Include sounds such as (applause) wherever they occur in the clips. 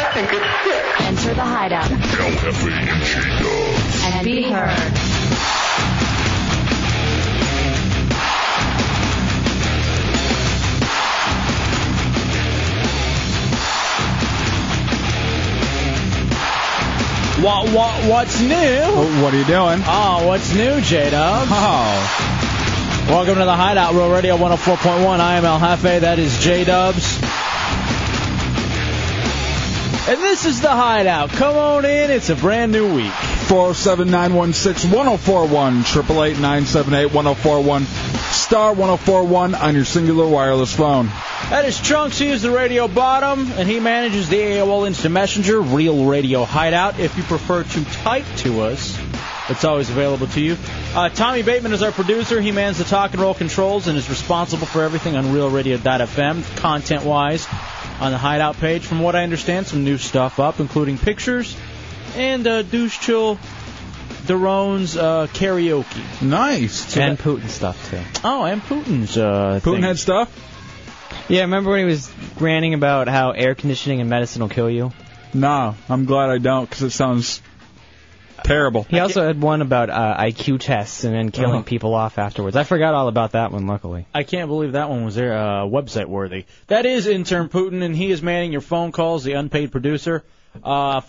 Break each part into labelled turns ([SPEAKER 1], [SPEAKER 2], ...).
[SPEAKER 1] Enter the hideout and be heard.
[SPEAKER 2] What, what, what's new?
[SPEAKER 3] What are you doing?
[SPEAKER 2] Oh, what's new, J Dub?
[SPEAKER 3] Oh,
[SPEAKER 2] Welcome to the Hideout, Real Radio 104.1. I am El Jefe. That is J Dubs. And this is the Hideout. Come on in. It's a brand new week.
[SPEAKER 3] 407 916 1041, 888 978 1041, star 1041 on your singular wireless phone.
[SPEAKER 2] That is Trunks. He is the radio bottom, and he manages the AOL Instant Messenger, Real Radio Hideout. If you prefer to type to us, it's always available to you. Uh, Tommy Bateman is our producer. He mans the talk and roll controls and is responsible for everything on RealRadio.fm, content wise, on the Hideout page. From what I understand, some new stuff up, including pictures and uh, Douche Chill Darone's uh, karaoke.
[SPEAKER 3] Nice.
[SPEAKER 4] and Putin stuff too.
[SPEAKER 2] Oh, and Putin's uh,
[SPEAKER 3] Putin
[SPEAKER 2] thing.
[SPEAKER 3] had stuff?
[SPEAKER 4] Yeah, remember when he was ranting about how air conditioning and medicine will kill you?
[SPEAKER 3] Nah, I'm glad I don't because it sounds terrible.
[SPEAKER 4] He also had one about uh, IQ tests and then killing
[SPEAKER 3] Uh-huh.
[SPEAKER 4] people off afterwards. I forgot all about that one, luckily.
[SPEAKER 2] I can't believe that one was there. Uh, website worthy. That is intern Putin, and he is manning your phone calls. The unpaid producer, uh,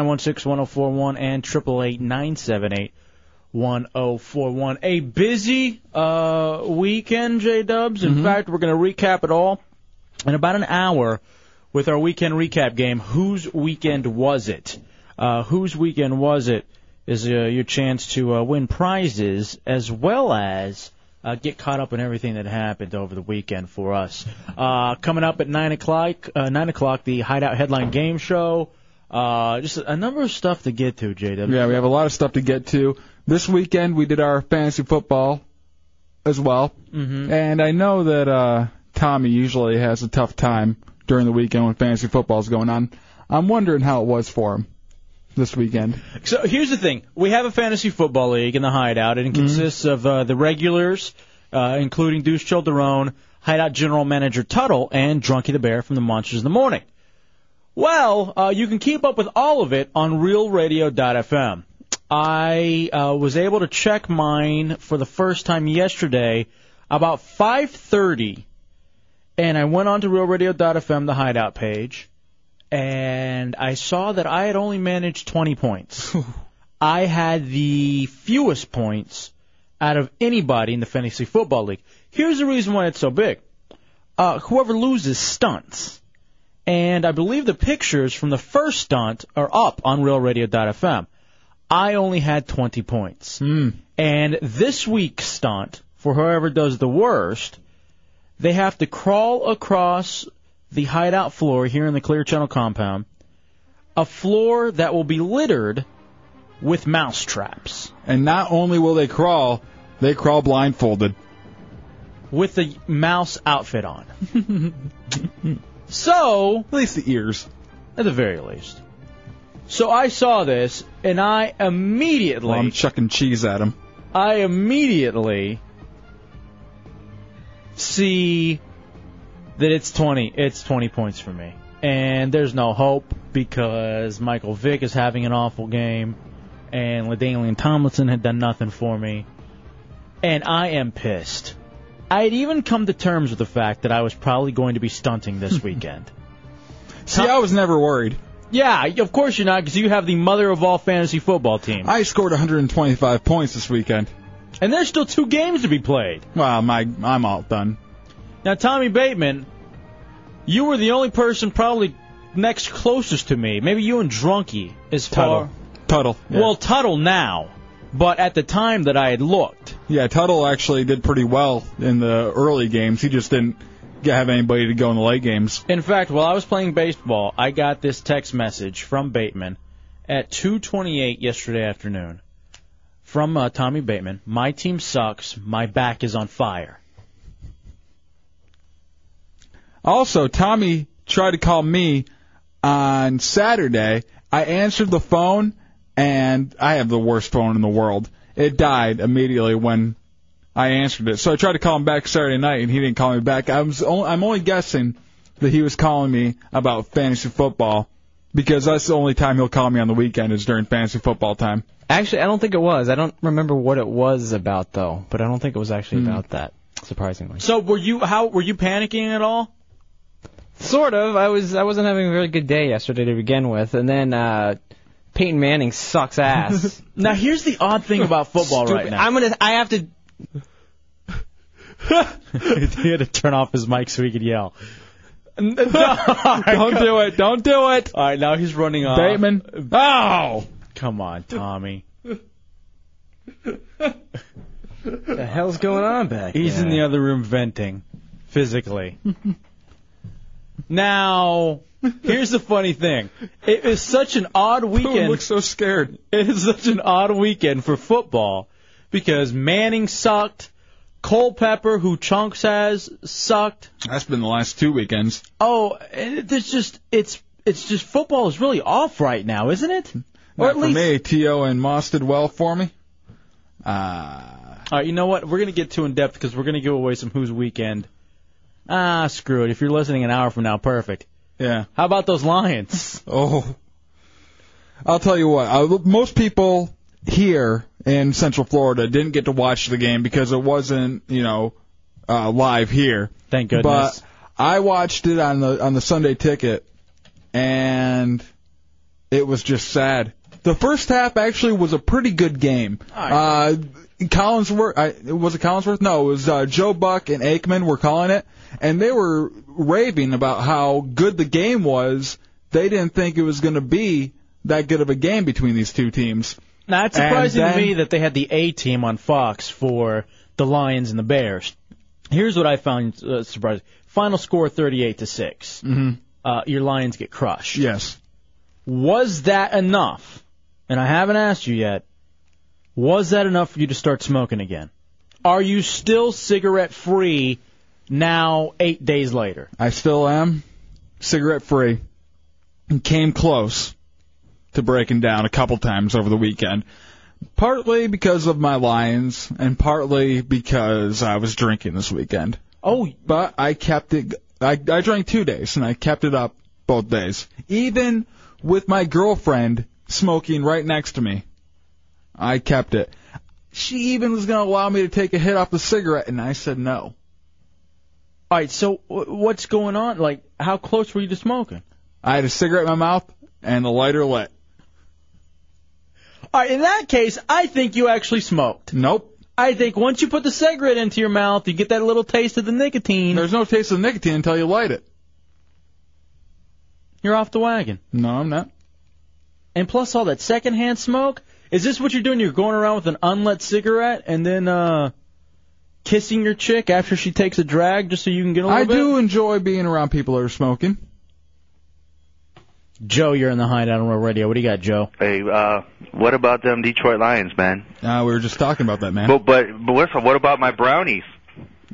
[SPEAKER 2] 407-916-1041 and triple eight nine seven eight one zero four one. A busy uh, weekend, J Dubs. In fact, we're going to recap it all in about an hour with our weekend recap game. Whose weekend was it? Uh, whose weekend was it? Is uh, your chance to uh, win prizes as well as uh, get caught up in everything that happened over the weekend for us. Uh, coming up at nine o'clock, uh, nine o'clock, the Hideout Headline Game Show. Uh, just a number of stuff to get to, J W.
[SPEAKER 3] Yeah, we have a lot of stuff to get to. This weekend we did our fantasy football as well. Mm-hmm. And I know that uh, Tommy usually has a tough time during the weekend when fantasy football's going on. I'm wondering how it was for him this weekend.
[SPEAKER 2] So here's the thing: we have a fantasy football league in the Hideout, and it consists of uh, the regulars, uh, including Deuce Childerone, Hideout General Manager Tuttle, and Drunky the Bear from the Monsters in the Morning. Well, uh, you can keep up with all of it on RealRadio.fm. I uh, was able to check mine for the first time yesterday about 5:30, and I went on to RealRadio.fm, the Hideout page, and I saw that I had only managed 20 points. I had the fewest points out of anybody in the fantasy football league. Here's the reason why it's so big. Uh, whoever loses stunts. And I believe the pictures from the first stunt are up on RealRadio.fm. I only had 20 points. And this week's stunt, for whoever does the worst, they have to crawl across the hideout floor here in the Clear Channel compound, a floor that will be littered with mouse traps.
[SPEAKER 3] And not only will they crawl, they crawl blindfolded.
[SPEAKER 2] with the mouse
[SPEAKER 3] (laughs)
[SPEAKER 2] outfit on. so,
[SPEAKER 3] At least the ears.
[SPEAKER 2] at the very least. So I saw this, and I immediately,
[SPEAKER 3] Well, I'm chucking cheese at him.
[SPEAKER 2] I immediately see that it's 20, it's 20 points for me. And there's no hope because Michael Vick is having an awful game, and Ladanian Tomlinson had done nothing for me, and I am pissed. I had even come to terms with the fact that I was probably going to be stunting this
[SPEAKER 3] (laughs)
[SPEAKER 2] weekend.
[SPEAKER 3] See, I was never worried.
[SPEAKER 2] yeah, of course you're not, because you have the mother of all fantasy football team,
[SPEAKER 3] I scored 125 points this weekend.
[SPEAKER 2] and there's still two games to be played.
[SPEAKER 3] Well, my I'm all done.
[SPEAKER 2] Now, Tommy Bateman, you were the only person probably next closest to me. Maybe you and Drunky as far.
[SPEAKER 4] Tuttle.
[SPEAKER 3] Tuttle. Yeah.
[SPEAKER 2] Well, Tuttle now, but at the time that I had looked,
[SPEAKER 3] yeah, Tuttle actually did pretty well in the early games. He just didn't gotta have anybody to go in the late games.
[SPEAKER 2] In fact, while I was playing baseball, I got this text message from Bateman at 2:28 yesterday afternoon from uh, Tommy Bateman. My team sucks. My back is on fire.
[SPEAKER 3] Also, Tommy tried to call me on Saturday. I answered the phone, and I have the worst phone in the world. It died immediately when I answered it. So I tried to call him back Saturday night, and he didn't call me back. I was only, I'm only guessing that he was calling me about fantasy football because that's the only time he'll call me on the weekend is during fantasy football time.
[SPEAKER 4] Actually, I don't think it was. I don't remember what it was about though, but I don't think it was
[SPEAKER 3] Hmm.
[SPEAKER 4] actually about that. Surprisingly,
[SPEAKER 2] So were you how were you panicking at all?
[SPEAKER 4] sort of. I was I wasn't having a very good day yesterday to begin with, and then uh, Peyton Manning sucks
[SPEAKER 3] (laughs)
[SPEAKER 4] ass.
[SPEAKER 2] Now here's the odd (laughs) thing about football right now.
[SPEAKER 4] I'm gonna. I have to.
[SPEAKER 2] (laughs) he had to turn off his mic so he could yell. (laughs) Oh
[SPEAKER 3] Don't do it. Don't do it.
[SPEAKER 2] All right, now he's running off.
[SPEAKER 3] Bateman. Oh!
[SPEAKER 2] Come on, Tommy.
[SPEAKER 4] The hell's going on back?
[SPEAKER 2] He's in the other room venting physically. (laughs) now, here's the funny thing. It is such an odd
[SPEAKER 3] Boone
[SPEAKER 2] weekend.
[SPEAKER 3] looks so scared.
[SPEAKER 2] it is such an odd weekend for football because Manning sucked. Culpepper, who Chunks has, sucked.
[SPEAKER 3] That's been the last two weekends.
[SPEAKER 2] Oh, and it's just it's it's just football is really off right now, isn't it?
[SPEAKER 3] Not for me, T.O. and Moss did well for me. Uh,
[SPEAKER 2] All right, you know what? We're going to get too in depth because we're going to give away some Who's Weekend. Ah, screw it. If you're listening an hour from now, perfect.
[SPEAKER 3] yeah.
[SPEAKER 2] How about those Lions?
[SPEAKER 3] Oh. I'll tell you what. I, most people here in Central Florida didn't get to watch the game because it wasn't, you know, uh, live here.
[SPEAKER 2] Thank goodness.
[SPEAKER 3] But I watched it on the on the Sunday ticket, and it was just sad. The first half actually was a pretty good game. Uh, Collinsworth, I, was it Collinsworth? No, it was uh, Joe Buck and Aikman were calling it, and they were raving about how good the game was. They didn't think it was going to be that good of a game between these two teams.
[SPEAKER 2] now, it's surprising
[SPEAKER 3] And
[SPEAKER 2] to
[SPEAKER 3] then-
[SPEAKER 2] me that they had the A team on Fox for the Lions and the Bears. Here's what I found uh, surprising. Final score 38 to 6. Mm-hmm. Uh, your Lions get crushed.
[SPEAKER 3] Yes.
[SPEAKER 2] Was that enough? And I haven't asked you yet. Was that enough for you to start smoking again? Are you still cigarette free now, eight days later?
[SPEAKER 3] I still am cigarette free and came close to breaking down a couple times over the weekend. Partly because of my lions and partly because I was drinking this weekend.
[SPEAKER 2] Oh,
[SPEAKER 3] But I kept it, I, I drank two days and I kept it up both days. Even with my girlfriend smoking right next to me, I kept it. She even was going to allow me to take a hit off the cigarette and I said no.
[SPEAKER 2] all right. So w- what's going on? Like, how close were you to smoking?
[SPEAKER 3] I had a cigarette in my mouth and the lighter lit.
[SPEAKER 2] All right. In that case, I think you actually smoked.
[SPEAKER 3] Nope.
[SPEAKER 2] I think once you put the cigarette into your mouth, you get that little taste of the nicotine.
[SPEAKER 3] There's no taste of nicotine until you light it.
[SPEAKER 2] You're off the wagon.
[SPEAKER 3] No, I'm not.
[SPEAKER 2] And plus all that secondhand smoke. Is this what you're doing? You're going around with an unlit cigarette and then uh kissing your chick after she takes a drag just so you can get a little
[SPEAKER 3] I
[SPEAKER 2] bit?
[SPEAKER 3] do enjoy being around people that are smoking.
[SPEAKER 2] Joe, you're in the hideout on Real radio. What do you got, Joe?
[SPEAKER 5] Hey, uh, what about them Detroit Lions, man?
[SPEAKER 3] Uh, we were just talking about that, man.
[SPEAKER 5] But but but what's, what about my brownies?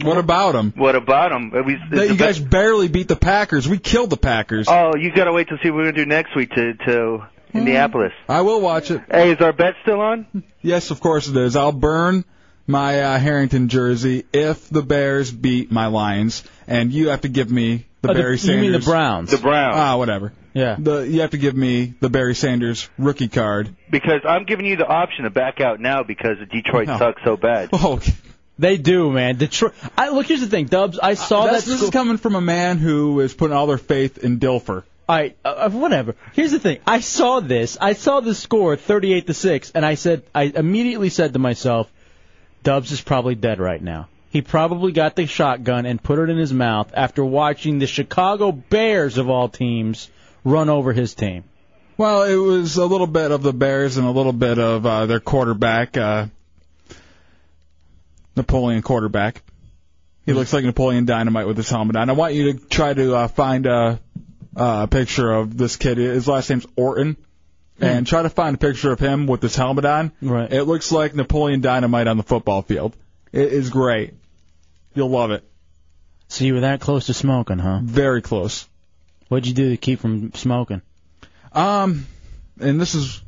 [SPEAKER 3] what about them?
[SPEAKER 5] What about them? We,
[SPEAKER 3] you guys barely beat the Packers. We killed the Packers.
[SPEAKER 5] oh, you gotta wait to see what we're gonna do next week to to Indianapolis.
[SPEAKER 3] I will watch it.
[SPEAKER 5] Hey, is our bet still on?
[SPEAKER 3] (laughs) Yes, of course it is. I'll burn my uh, Harrington jersey if the Bears beat my Lions, and you have to give me the
[SPEAKER 2] Oh, the-
[SPEAKER 3] Barry
[SPEAKER 2] you
[SPEAKER 3] Sanders.
[SPEAKER 2] mean the Browns?
[SPEAKER 5] The Browns.
[SPEAKER 3] Ah, whatever.
[SPEAKER 2] yeah.
[SPEAKER 3] The, you have to give me the Barry Sanders rookie card.
[SPEAKER 5] because I'm giving you the option to back out now because Detroit
[SPEAKER 3] No.
[SPEAKER 5] sucks so bad.
[SPEAKER 3] Oh,
[SPEAKER 2] they do, man. Detroit. I, look, here's the thing, Dubs. I saw
[SPEAKER 3] that's-
[SPEAKER 2] that.
[SPEAKER 3] this
[SPEAKER 2] sco-
[SPEAKER 3] is coming from a man who is putting all their faith in Dilfer.
[SPEAKER 2] All right, uh, uh, whatever. Here's the thing. I saw this. I saw the score, 38 to six, and I said, I immediately said to myself, Dubs is probably dead right now. He probably got the shotgun and put it in his mouth after watching the Chicago Bears of all teams run over his team.
[SPEAKER 3] Well, it was a little bit of the Bears and a little bit of uh, their quarterback, uh, Napoleon quarterback. He looks like Napoleon Dynamite with his helmet on. I want you to try to uh, find a, uh picture of this kid. His last name's Orton. And try to find a picture of him with his helmet on.
[SPEAKER 2] Right.
[SPEAKER 3] It looks like Napoleon Dynamite on the football field. It is great. You'll love it.
[SPEAKER 2] So you were that close to smoking, huh?
[SPEAKER 3] Very close.
[SPEAKER 2] What'd you do to keep from smoking?
[SPEAKER 3] Um, and this is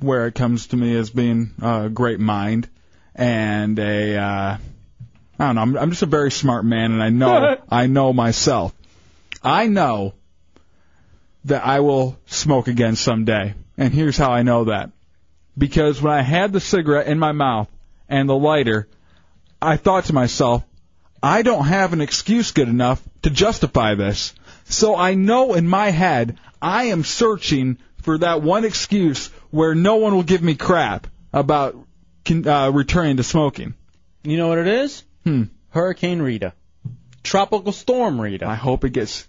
[SPEAKER 3] where it comes to me as being a great mind and a uh, I don't know. I'm, I'm just a very smart man, and I know I know myself. I know that I will smoke again someday, and here's how I know that. Because when I had the cigarette in my mouth and the lighter, I thought to myself, I don't have an excuse good enough to justify this. So I know in my head I am searching for that one excuse where no one will give me crap about con- uh, returning to smoking.
[SPEAKER 2] You know what it is?
[SPEAKER 3] Hmm.
[SPEAKER 2] Hurricane Rita. Tropical Storm Rita.
[SPEAKER 3] I hope it gets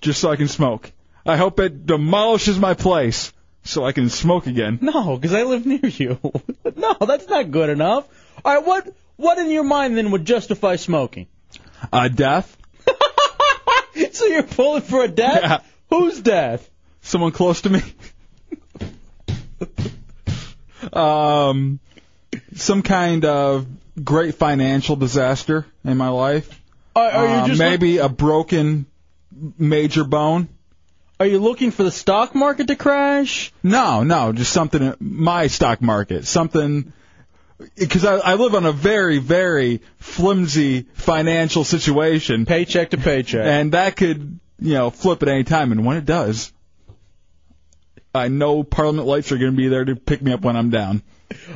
[SPEAKER 3] just so I can smoke. I hope it demolishes my place so I can smoke again.
[SPEAKER 2] No, because I live near you. (laughs) no, that's not good enough. All right, what what in your mind then would justify smoking?
[SPEAKER 3] Uh, death?
[SPEAKER 2] (laughs) So you're pulling for a death?
[SPEAKER 3] Yeah.
[SPEAKER 2] Who's death?
[SPEAKER 3] Someone close to me? um, some kind of great financial disaster in my life.
[SPEAKER 2] Are, are
[SPEAKER 3] Uh,
[SPEAKER 2] you just look-
[SPEAKER 3] maybe a broken major bone.
[SPEAKER 2] are you looking for the stock market to crash?
[SPEAKER 3] No, no, just something in my stock market, something because I, I live on a very, very flimsy financial situation,
[SPEAKER 2] Paycheck to paycheck.
[SPEAKER 3] and that could you know flip at any time, and when it does, I know Parliament lights are going to be there to pick me up when I'm down.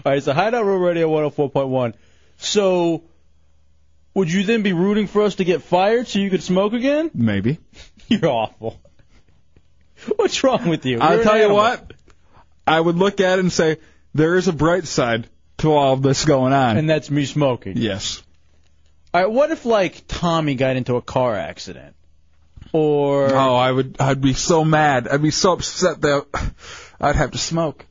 [SPEAKER 2] All right, so Hideout Road Radio 104.1. So, would you then be rooting for us to get fired so you could smoke again?
[SPEAKER 3] Maybe
[SPEAKER 2] (laughs) You're awful. What's wrong with you? You're
[SPEAKER 3] I'll
[SPEAKER 2] an
[SPEAKER 3] tell you
[SPEAKER 2] animal.
[SPEAKER 3] what, I would look at it and say there is a bright side to all of this going on.
[SPEAKER 2] And that's me smoking.
[SPEAKER 3] yes,
[SPEAKER 2] All right, what if like Tommy got into a car accident? Or
[SPEAKER 3] Oh, I would. I'd be so mad. I'd be so upset that I'd have to smoke.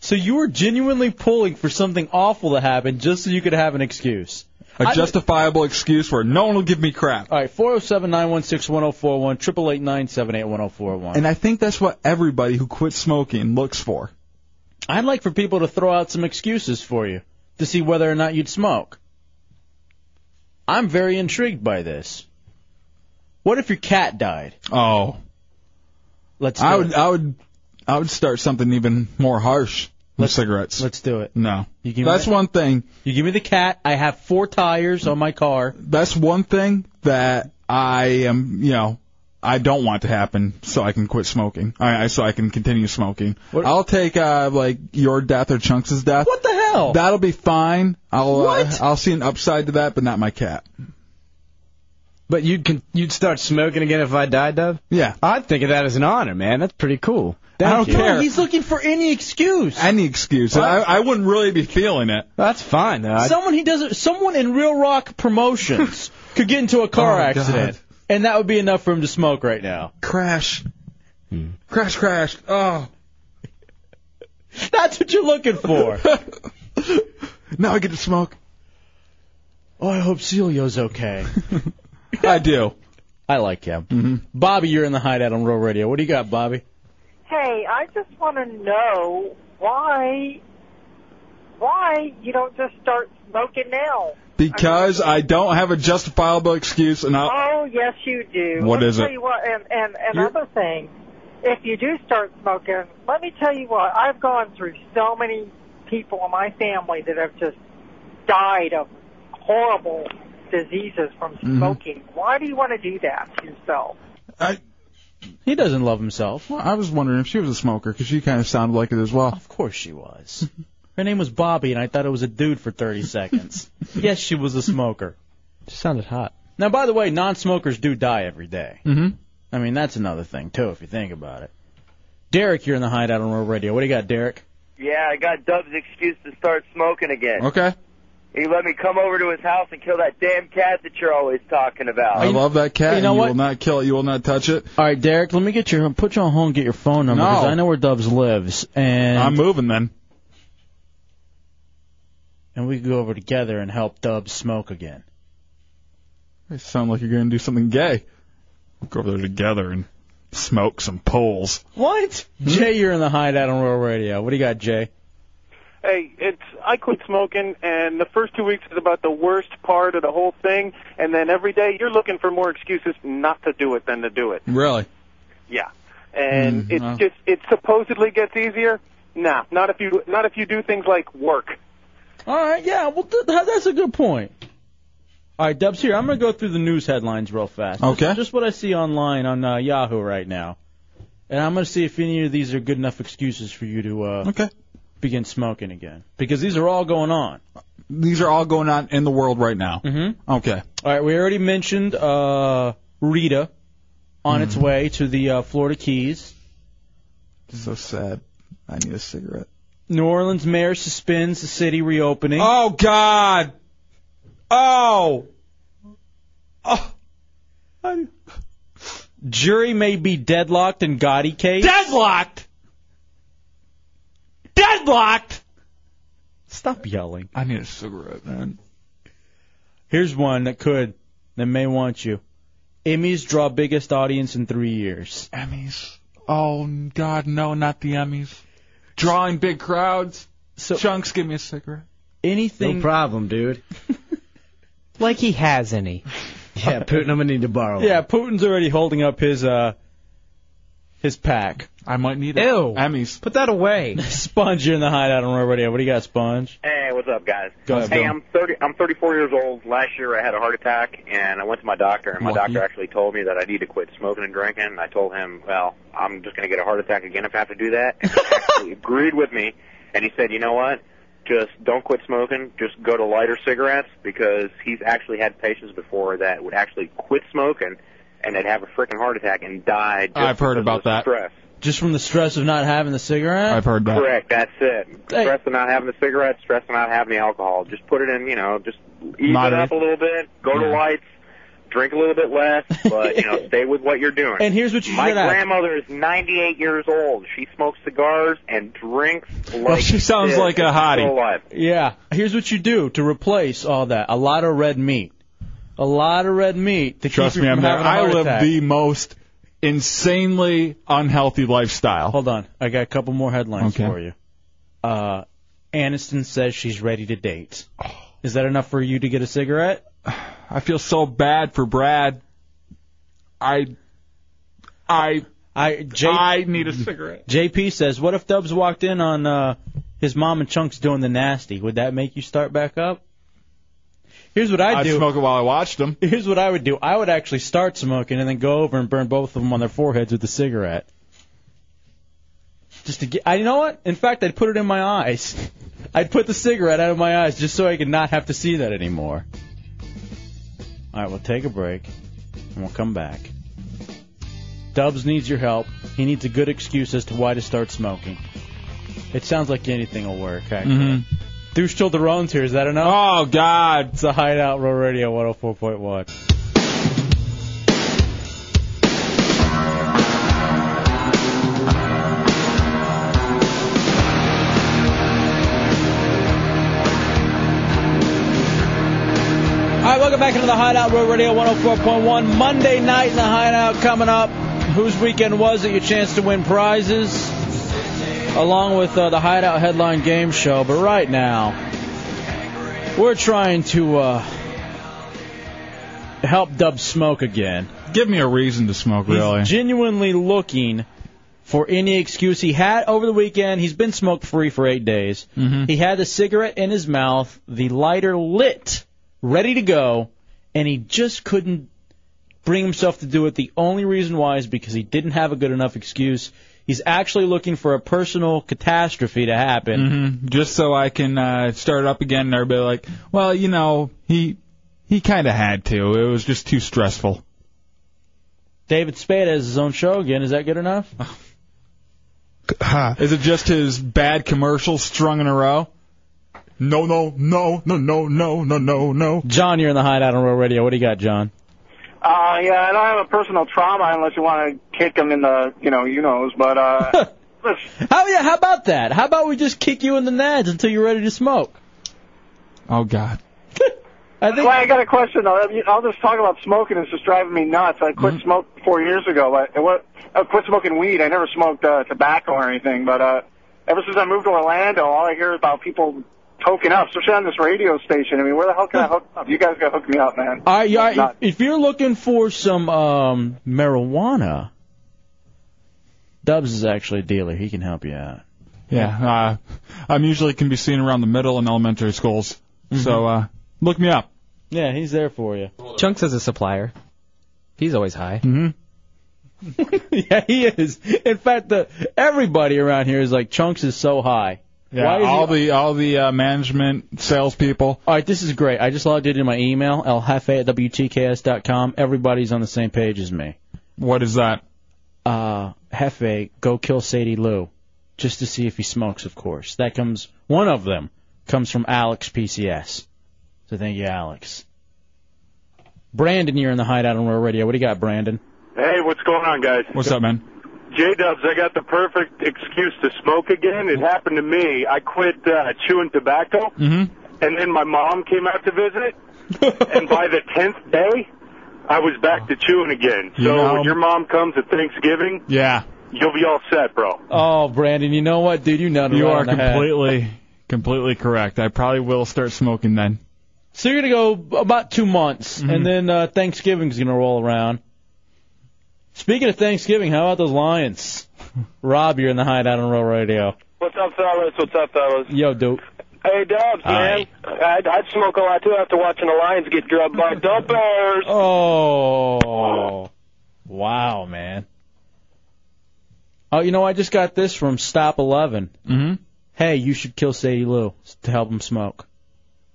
[SPEAKER 2] so you were genuinely pulling for something awful to happen just so you could have an excuse.
[SPEAKER 3] A
[SPEAKER 2] I-
[SPEAKER 3] justifiable excuse where no one will give me crap.
[SPEAKER 2] All right, 407 916 1041, 888 978 1041.
[SPEAKER 3] And I think that's what everybody who quits smoking looks for.
[SPEAKER 2] I'd like for people to throw out some excuses for you to see whether or not you'd smoke. I'm very intrigued by this. What if your cat died?
[SPEAKER 3] Oh,
[SPEAKER 2] Let's do
[SPEAKER 3] I would.
[SPEAKER 2] it.
[SPEAKER 3] I would. I would start something even more harsh. With
[SPEAKER 2] Let's-
[SPEAKER 3] cigarettes.
[SPEAKER 2] Let's do it.
[SPEAKER 3] no.
[SPEAKER 2] You give me
[SPEAKER 3] That's
[SPEAKER 2] that-
[SPEAKER 3] one thing.
[SPEAKER 2] You give me the cat. I have four tires on my car.
[SPEAKER 3] That's one thing that I am. You know. I don't want to happen, so I can quit smoking. I, I so I can continue smoking.
[SPEAKER 2] What-
[SPEAKER 3] I'll take uh like your death or Chunks' death.
[SPEAKER 2] What the hell?
[SPEAKER 3] That'll be fine. I'll uh,
[SPEAKER 2] What?
[SPEAKER 3] I'll see an upside to that, but not my cat.
[SPEAKER 4] But you'd con- you'd start smoking again if I died, Dove.
[SPEAKER 3] Yeah,
[SPEAKER 4] I'd think of that as an honor, man. That's pretty cool.
[SPEAKER 3] I don't
[SPEAKER 4] Thank you.
[SPEAKER 3] care.
[SPEAKER 2] He's looking for any excuse.
[SPEAKER 3] Any excuse. I, I wouldn't really be feeling it.
[SPEAKER 4] That's fine. Though. I-
[SPEAKER 2] someone he doesn't. Someone in Real
[SPEAKER 3] (laughs)
[SPEAKER 2] Rock Promotions could get into a car
[SPEAKER 3] Oh,
[SPEAKER 2] accident,
[SPEAKER 3] God.
[SPEAKER 2] and that would be enough for him to smoke right now.
[SPEAKER 3] Crash. Crash, crash. Oh,
[SPEAKER 2] (laughs) That's what you're looking for.
[SPEAKER 3] (laughs) now I get to smoke.
[SPEAKER 2] oh, I hope Celio's okay.
[SPEAKER 3] (laughs) I do. Mm-hmm.
[SPEAKER 2] I like him. Bobby, you're in the hideout on Real Radio. What do you got, Bobby?
[SPEAKER 6] Hey, I just want to know why why you don't just start smoking now.
[SPEAKER 3] Because I don't have a justifiable excuse, and I.
[SPEAKER 6] Oh, yes, you do. let
[SPEAKER 3] What
[SPEAKER 6] me
[SPEAKER 3] is it?
[SPEAKER 6] Tell you what, and and
[SPEAKER 3] You're-
[SPEAKER 6] another thing, if you do start smoking, let me tell you what. I've gone through so many people in my family that have just died of horrible diseases from
[SPEAKER 3] Mm-hmm.
[SPEAKER 6] smoking. Why do you want to do that to yourself?
[SPEAKER 3] I,
[SPEAKER 2] He doesn't love himself.
[SPEAKER 3] well, I was wondering if she was a smoker, because she kind of sounded like it as well.
[SPEAKER 2] Of course she was. (laughs) Her name was Bobby, and I thought it was a dude for (laughs) 30 seconds. yes, she was a smoker.
[SPEAKER 4] Just sounded hot.
[SPEAKER 2] Now, by the way, non-smokers do die every day.
[SPEAKER 3] Mm-hmm.
[SPEAKER 2] I mean, that's another thing too, if you think about it. Derek, you're in the hideout on Real Radio. What do you got, Derek?
[SPEAKER 5] Yeah, I got Dub's excuse to start smoking again.
[SPEAKER 3] Okay.
[SPEAKER 5] He let me come over to his house and kill that damn cat that you're always talking about.
[SPEAKER 3] I love that cat.
[SPEAKER 2] you know
[SPEAKER 3] and you
[SPEAKER 2] what?
[SPEAKER 3] will not kill it. You will not touch it.
[SPEAKER 2] All right, Derek, let me get your put you on hold and get your phone number
[SPEAKER 3] No.
[SPEAKER 2] because I know where Dubs lives, and
[SPEAKER 3] I'm moving then.
[SPEAKER 2] and we could go over together and help Dubs smoke again.
[SPEAKER 3] You sound like you're going to do something gay. Go over there together and smoke some poles. Hmm?
[SPEAKER 2] What? Jay, you're in the hideout on Rural Radio. What do you got, Jay?
[SPEAKER 7] Hey, it's I quit smoking, and the first two weeks is about the worst part of the whole thing. And then every day you're looking for more excuses not to do it than to do it.
[SPEAKER 3] Really?
[SPEAKER 7] Yeah, and
[SPEAKER 2] Hmm,
[SPEAKER 3] Mm,
[SPEAKER 7] it's
[SPEAKER 3] wow.
[SPEAKER 7] just it supposedly gets easier. Nah, not if you not if you do things like work.
[SPEAKER 2] All right, yeah, well, th- th- that's a good point. All right, Dubs, here, I'm going to go through the news headlines real fast. This is
[SPEAKER 3] Okay.
[SPEAKER 2] just what I see online on uh, Yahoo right now. And I'm going to see if any of these are good enough excuses for you to uh,
[SPEAKER 3] Okay.
[SPEAKER 2] begin smoking again. Because these are all going on.
[SPEAKER 3] These are all going on in the world right now.
[SPEAKER 2] Mm-hmm.
[SPEAKER 3] Okay.
[SPEAKER 2] All right, we already mentioned uh, Rita
[SPEAKER 3] Mm-hmm.
[SPEAKER 2] on its way to the uh, Florida Keys.
[SPEAKER 3] So sad. I need a cigarette.
[SPEAKER 2] New Orleans mayor suspends the city reopening.
[SPEAKER 3] Oh God. Oh. Oh. I-
[SPEAKER 2] Jury may be deadlocked in Gotti case.
[SPEAKER 3] Deadlocked. Deadlocked.
[SPEAKER 2] Stop yelling.
[SPEAKER 3] I need a cigarette, man.
[SPEAKER 2] Here's one that could, that may want you. Emmys draw biggest audience in three years.
[SPEAKER 3] Emmys. Oh God, no, not the Emmys. Drawing big crowds.
[SPEAKER 2] So
[SPEAKER 3] Chunks, give me a cigarette.
[SPEAKER 2] anything,
[SPEAKER 8] No problem, dude.
[SPEAKER 4] (laughs) Like he has any.
[SPEAKER 8] (laughs) Yeah, Putin, I'm gonna need to
[SPEAKER 4] Oh.
[SPEAKER 8] borrow.
[SPEAKER 2] yeah, Putin's already holding up his uh, his pack.
[SPEAKER 3] I might need it.
[SPEAKER 4] Ew.
[SPEAKER 3] Emmys.
[SPEAKER 4] Put that away.
[SPEAKER 2] (laughs) Sponge, you're in the hideout on Royal Radio. What do you got, Sponge?
[SPEAKER 5] Hey, what's up, guys?
[SPEAKER 2] Go ahead,
[SPEAKER 5] hey,
[SPEAKER 2] Bill.
[SPEAKER 5] I'm 30. I'm 34 years old. Last year, I had a heart attack, and I went to my doctor, and my
[SPEAKER 3] Lucky.
[SPEAKER 5] doctor actually told me that I need to quit smoking and drinking. And I told him, well, I'm just going to get a heart attack again if I have to do that. And he
[SPEAKER 3] (laughs)
[SPEAKER 5] actually agreed with me, and he said, you know what? Just don't quit smoking. Just go to lighter cigarettes because he's actually had patients before that would actually quit smoking and they'd have a freaking heart attack and die. Just
[SPEAKER 3] I've heard
[SPEAKER 5] because
[SPEAKER 3] about
[SPEAKER 5] of the
[SPEAKER 3] that.
[SPEAKER 5] Stress.
[SPEAKER 2] Just from the stress of not having the cigarette.
[SPEAKER 3] I've heard that.
[SPEAKER 5] Correct. That's it.
[SPEAKER 2] Hey.
[SPEAKER 5] Stress of not having the cigarettes. Stress of not having the alcohol. Just put it in. You know, just ease
[SPEAKER 3] Moderate.
[SPEAKER 5] it up a little bit. Go to
[SPEAKER 3] Yeah.
[SPEAKER 5] lights. Drink a little
[SPEAKER 2] (laughs)
[SPEAKER 5] bit less, but you know, stay with what you're doing.
[SPEAKER 2] And here's what you
[SPEAKER 5] My
[SPEAKER 2] should ask. (laughs)
[SPEAKER 5] grandmother is 98 years old. She smokes cigars and drinks like.
[SPEAKER 3] she sounds
[SPEAKER 5] this.
[SPEAKER 3] like a
[SPEAKER 5] She's
[SPEAKER 3] hottie.
[SPEAKER 5] still alive.
[SPEAKER 2] Yeah. Here's what you do to replace all that: a lot of red meat, a lot of red meat to
[SPEAKER 3] Trust
[SPEAKER 2] keep you
[SPEAKER 3] me, I'm
[SPEAKER 2] from
[SPEAKER 3] there.
[SPEAKER 2] having a
[SPEAKER 3] I
[SPEAKER 2] heart
[SPEAKER 3] live
[SPEAKER 2] attack.
[SPEAKER 3] the most insanely unhealthy lifestyle.
[SPEAKER 2] Hold on, I got a couple more headlines
[SPEAKER 3] Okay.
[SPEAKER 2] for you. Uh, Aniston says she's ready
[SPEAKER 3] (sighs)
[SPEAKER 2] to date. Is that enough for you to get a cigarette?
[SPEAKER 3] I feel so bad for Brad. I, I,
[SPEAKER 2] I J-
[SPEAKER 3] I need a cigarette.
[SPEAKER 2] JP says, what if Dubs walked in on uh, his mom and Chunks doing the nasty? Would that make you start back up? Here's what I
[SPEAKER 3] I'd
[SPEAKER 2] do.
[SPEAKER 3] smoke it while I watched him.
[SPEAKER 2] Here's what I would do. I would actually start smoking and then go over and burn both of them on their foreheads with a cigarette. Just to get, I, you know what? In fact, I'd put it in my eyes. (laughs) I'd put the cigarette out of my eyes just so I could not have to see that anymore. All right, we'll take a break and we'll come back. Dubs needs your help. He needs a good excuse as to why to start smoking. It sounds like anything will work. Actually. Deuce Childerone's here. Is that enough?
[SPEAKER 3] Oh God.
[SPEAKER 2] It's a Hideout Row Radio 104.1. All right, welcome back into the Hideout Road Radio 104.1. Monday night in the Hideout coming up. Whose weekend was it? Your chance to win prizes, along with uh, the Hideout Headline Game Show. But right now, we're trying to uh, help Dub smoke again.
[SPEAKER 3] Give me a reason to smoke, really.
[SPEAKER 2] He's genuinely looking for any excuse he had over the weekend. He's been smoke free for eight days.
[SPEAKER 3] Mm-hmm.
[SPEAKER 2] He had the cigarette in his mouth, the lighter lit, ready to go, and he just couldn't bring himself to do it. The only reason why is because he didn't have a good enough excuse. He's actually looking for a personal catastrophe to happen.
[SPEAKER 3] hmm Just so I can uh, start up again, and everybody like, well, you know, he he kind of had to. It was just too stressful.
[SPEAKER 2] David Spade has his own show again. Is that good enough?
[SPEAKER 3] Is it just his bad commercials strung in a row? No, no, no, no, no, no, no, no, no.
[SPEAKER 2] John, you're in the hideout on Real Radio. What do you got, John?
[SPEAKER 7] Uh, yeah, I don't have a personal trauma unless you want to kick him in the, you know, you knows. But
[SPEAKER 2] (laughs)
[SPEAKER 7] uh,
[SPEAKER 2] How yeah, how about that? How about we just kick you in the nads until you're ready to smoke?
[SPEAKER 3] Oh God.
[SPEAKER 2] (laughs) I think.
[SPEAKER 7] Clay, I got a question. though. I mean, All this talk about smoking is just driving me nuts. I
[SPEAKER 2] Hmm.
[SPEAKER 7] quit smoking four years ago. I, I wa- I quit smoking weed. I never smoked uh, tobacco or anything. But uh, ever since I moved to Orlando, all I hear is about people hooking up, especially on this radio station. I mean, where the hell can I hook up? You guys got to hook me up, man.
[SPEAKER 2] I, I, if you're looking for some um, marijuana, Dubs is actually a dealer. He can help you out.
[SPEAKER 3] Yeah, uh, I'm usually can be seen around the middle and elementary schools. So uh, look me up.
[SPEAKER 2] Mm-hmm. Yeah, he's there for you.
[SPEAKER 4] Chunks is a supplier. He's always high. (laughs)
[SPEAKER 3] Mm-hmm.
[SPEAKER 2] yeah, he is. In fact, the, everybody around here is like, Chunks is so high.
[SPEAKER 3] Yeah,
[SPEAKER 2] Why is he-
[SPEAKER 3] all the all the uh, management salespeople.
[SPEAKER 2] All right, this is great. I just logged it in my email, lhefe at wtks.com. Everybody's on the same page as me.
[SPEAKER 3] What is that?
[SPEAKER 2] Uh, Hefe, go kill Sadie Lou, just to see if he smokes, of course. That comes, one of them comes from Alex PCS. So thank you, Alex. Brandon, you're in the hideout on Royal Radio. What do you got, Brandon?
[SPEAKER 9] Hey, what's going on, guys?
[SPEAKER 3] What's up, man?
[SPEAKER 9] J Dubs, I got the perfect excuse to smoke again. It happened to me. I quit uh, chewing tobacco,
[SPEAKER 3] Mm-hmm.
[SPEAKER 9] and then my mom came out to visit,
[SPEAKER 2] (laughs)
[SPEAKER 9] and by the tenth day, I was back to chewing again. So
[SPEAKER 2] You know-
[SPEAKER 9] when your mom comes at Thanksgiving,
[SPEAKER 3] Yeah.
[SPEAKER 9] you'll be all set, bro.
[SPEAKER 2] Oh, Brandon, you know what, dude? You nutted
[SPEAKER 3] You
[SPEAKER 2] right
[SPEAKER 3] are
[SPEAKER 2] on the head.
[SPEAKER 3] completely completely correct. I probably will start smoking then.
[SPEAKER 2] So you're gonna go about two months,
[SPEAKER 3] Mm-hmm.
[SPEAKER 2] and then uh, Thanksgiving's gonna roll around. Speaking of Thanksgiving, how about
[SPEAKER 3] (laughs)
[SPEAKER 2] those Lions? Rob, you're in the hideout on Roll Radio.
[SPEAKER 10] What's up, fellas? What's up, fellas?
[SPEAKER 2] Yo, dope.
[SPEAKER 10] Hey, Dubs, man. I'd, I'd smoke a lot too after watching the Lions get drubbed
[SPEAKER 11] (laughs)
[SPEAKER 10] by dumpers.
[SPEAKER 2] Oh, wow, man. Oh, you know, I just got this from Stop 11.
[SPEAKER 3] Mm-hmm.
[SPEAKER 2] Hey, you should kill Sadie Lou to help him smoke.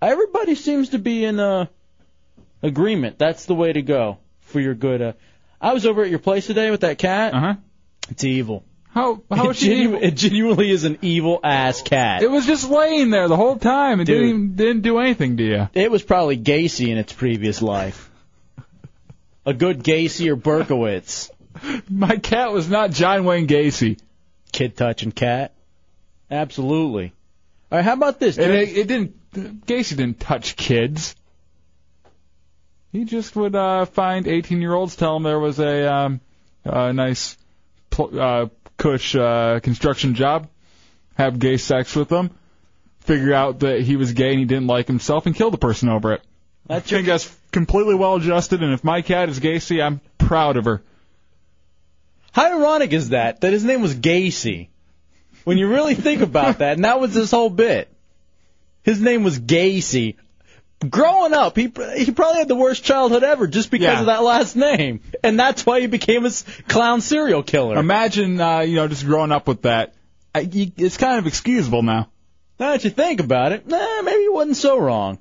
[SPEAKER 2] Everybody seems to be in uh, agreement. That's the way to go for your good. Uh, I was over at your place today with that cat. Uh
[SPEAKER 3] huh.
[SPEAKER 2] It's evil.
[SPEAKER 3] Uh-huh. How how
[SPEAKER 2] it,
[SPEAKER 3] is she?
[SPEAKER 2] genu- it genuinely is an evil ass cat.
[SPEAKER 3] It was just laying there the whole time. It didn't
[SPEAKER 2] Dude.
[SPEAKER 3] even, didn't do anything to you.
[SPEAKER 2] It was probably Gacy in its previous life. A good Gacy or Berkowitz.
[SPEAKER 3] My cat was not John Wayne Gacy.
[SPEAKER 2] Kid touching cat. Absolutely. All right, how about this?
[SPEAKER 3] And
[SPEAKER 2] dude?
[SPEAKER 3] it, it didn't. Gacy didn't touch kids. He just would uh, find 18-year-olds, tell them there was a um, uh, nice pl- uh, cush uh, construction job, have gay sex with them, figure out that he was gay and he didn't like himself, and kill the person over it.
[SPEAKER 2] That's
[SPEAKER 3] I think that's completely well-adjusted, and if my cat is Gacy, I'm proud of her.
[SPEAKER 2] How ironic is that? That his name was Gacy. When you really think about that, and that was this whole bit. His name was Gacy. Growing up, he he probably had the worst childhood ever just because
[SPEAKER 3] Yeah.
[SPEAKER 2] of that last name, and that's why he became a s- clown serial killer.
[SPEAKER 3] Imagine, uh, you know, just growing up with that. I, you, it's kind of excusable now.
[SPEAKER 2] Now that you think about it, nah, maybe you wasn't so wrong.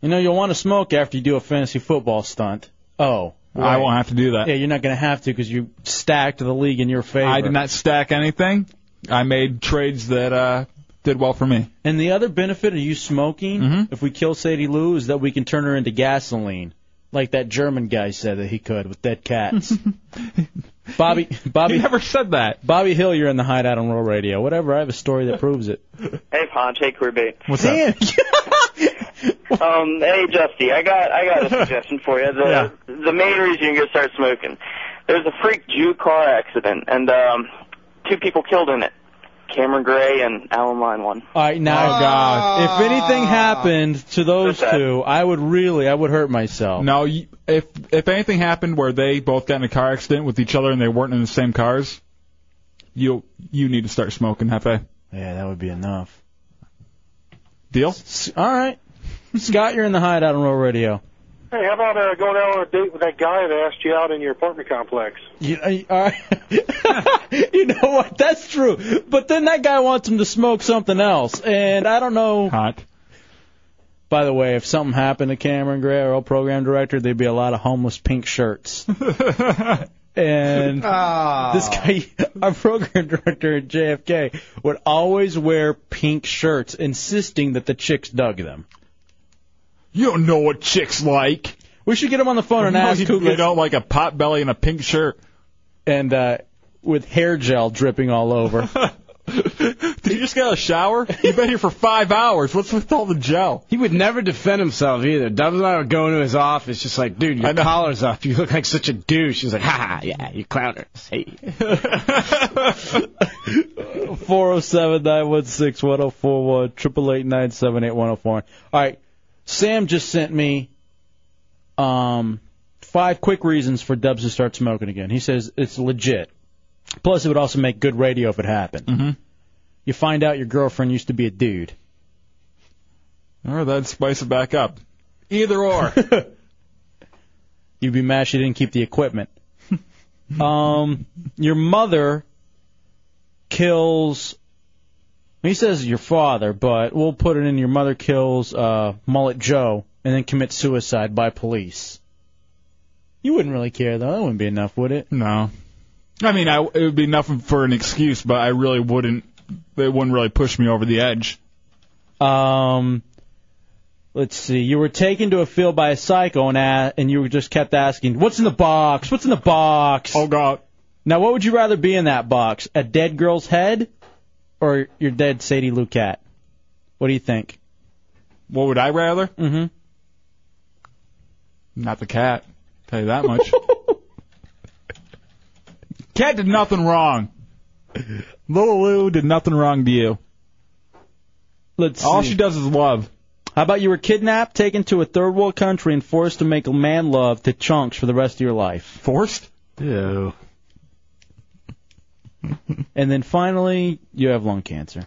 [SPEAKER 2] You know, you'll want to smoke after you do a fantasy football stunt. Oh.
[SPEAKER 3] I
[SPEAKER 2] right.
[SPEAKER 3] won't have to do that.
[SPEAKER 2] Yeah, you're not going to have to because you stacked the league in your favor.
[SPEAKER 3] I did not stack anything. I made trades that uh, did well for me. Mm-hmm.
[SPEAKER 2] And the other benefit of you smoking, if we kill Sadie Lou, is that we can turn her into gasoline, like that German guy said that he could with dead
[SPEAKER 3] (laughs)
[SPEAKER 2] cats. Bobby, Bobby,
[SPEAKER 3] He never said that.
[SPEAKER 2] Bobby Hill, you're in the hideout on Roll Radio. Whatever, I have a story that proves it.
[SPEAKER 10] Hey, Ponch. Hey, Corbett.
[SPEAKER 3] What's
[SPEAKER 2] Damn.
[SPEAKER 3] (laughs)
[SPEAKER 10] Um, hey, Justy, I got I got a suggestion for you. The
[SPEAKER 3] Yeah.
[SPEAKER 10] the main reason you're gonna start smoking. There's a freak Jew car accident, and um, two people killed in it. Cameron Gray and Alan Line one.
[SPEAKER 2] All right, now,
[SPEAKER 3] Ah. God.
[SPEAKER 2] if anything happened to those two, I would really, I would hurt myself.
[SPEAKER 3] No, you, if if anything happened where they both got in a car accident with each other and they weren't in the same cars, you you need to start smoking, Hefe.
[SPEAKER 2] Yeah, that would be enough.
[SPEAKER 3] Deal?
[SPEAKER 2] S- All right, Scott, you're in the hideout on
[SPEAKER 3] (laughs)
[SPEAKER 2] Roll Radio.
[SPEAKER 7] Hey, how about uh, going out on a date with that guy that asked you out in your apartment
[SPEAKER 2] (laughs)
[SPEAKER 7] complex?
[SPEAKER 2] You, I-
[SPEAKER 3] uh,
[SPEAKER 2] all right. you know what? That's true. But then that guy wants him to smoke something else, and I don't know.
[SPEAKER 3] Hot.
[SPEAKER 2] By the way, if something happened to Cameron Gray, our old program director, there'd be a lot of homeless
[SPEAKER 3] (laughs)
[SPEAKER 2] pink shirts. and
[SPEAKER 8] Ah.
[SPEAKER 2] this guy, (laughs) our program director at JFK, would always wear pink shirts, insisting that the chicks dug them.
[SPEAKER 3] You don't know what chicks like.
[SPEAKER 2] We should get him on the phone and
[SPEAKER 3] No,
[SPEAKER 2] ask
[SPEAKER 3] you,
[SPEAKER 2] who
[SPEAKER 3] you don't like a pot belly and a pink shirt. (laughs)
[SPEAKER 2] and uh, with hair gel dripping all over.
[SPEAKER 3] Did you just get out of the shower? You've been here for five hours. What's with all the gel?
[SPEAKER 8] He would never defend himself either. Dubs and I would go into his office, just like, dude, your collar's up. You look like such a douche. He's like, ha ha, yeah, you clowners. Hey.
[SPEAKER 2] 407 916 1041, 888 978 1041. All right. Sam just sent me um, five quick reasons for Dubs to start smoking again. He says it's legit. Plus, it would also make good radio if it happened. Mm-hmm. You find out your girlfriend used to be a dude.
[SPEAKER 3] Or that'd spice it back up. Either or.
[SPEAKER 2] (laughs) You'd be mad she didn't keep the equipment. (laughs) um, your mother kills. He says your father, but we'll put it in your mother kills uh, Mullet Joe and then commits suicide by police. You wouldn't really care though. That wouldn't be enough, would it?
[SPEAKER 3] No. I mean, I, it would be nothing for an excuse, but I really wouldn't. It wouldn't really push me over the edge.
[SPEAKER 2] Um, let's see. You were taken to a field by a psycho and a and you were just kept asking, "What's in the box? What's in the box?" Oh
[SPEAKER 3] God!
[SPEAKER 2] Now, what would you rather be in that box? A dead girl's head, or your dead Sadie Lou Cat? What do you think?
[SPEAKER 3] What would I rather?
[SPEAKER 2] Mm-hmm.
[SPEAKER 3] Not the cat. Tell you that much. cat did nothing wrong. Little Lou did nothing wrong to you.
[SPEAKER 2] Let's
[SPEAKER 3] All
[SPEAKER 2] see.
[SPEAKER 3] she does is love.
[SPEAKER 2] How about you were kidnapped, taken to a third world country, and forced to make man love to chunks for the rest of your life?
[SPEAKER 3] Forced?
[SPEAKER 8] Ew.
[SPEAKER 2] and then finally, you have lung cancer.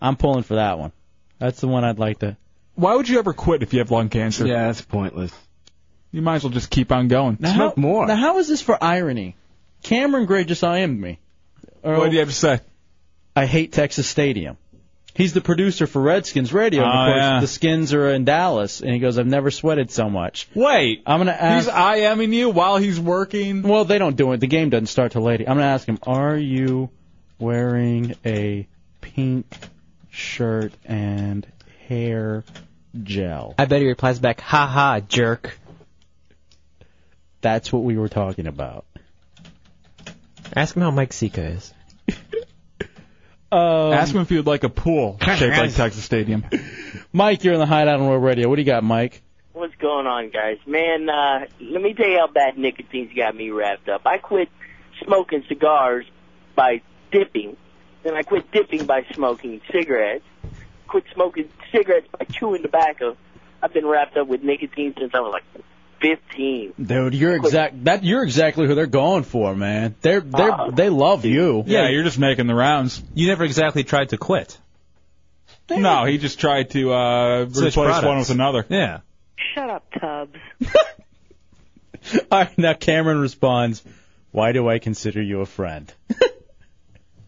[SPEAKER 2] I'm pulling for that one. That's the one I'd like to.
[SPEAKER 3] Why would you ever quit if you have lung cancer?
[SPEAKER 8] Yeah, that's pointless.
[SPEAKER 3] You might as well just keep on going.
[SPEAKER 2] Now, how, Now, how is this for irony? Cameron Gray just IM'd me.
[SPEAKER 3] What do you have to say?
[SPEAKER 2] I hate Texas Stadium. He's the producer for Redskins Radio. and
[SPEAKER 3] Oh,
[SPEAKER 2] of course,
[SPEAKER 3] yeah.
[SPEAKER 2] the Skins are in Dallas, and he goes, "I've never sweated so much."
[SPEAKER 3] Wait.
[SPEAKER 2] I'm gonna ask.
[SPEAKER 3] He's IMing you while he's working.
[SPEAKER 2] Well, they don't do it. The game doesn't start till late. I'm gonna ask him, "Are you wearing a pink shirt and hair gel?"
[SPEAKER 4] I bet he replies back, "Ha ha, jerk."
[SPEAKER 2] That's what we were talking about.
[SPEAKER 4] Ask him how Mike Sika is.
[SPEAKER 2] Um,
[SPEAKER 3] Ask him if you'd like a pool shaped like Texas Stadium.
[SPEAKER 2] (laughs) Mike, you're in the Hideout on World Radio. What do you got, Mike?
[SPEAKER 12] What's going on, guys? Man, uh, let me tell you how bad nicotine's got me wrapped up. I quit smoking cigars by dipping, then I quit dipping by smoking cigarettes, quit smoking cigarettes by chewing tobacco. I've been wrapped up with nicotine since I was like 15.
[SPEAKER 2] Dude, you're exact. That you're exactly who they're going for, man. They're they are they love you.
[SPEAKER 3] Yeah, you're just making the rounds.
[SPEAKER 13] You never exactly tried to quit.
[SPEAKER 3] No, he just tried to uh, replace
[SPEAKER 13] Switch products.
[SPEAKER 3] one with another.
[SPEAKER 13] Yeah.
[SPEAKER 14] Shut up, Tubbs.
[SPEAKER 2] (laughs) All right, now Cameron responds, "Why do I consider you a friend?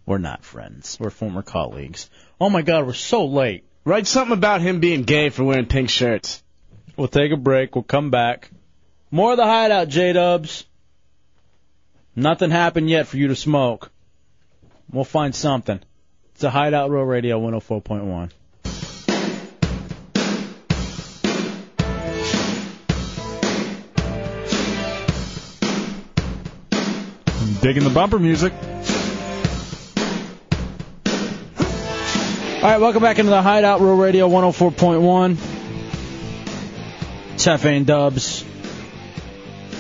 [SPEAKER 2] we're not friends. We're former colleagues. Oh my God, we're so late.
[SPEAKER 8] Write something about him being gay for wearing pink shirts.
[SPEAKER 2] We'll take a break. We'll come back. More of the Hideout, J Dubs. Nothing happened yet for you to smoke. We'll find something. It's a Hideout Row Radio 104.1.
[SPEAKER 3] I'm digging the bumper music.
[SPEAKER 2] All right, welcome back into the Hideout Real Radio 104.1. Tefane Dubs.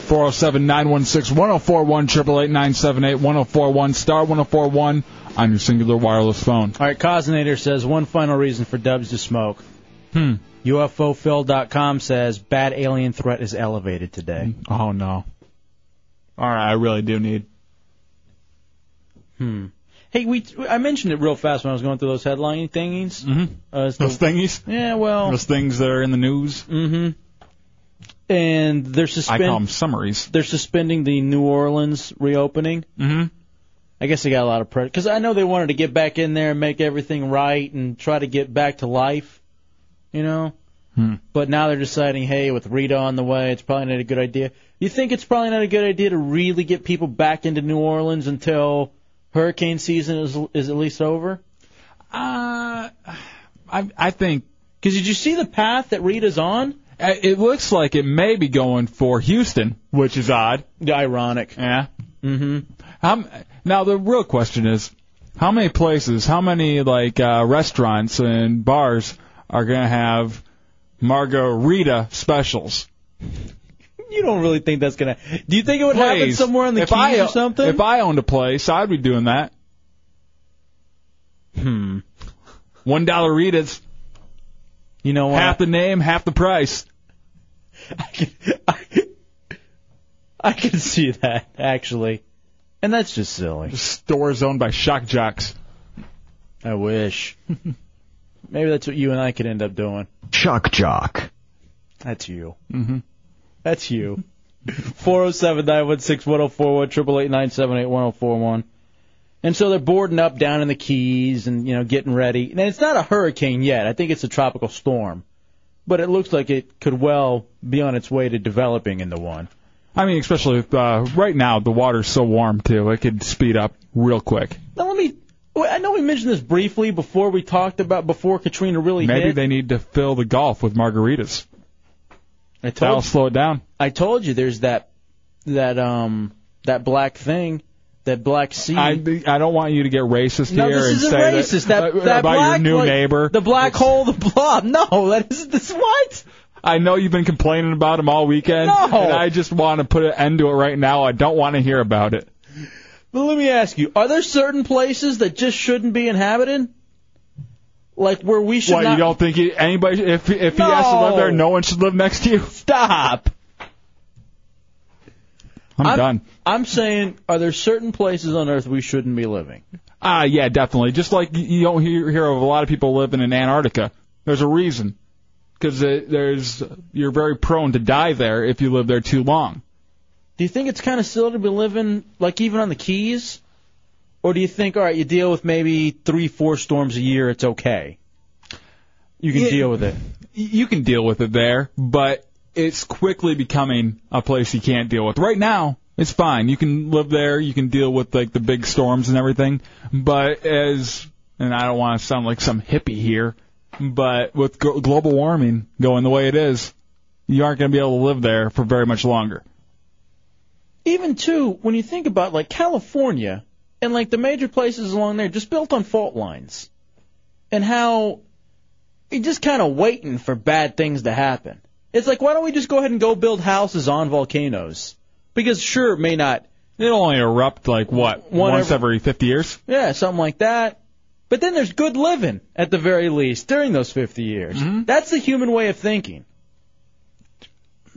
[SPEAKER 3] 407 916 1041 888 978 1041 star 1041 on your singular wireless phone.
[SPEAKER 2] All right, Cosinator says one final reason for Dubs to smoke.
[SPEAKER 3] Hmm.
[SPEAKER 2] UFOphil.com says bad alien threat is elevated today.
[SPEAKER 3] Oh, no. All right, I really do need.
[SPEAKER 2] Hmm. Hey, we I mentioned it real fast when I was going through those headline thingings.
[SPEAKER 3] Mm-hmm.
[SPEAKER 2] Uh, it's
[SPEAKER 3] Those
[SPEAKER 2] the-
[SPEAKER 3] thingies?
[SPEAKER 2] Yeah,
[SPEAKER 13] Oh.
[SPEAKER 2] well,
[SPEAKER 3] Those things that are in the news?
[SPEAKER 2] Mm-hmm. and they're
[SPEAKER 3] I
[SPEAKER 2] suspending.
[SPEAKER 3] call them summaries.
[SPEAKER 2] They're suspending the New Orleans reopening.
[SPEAKER 3] Mm-hmm.
[SPEAKER 2] I guess they got a lot of pressure because I know they wanted to get back in there and make everything right and try to get back to life, you know.
[SPEAKER 3] Hmm.
[SPEAKER 2] But now they're deciding, hey, with Rita on the way, it's probably not a good idea. You think it's probably not a good idea to really get people back into New Orleans until hurricane season is is at least over?
[SPEAKER 3] Uh, I I think
[SPEAKER 2] because did you see the path that Rita's on?
[SPEAKER 3] Uh, It looks like it may be going for Houston, which is odd.
[SPEAKER 2] Ironic.
[SPEAKER 3] Yeah.
[SPEAKER 2] Mm-hmm.
[SPEAKER 3] Um, now the real question is, How many places, how many like uh, restaurants and bars are gonna have margarita specials?
[SPEAKER 2] You don't really think that's gonna. Do you think it would happen
[SPEAKER 3] Place.
[SPEAKER 2] somewhere on the
[SPEAKER 3] if
[SPEAKER 2] keys
[SPEAKER 3] I,
[SPEAKER 2] or something?
[SPEAKER 3] If I owned a place, I'd be doing that.
[SPEAKER 2] Hmm.
[SPEAKER 3] One dollar Ritas.
[SPEAKER 2] You know what?
[SPEAKER 3] Half the name, half the
[SPEAKER 2] (laughs)
[SPEAKER 3] price.
[SPEAKER 2] I can see that actually, and that's just silly.
[SPEAKER 3] Stores owned by shock jocks. (laughs)
[SPEAKER 2] I wish. Maybe that's what you and I could end up doing.
[SPEAKER 14] Shock jock.
[SPEAKER 2] That's you. Mm-hmm. That's you. Four zero seven nine one six one zero four one triple eight nine seven eight one zero four one. And so they're boarding up down in the Keys and you know getting ready. And it's not a hurricane yet. I think it's a tropical storm, but it looks like it could well be on its way to developing into one.
[SPEAKER 3] I mean, especially if, uh, right now the water's so warm too, it could speed up real quick.
[SPEAKER 2] Now let me. well, I know we mentioned this briefly before we talked about before Katrina really
[SPEAKER 3] Maybe
[SPEAKER 2] hit.
[SPEAKER 3] they need to fill the Gulf with margaritas.
[SPEAKER 2] I told
[SPEAKER 3] That'll slow it down.
[SPEAKER 2] I told you there's that that um that black thing, that black sea.
[SPEAKER 3] I, I don't want you to get racist
[SPEAKER 2] no,
[SPEAKER 3] here
[SPEAKER 2] this
[SPEAKER 3] and
[SPEAKER 2] isn't
[SPEAKER 3] say
[SPEAKER 2] racist. That,
[SPEAKER 3] uh,
[SPEAKER 2] that
[SPEAKER 3] about your
[SPEAKER 2] black,
[SPEAKER 3] new
[SPEAKER 2] like,
[SPEAKER 3] neighbor.
[SPEAKER 2] The black hole, the blob. No, that isn't this. What?
[SPEAKER 3] I know you've been complaining about him all weekend,
[SPEAKER 2] No.
[SPEAKER 3] and I just want to put an end to it right now. I don't want to hear about it.
[SPEAKER 2] But let me ask you: Are there certain places that just shouldn't be inhabited? Like where we should
[SPEAKER 3] What
[SPEAKER 2] not.
[SPEAKER 3] you don't think he, anybody? If if he has to live there, no one should live next to you.
[SPEAKER 2] Stop.
[SPEAKER 3] I'm, done.
[SPEAKER 2] I'm saying, are there certain places on Earth we shouldn't be living?
[SPEAKER 3] Ah, yeah, definitely. Just like you- you don't hear, hear of a lot of people living in Antarctica. There's a reason, because there's you're very prone to die there if you live there too long.
[SPEAKER 2] Do you think it's kind of silly to be living like even on the Keys, or do you think all right, you deal with maybe three, four storms a year, it's okay? You can
[SPEAKER 3] Yeah.
[SPEAKER 2] deal with it.
[SPEAKER 3] you can deal with it there, but it's quickly becoming a place you can't deal with. Right now, it's fine. You can live there. You can deal with like the big storms and everything. But as and I don't want to sound like some hippie here, but with glo- global warming going the way it is, you aren't going to be able to live there for very much longer.
[SPEAKER 2] Even too, when you think about like California and like the major places along there, just built on fault lines, and how you're just kind of waiting for bad things to happen. It's like why don't we just go ahead and go build houses on volcanoes? Because sure, it may not
[SPEAKER 3] It'll only erupt like what
[SPEAKER 2] One
[SPEAKER 3] once
[SPEAKER 2] every-
[SPEAKER 3] every 50 years.
[SPEAKER 2] Yeah, something like that. But then there's good living at the very least during those 50 years.
[SPEAKER 3] Mm-hmm.
[SPEAKER 2] That's the human way of thinking.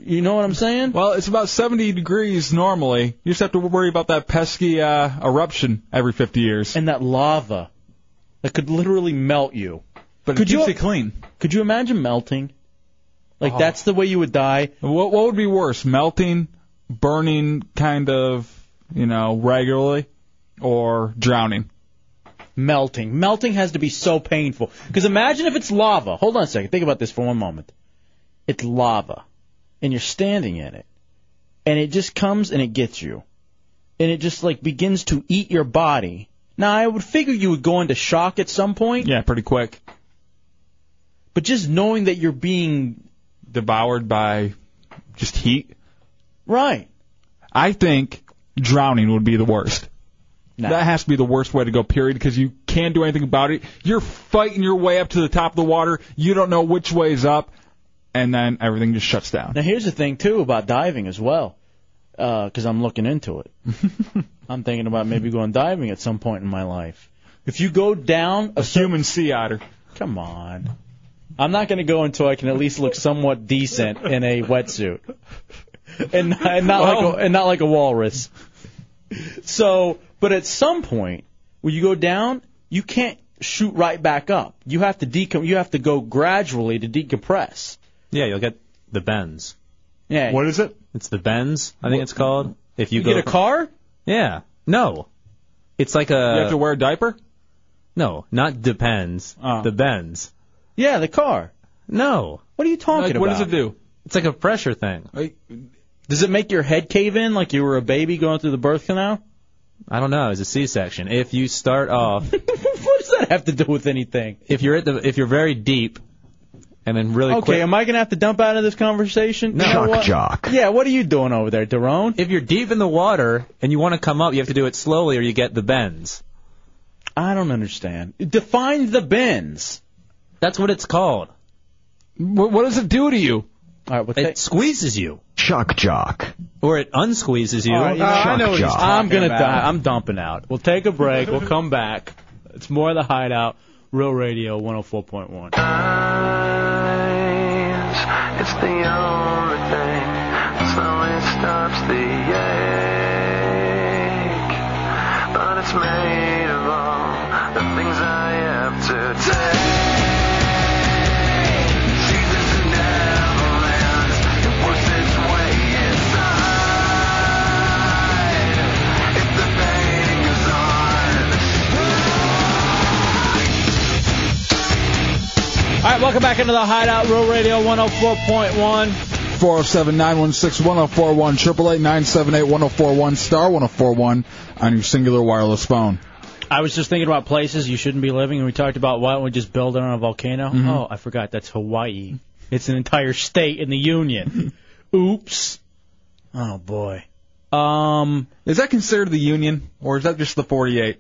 [SPEAKER 2] You know what I'm saying?
[SPEAKER 3] Well, it's about 70 degrees normally. You just have to worry about that pesky uh, eruption every 50 years.
[SPEAKER 2] And that lava that could literally melt you.
[SPEAKER 3] But it
[SPEAKER 2] Could
[SPEAKER 3] keeps
[SPEAKER 2] you-
[SPEAKER 3] it clean.
[SPEAKER 2] Could you imagine melting? Like
[SPEAKER 3] Oh.
[SPEAKER 2] that's the way you would die.
[SPEAKER 3] What what would be worse, melting, burning, kind of, you know, regularly, or drowning?
[SPEAKER 2] Melting. Melting has to be so painful. Because imagine if it's lava. Hold on a second. Think about this for one moment. It's lava, and you're standing in it, and it just comes and it gets you, and it just like begins to eat your body. Now I would figure you would go into shock at some point.
[SPEAKER 3] Yeah, pretty quick.
[SPEAKER 2] But just knowing that you're being
[SPEAKER 3] devoured by just heat.
[SPEAKER 2] Right.
[SPEAKER 3] I think drowning would be the worst. That has to be the worst way to go, period, because you can't do anything about it. You're fighting your way up to the top of the water. You don't know which way is up, and then everything just shuts down.
[SPEAKER 2] Now here's the thing too about diving as well, because I'm looking into
[SPEAKER 3] (laughs)
[SPEAKER 2] it. I'm thinking about maybe going diving at some point in my life. If you go down a,
[SPEAKER 3] human sea otter,
[SPEAKER 2] come on. I'm not going to go until I can at least look somewhat decent in a wetsuit, and, and not like a, and not like a walrus. So, but at some point when you go down, you can't shoot right back up. You have to decom- You have to go gradually to decompress.
[SPEAKER 13] Yeah, you'll get the bends.
[SPEAKER 2] Yeah.
[SPEAKER 13] What is it? It's the bends. I think it's called. If you,
[SPEAKER 2] You
[SPEAKER 13] go
[SPEAKER 2] get a car?
[SPEAKER 13] Yeah. No. It's like a.
[SPEAKER 3] You have to wear a diaper.
[SPEAKER 13] No, not depends. The bends.
[SPEAKER 2] Yeah, the car.
[SPEAKER 13] No.
[SPEAKER 2] What are you talking
[SPEAKER 13] Like,
[SPEAKER 2] about?
[SPEAKER 13] what does it
[SPEAKER 3] do?
[SPEAKER 13] It's like a pressure thing.
[SPEAKER 2] Does it make your head cave in like you were a baby going through the birth canal?
[SPEAKER 13] I don't know. It's a C-section. If you start
[SPEAKER 2] (laughs)
[SPEAKER 13] off,
[SPEAKER 2] what does that have to do with anything?
[SPEAKER 13] if you're at the, if you're very deep, and then really
[SPEAKER 2] okay,
[SPEAKER 13] quick.
[SPEAKER 2] am I going to have to dump out of this conversation?
[SPEAKER 13] No.
[SPEAKER 2] You know
[SPEAKER 13] Shock
[SPEAKER 2] what?
[SPEAKER 13] jock.
[SPEAKER 2] Yeah, what are you doing over there, Daron?
[SPEAKER 13] If you're deep in the water and you want to come up, you have to do it slowly, or you get the bends.
[SPEAKER 2] I don't understand. Define the bends.
[SPEAKER 13] That's what it's called.
[SPEAKER 3] What, what does it do to you?
[SPEAKER 2] All right,
[SPEAKER 13] it squeezes you.
[SPEAKER 2] Shock jock.
[SPEAKER 13] Or it unsqueezes you.
[SPEAKER 2] All right, you know, I know what he's I'm gonna
[SPEAKER 13] about.
[SPEAKER 2] die. I'm dumping out. We'll take a break. We'll come back. It's more of the hideout. Real Radio 104.1.
[SPEAKER 14] It's the only thing that slowly stops the ache. But it's made of all the things I have to take. Jesus, it never ends. It works its way inside. If the pain goes
[SPEAKER 2] All right, welcome back into the Hideout. Real Radio 104.1.
[SPEAKER 3] 407 916 1041, 888 978 1041, star 1041 on your singular wireless phone.
[SPEAKER 2] I was just thinking about places you shouldn't be living, and we talked about why don't we just build on a volcano?
[SPEAKER 3] Mhm.
[SPEAKER 2] Oh, I forgot that's Hawaii. It's an entire state in
[SPEAKER 3] (laughs)
[SPEAKER 2] the union. Oops. Oh boy. Um,
[SPEAKER 3] is that considered the Union, or is that just the 48?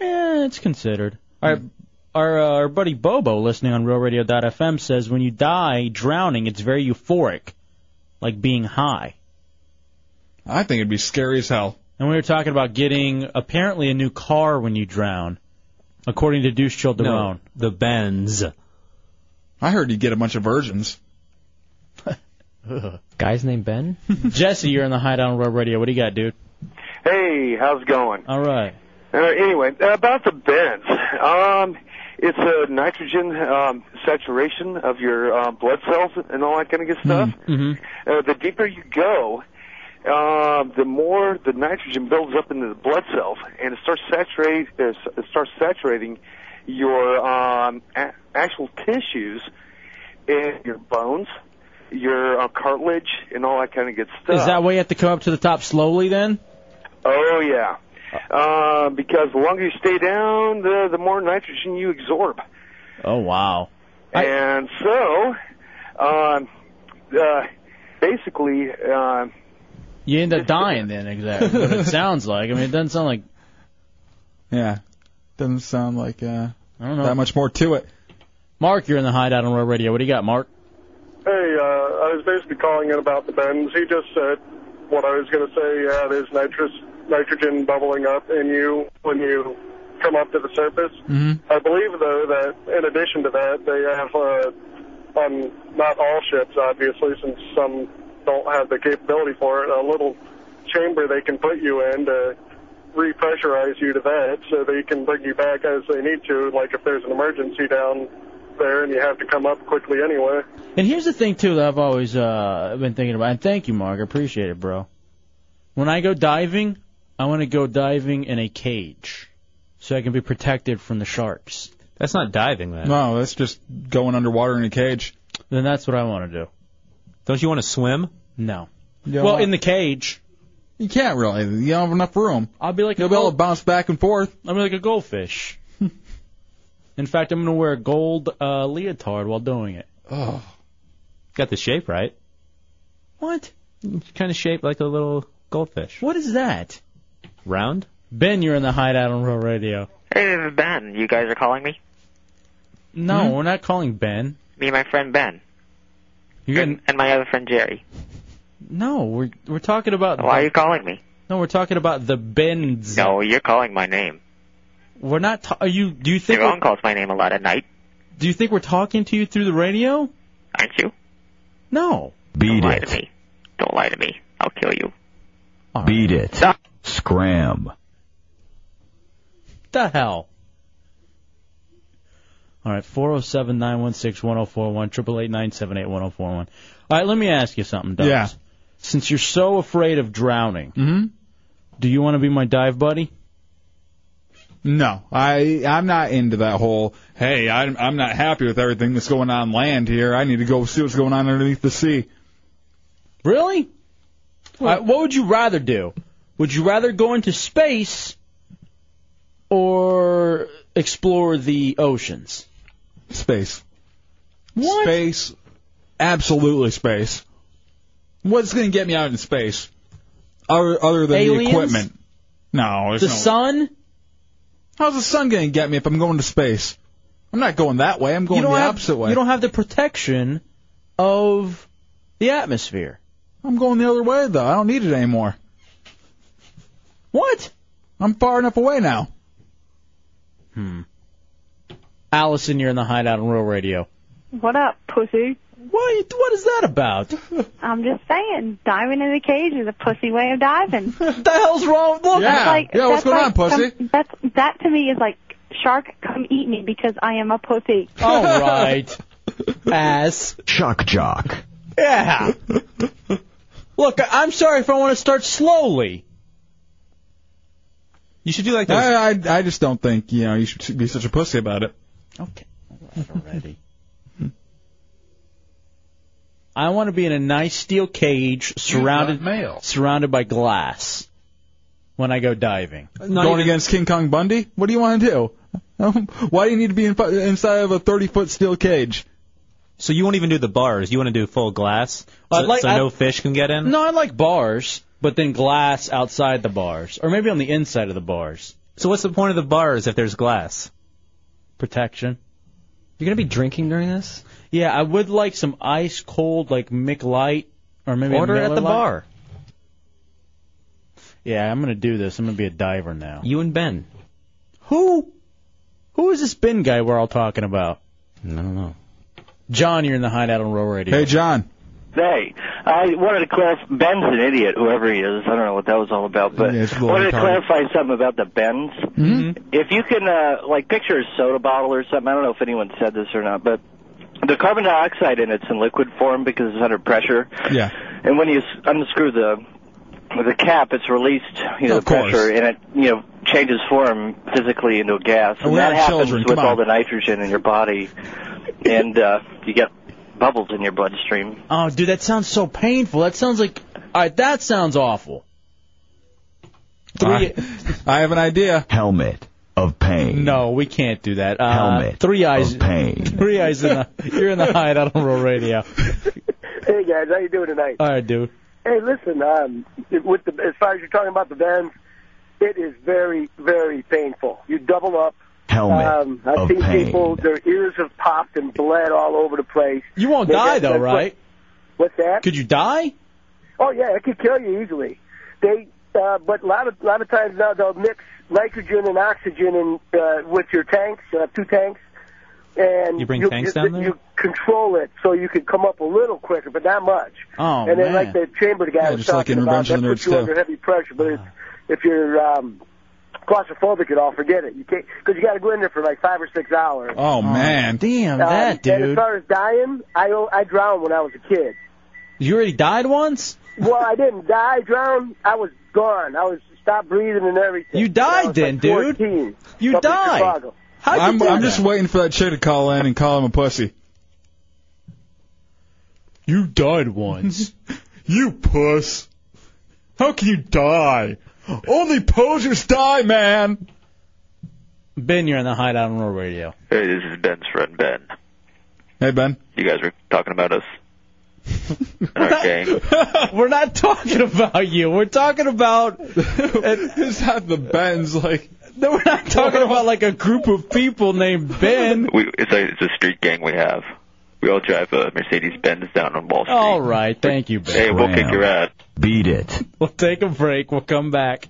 [SPEAKER 2] Eh, it's considered. All right. Our, uh, our buddy Bobo, listening on RealRadio.fm, says when you die drowning, it's very euphoric, like being high.
[SPEAKER 3] I think it'd be scary as hell.
[SPEAKER 2] And we were talking about getting apparently a new car when you drown, according to Deuce Chill Derone.
[SPEAKER 13] the Benz.
[SPEAKER 3] I heard you get a bunch of virgins.
[SPEAKER 2] Guy's named Ben? (laughs) Jesse, you're in the Hideout on Road Radio. What do you got, dude?
[SPEAKER 9] Hey, how's it going?
[SPEAKER 2] All right.
[SPEAKER 9] Uh, anyway, about the bends. Um, it's a nitrogen um, saturation of your uh, blood cells and all that kind of good stuff.
[SPEAKER 2] Mm-hmm.
[SPEAKER 9] Uh, the deeper you go, um, the more the nitrogen builds up into the blood cells, and it starts saturate. Uh, it starts saturating your um, a- actual tissues, and your bones, your uh, cartilage, and all that kind of good stuff.
[SPEAKER 2] Is that why you have to come up to the top slowly then?
[SPEAKER 9] Oh yeah, uh, because the longer you stay down, the the more nitrogen you absorb,
[SPEAKER 2] Oh, wow.
[SPEAKER 9] and so, um, uh, basically, um,
[SPEAKER 2] You end up dying then, exactly. what
[SPEAKER 13] (laughs)
[SPEAKER 2] it sounds like. I mean, it doesn't sound like.
[SPEAKER 3] Yeah. Doesn't sound like uh,
[SPEAKER 2] I don't know.
[SPEAKER 3] that much more to it.
[SPEAKER 2] Mark, you're in the Hideout on Road Radio. What do you got, Mark?
[SPEAKER 11] Hey, uh, I was basically calling in about the bends. He just said what I was going to say. Yeah, there's nitrous, nitrogen bubbling up in you when you come up to the surface.
[SPEAKER 3] Mm-hmm.
[SPEAKER 11] I believe, though, that in addition to that, they have uh, on not all ships, obviously, since some don't have the capability for it, a little chamber they can put you in to repressurize you to that, so they can bring you back as they need to. Like if there's an emergency down there and you have to come up quickly anyway.
[SPEAKER 2] And here's the thing too that I've always uh, been thinking about. And thank you, Mark. I appreciate it, bro. When I go diving, I want to go diving in a cage, so I can be protected from the sharks.
[SPEAKER 13] That's not diving, man.
[SPEAKER 3] No, that's just going underwater in a cage.
[SPEAKER 2] Then that's what I want to do.
[SPEAKER 13] Don't you want to swim?
[SPEAKER 2] No. well, in the cage.
[SPEAKER 3] You can't really. You don't have enough room.
[SPEAKER 2] I'll be like
[SPEAKER 3] You'll
[SPEAKER 15] Oh.
[SPEAKER 3] be able to bounce back and forth.
[SPEAKER 2] I'm like a (laughs) goldfish. in fact, I'm gonna wear a gold uh, leotard while doing it.
[SPEAKER 3] Oh.
[SPEAKER 13] Got the shape right.
[SPEAKER 2] What?
[SPEAKER 13] Kind of shaped like a little goldfish.
[SPEAKER 2] What is that?
[SPEAKER 13] Round?
[SPEAKER 2] Ben, you're in the hideout on Real Radio.
[SPEAKER 15] Hey, this is Ben. You guys are calling me?
[SPEAKER 2] No, we're not calling Ben.
[SPEAKER 15] Me and my friend Ben.
[SPEAKER 2] You're
[SPEAKER 15] and, and my other friend Jerry.
[SPEAKER 2] No, we're we're talking about.
[SPEAKER 15] Why are you calling me?
[SPEAKER 2] No, we're talking about the Benz.
[SPEAKER 15] No, you're calling my name.
[SPEAKER 2] We're not. Ta- are you? Do you think?
[SPEAKER 15] Your
[SPEAKER 2] we're-
[SPEAKER 15] mom calls my name a lot at night,
[SPEAKER 2] Do you think we're talking to you through the radio?
[SPEAKER 15] aren't you?
[SPEAKER 2] No.
[SPEAKER 15] Beat Don't lie to me. Don't lie to me. I'll kill you.
[SPEAKER 16] Beat it. Scram.
[SPEAKER 2] the hell? All right, four zero seven nine one six one zero four one triple eight nine seven eight one zero four one. All right, let me ask you something, Doug.
[SPEAKER 3] Yeah.
[SPEAKER 2] Since you're so afraid of drowning,
[SPEAKER 3] Mhm.
[SPEAKER 2] do you want to be my dive buddy?
[SPEAKER 3] No, I I'm not into that whole. Hey, I'm I'm not happy with everything that's going on land here. I need to go see what's going on underneath the sea.
[SPEAKER 2] Really? All right, what would you rather do? Would you rather go into space or explore the oceans?
[SPEAKER 3] Space. What? Space. Absolutely space. What's going to get me out in space? Other, other than
[SPEAKER 2] Aliens?
[SPEAKER 3] the equipment. No, there's
[SPEAKER 2] the
[SPEAKER 3] no.
[SPEAKER 2] sun?
[SPEAKER 3] How's the sun going to get me if I'm going to space? I'm not going that way. I'm going
[SPEAKER 2] you
[SPEAKER 3] the
[SPEAKER 2] don't have,
[SPEAKER 3] opposite way.
[SPEAKER 2] You don't have the protection of the atmosphere.
[SPEAKER 3] I'm going the other way though. I don't need it anymore.
[SPEAKER 2] What?
[SPEAKER 3] I'm far enough away now.
[SPEAKER 2] Hmm. Allison, you're in the hideout on Real Radio.
[SPEAKER 17] What up, pussy?
[SPEAKER 2] What? What is that about?
[SPEAKER 17] (laughs) I'm just saying, diving in the cage is a pussy way of
[SPEAKER 2] (laughs)
[SPEAKER 17] diving.
[SPEAKER 2] the hell's wrong? Look,
[SPEAKER 3] Yeah.
[SPEAKER 17] that's like,
[SPEAKER 3] Yeah, what's
[SPEAKER 17] that's
[SPEAKER 3] going
[SPEAKER 17] like
[SPEAKER 3] on, pussy?
[SPEAKER 17] some- that's that to me is like shark, come eat me because I am a pussy.
[SPEAKER 2] (laughs) All right. Ass.
[SPEAKER 16] Shock jock.
[SPEAKER 2] Yeah. Look, I- I'm sorry if I want to start slowly. You should do like
[SPEAKER 3] this. I, I, I just don't think you know you should be such a pussy about it.
[SPEAKER 2] Already. I want to be in a nice steel cage surrounded surrounded by glass when I go diving.
[SPEAKER 3] Going against King Kong Bundy? What do you want to do? (laughs) Um, Why do you need to be in, inside of a 30 foot steel cage?
[SPEAKER 18] So you won't even do the bars. You want to do full glass,
[SPEAKER 2] I'd
[SPEAKER 18] so,
[SPEAKER 2] like-
[SPEAKER 18] so
[SPEAKER 2] I'd-
[SPEAKER 18] no fish can get in.
[SPEAKER 2] No, I like bars, but then glass outside the bars, or maybe on the inside of the bars.
[SPEAKER 18] So what's the point of the bars if there's glass?
[SPEAKER 2] Protection.
[SPEAKER 4] You're gonna be drinking during this?
[SPEAKER 2] Yeah, I would like some ice cold, like Mick Light, or maybe a
[SPEAKER 18] Order it at
[SPEAKER 2] Miller
[SPEAKER 18] the
[SPEAKER 2] Lite.
[SPEAKER 18] bar.
[SPEAKER 2] Yeah, I'm gonna do this. I'm gonna be a diver now.
[SPEAKER 4] You and Ben.
[SPEAKER 2] Who? Who is this Ben guy we're all talking about? I don't know. John, you're in the hideout on Row Radio. Hey,
[SPEAKER 3] John.
[SPEAKER 19] Hey, I wanted to clarify. Ben's an idiot, whoever he is. I don't know what that was all about, but
[SPEAKER 3] Yeah, it's a
[SPEAKER 19] I
[SPEAKER 3] little
[SPEAKER 19] wanted to
[SPEAKER 3] retarded.
[SPEAKER 19] clarify something about the Ben's.
[SPEAKER 3] Hmm?
[SPEAKER 2] Mm-hmm.
[SPEAKER 19] If you can, uh, like, picture a soda bottle or something. I don't know if anyone said this or not, but the carbon dioxide in it's in liquid form because it's under pressure,
[SPEAKER 3] Yeah.
[SPEAKER 19] and when you s- unscrew the the cap, it's released, you know,
[SPEAKER 3] Of
[SPEAKER 19] the pressure,
[SPEAKER 3] course.
[SPEAKER 19] and it, you know, changes form physically into a gas.
[SPEAKER 3] And we're
[SPEAKER 19] that
[SPEAKER 3] not
[SPEAKER 19] happens
[SPEAKER 3] children,
[SPEAKER 19] with
[SPEAKER 3] come
[SPEAKER 19] all
[SPEAKER 3] on.
[SPEAKER 19] the nitrogen in your body, and uh, you get bubbles in your bloodstream.
[SPEAKER 2] Oh, dude, that sounds so painful. That sounds like. All right, that sounds awful. (laughs) Three.
[SPEAKER 3] I oh, have an idea.
[SPEAKER 16] Helmet of pain.
[SPEAKER 2] No, we can't do that. Uh,
[SPEAKER 16] Helmet
[SPEAKER 2] Three eyes.
[SPEAKER 16] of pain.
[SPEAKER 2] (laughs) Three eyes in the. You're in the hideout on Row Radio.
[SPEAKER 11] Hey guys, how you doing tonight?
[SPEAKER 2] All right, dude.
[SPEAKER 11] Hey, listen. Um, with the as far as you're talking about the bands, it is very, very painful. You double up.
[SPEAKER 16] Helmet
[SPEAKER 11] Um, I've
[SPEAKER 16] of
[SPEAKER 11] seen
[SPEAKER 16] pain.
[SPEAKER 11] people; their ears have popped and bled all over the place.
[SPEAKER 2] You won't
[SPEAKER 11] They
[SPEAKER 2] die
[SPEAKER 11] got-
[SPEAKER 2] though,
[SPEAKER 11] that's what-
[SPEAKER 2] right?
[SPEAKER 11] What's that?
[SPEAKER 2] Could you die?
[SPEAKER 11] Oh yeah, it could kill you easily. They, uh, but a lot of lot of times now they'll mix nitrogen and oxygen in uh, with your tanks, uh, two tanks, and
[SPEAKER 18] You bring
[SPEAKER 11] you,
[SPEAKER 18] tanks
[SPEAKER 11] you,
[SPEAKER 18] down there?
[SPEAKER 11] You control it so you can come up a little quicker, but not much.
[SPEAKER 18] Oh,
[SPEAKER 11] and then
[SPEAKER 18] man.
[SPEAKER 11] like the chamber guy
[SPEAKER 18] Yeah,
[SPEAKER 11] was
[SPEAKER 18] just like
[SPEAKER 11] talking
[SPEAKER 18] in
[SPEAKER 11] about,
[SPEAKER 18] Revenge of the Nerds Ah.
[SPEAKER 11] that puts you
[SPEAKER 18] too.
[SPEAKER 11] under heavy pressure. But if, if you're um, claustrophobic at all, forget it. You can't because you got to go in there for like five or six hours.
[SPEAKER 3] Oh, man.
[SPEAKER 2] Damn
[SPEAKER 11] Um, And as far as dying, I I drowned when I was a kid.
[SPEAKER 2] You already died once.
[SPEAKER 11] Well, I didn't die, drown. I was gone. I was stopped breathing and everything.
[SPEAKER 2] You died
[SPEAKER 11] And I was,
[SPEAKER 2] then, dude.
[SPEAKER 11] like, 14,
[SPEAKER 2] You
[SPEAKER 11] up in
[SPEAKER 2] died.
[SPEAKER 11] Chicago.
[SPEAKER 2] How'd you
[SPEAKER 3] I'm,
[SPEAKER 2] do
[SPEAKER 3] I'm
[SPEAKER 2] that?
[SPEAKER 3] just waiting for that chick to call in and call him a pussy.
[SPEAKER 2] You died once.
[SPEAKER 3] (laughs) you puss. How can you die? Only posers die, man.
[SPEAKER 2] Ben, you're in the hideout on Row Radio.
[SPEAKER 20] Hey, this is Ben's friend Ben.
[SPEAKER 3] Hey, Ben.
[SPEAKER 20] You guys were talking about us. and
[SPEAKER 2] (laughs)
[SPEAKER 20] our gang.
[SPEAKER 2] (laughs) We're not talking about you. We're
[SPEAKER 3] (laughs)
[SPEAKER 2] talking about.
[SPEAKER 3] Is that the Ben's like?
[SPEAKER 2] No, we're not talking about like a group of people named Ben.
[SPEAKER 20] We, it's like it's a street gang we have. We all drive a Mercedes Benz down on Wall Street.
[SPEAKER 2] All right, thank you, Ben.
[SPEAKER 20] Hey, we'll kick your ass.
[SPEAKER 16] Beat it.
[SPEAKER 2] (laughs) We'll take a break. We'll come back.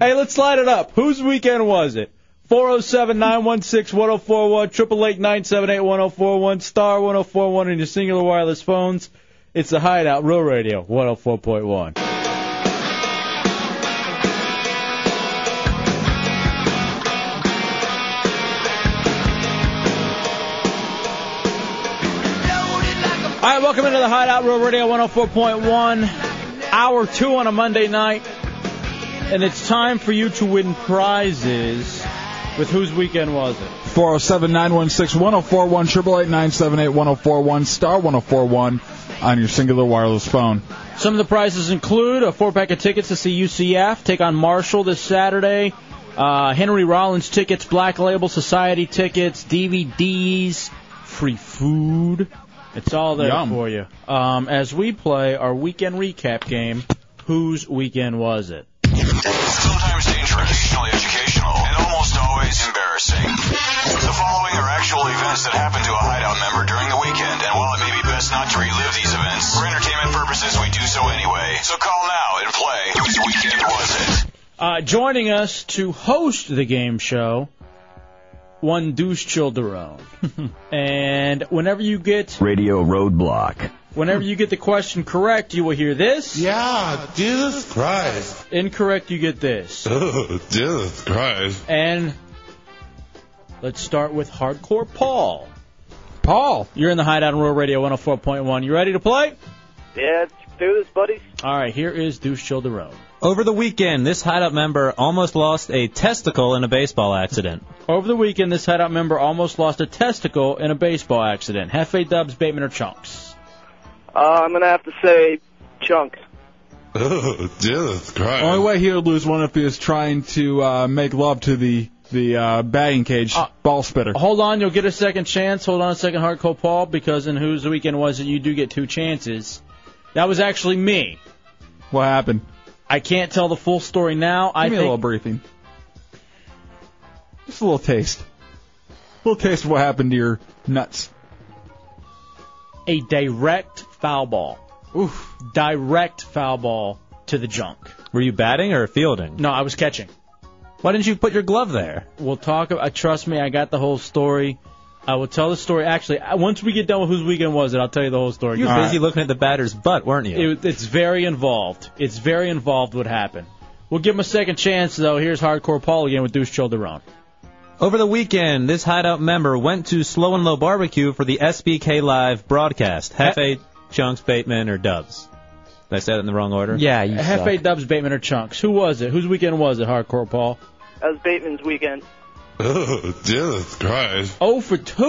[SPEAKER 2] Hey, let's light it up. Whose weekend was it? 407-916-1041, 888 oh star 1041 in your singular wireless phones. It's the Hideout Real Radio 104.1. All right, welcome into the Hideout Real Radio 104.1, hour two on a Monday night, and it's time for you to win prizes. With whose weekend was it?
[SPEAKER 3] 407 916 1041 888 1041 star 1041 on your singular wireless phone.
[SPEAKER 2] Some of the prizes include a four pack of tickets to see UCF take on Marshall this Saturday, uh, Henry Rollins tickets, Black Label Society tickets, DVDs, free food. It's all there
[SPEAKER 3] Yum.
[SPEAKER 2] for you. Um, as we play our weekend recap game, whose weekend was it?
[SPEAKER 14] Sometimes dangerous, occasionally educational, and almost always
[SPEAKER 21] events that happened to a hideout member during the weekend, and while it may be best not to relive these events, for entertainment purposes, we do so anyway. So call now and play.
[SPEAKER 17] Um,
[SPEAKER 21] Whose weekend was it?
[SPEAKER 2] Uh, joining us to host the game show, one Deuce Childerone. and whenever you get
[SPEAKER 16] Radio Roadblock.
[SPEAKER 2] whenever you get the question correct, you will hear this. Yeah, Jesus Christ. Incorrect, you get this.
[SPEAKER 22] Oh, Jesus Christ.
[SPEAKER 2] And let's start with Hardcore Paul. Paul, you're in the Hideout on Rural Radio 104.1. You ready to play?
[SPEAKER 23] Yeah, let's do this, buddies.
[SPEAKER 2] All right, here is Deuce Childerone.
[SPEAKER 18] Over the weekend, this hideout member almost lost a testicle in a baseball accident.
[SPEAKER 2] Over the weekend, this hideout member almost lost a testicle in a baseball accident. Hefe, Dubs, Bateman, or Chunks?
[SPEAKER 23] Uh, I'm gonna have to say chunk.
[SPEAKER 22] Oh, Jesus Christ.
[SPEAKER 3] Only way he would lose one if he was trying to uh, make love to the the uh, batting cage ball spitter.
[SPEAKER 2] Hold on, you'll get a second chance. Hold on a second, Hardcore Paul, because in Whose Weekend Was It, you do get two chances. That was actually me.
[SPEAKER 3] What happened?
[SPEAKER 2] I can't tell the full story now. I
[SPEAKER 3] Give me
[SPEAKER 2] think
[SPEAKER 3] a little briefing. Just a little taste. A little taste of what happened to your nuts.
[SPEAKER 2] a direct foul ball. Oof. Direct foul ball to the junk.
[SPEAKER 18] Were you batting or fielding?
[SPEAKER 2] No, I was catching.
[SPEAKER 18] Why didn't you put your glove there?
[SPEAKER 2] We'll talk. Uh, trust me, I got the whole story. I will tell the story. Actually, I- once we get done with whose weekend was it, I'll tell you the whole story.
[SPEAKER 18] You were
[SPEAKER 2] All
[SPEAKER 18] busy looking at the batter's butt, weren't you?
[SPEAKER 2] It, it's very involved. It's very involved what happened. We'll give him a second chance, though. Here's Hardcore Paul again with Deuce Childerone.
[SPEAKER 18] Over the weekend, this hideout member went to Slow and Low Barbecue for the SBK Live broadcast. Hefe, Chunks, Bateman, or Dubs. Did I say that in the wrong order?
[SPEAKER 4] Yeah, you
[SPEAKER 2] Hefe, Dubs, Bateman, or Chunks. Who was it? Whose weekend was it, Hardcore Paul?
[SPEAKER 23] That was Bateman's weekend.
[SPEAKER 22] Oh, Jesus Christ.
[SPEAKER 2] Oh for 2.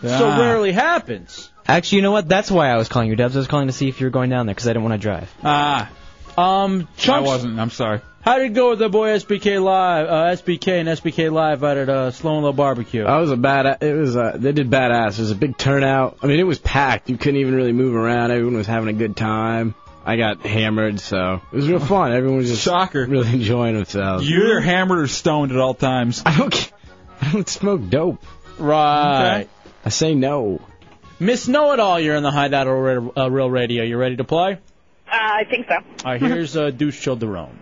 [SPEAKER 2] So
[SPEAKER 4] Ah.
[SPEAKER 2] rarely happens.
[SPEAKER 4] Actually, you know what? That's why I was calling you, Dubs. I was calling to see if you were going down there because I didn't want to drive.
[SPEAKER 2] Ah. Um, Chunks.
[SPEAKER 4] I
[SPEAKER 3] wasn't. I'm sorry.
[SPEAKER 2] How did it go with the boy SBK Live, uh, SBK and SBK Live out at uh, Sloan Low Barbecue?
[SPEAKER 8] I was a bad. It was. Uh, they did badass. It was a big turnout. I mean, it was packed. You couldn't even really move around. Everyone was having a good time. I got hammered, so it was real fun. Everyone was just
[SPEAKER 3] shocker,
[SPEAKER 8] really enjoying themselves.
[SPEAKER 3] You're hammered or stoned at all
[SPEAKER 2] (laughs)
[SPEAKER 3] times.
[SPEAKER 8] I don't. ca- I don't smoke dope.
[SPEAKER 2] Right.
[SPEAKER 8] Okay. I say no.
[SPEAKER 2] Miss Know It All, you're in the Hideout or Ra- uh, Real Radio. You ready to play?
[SPEAKER 24] Uh, I think so.
[SPEAKER 2] All right, here's uh, Deuce Childerone.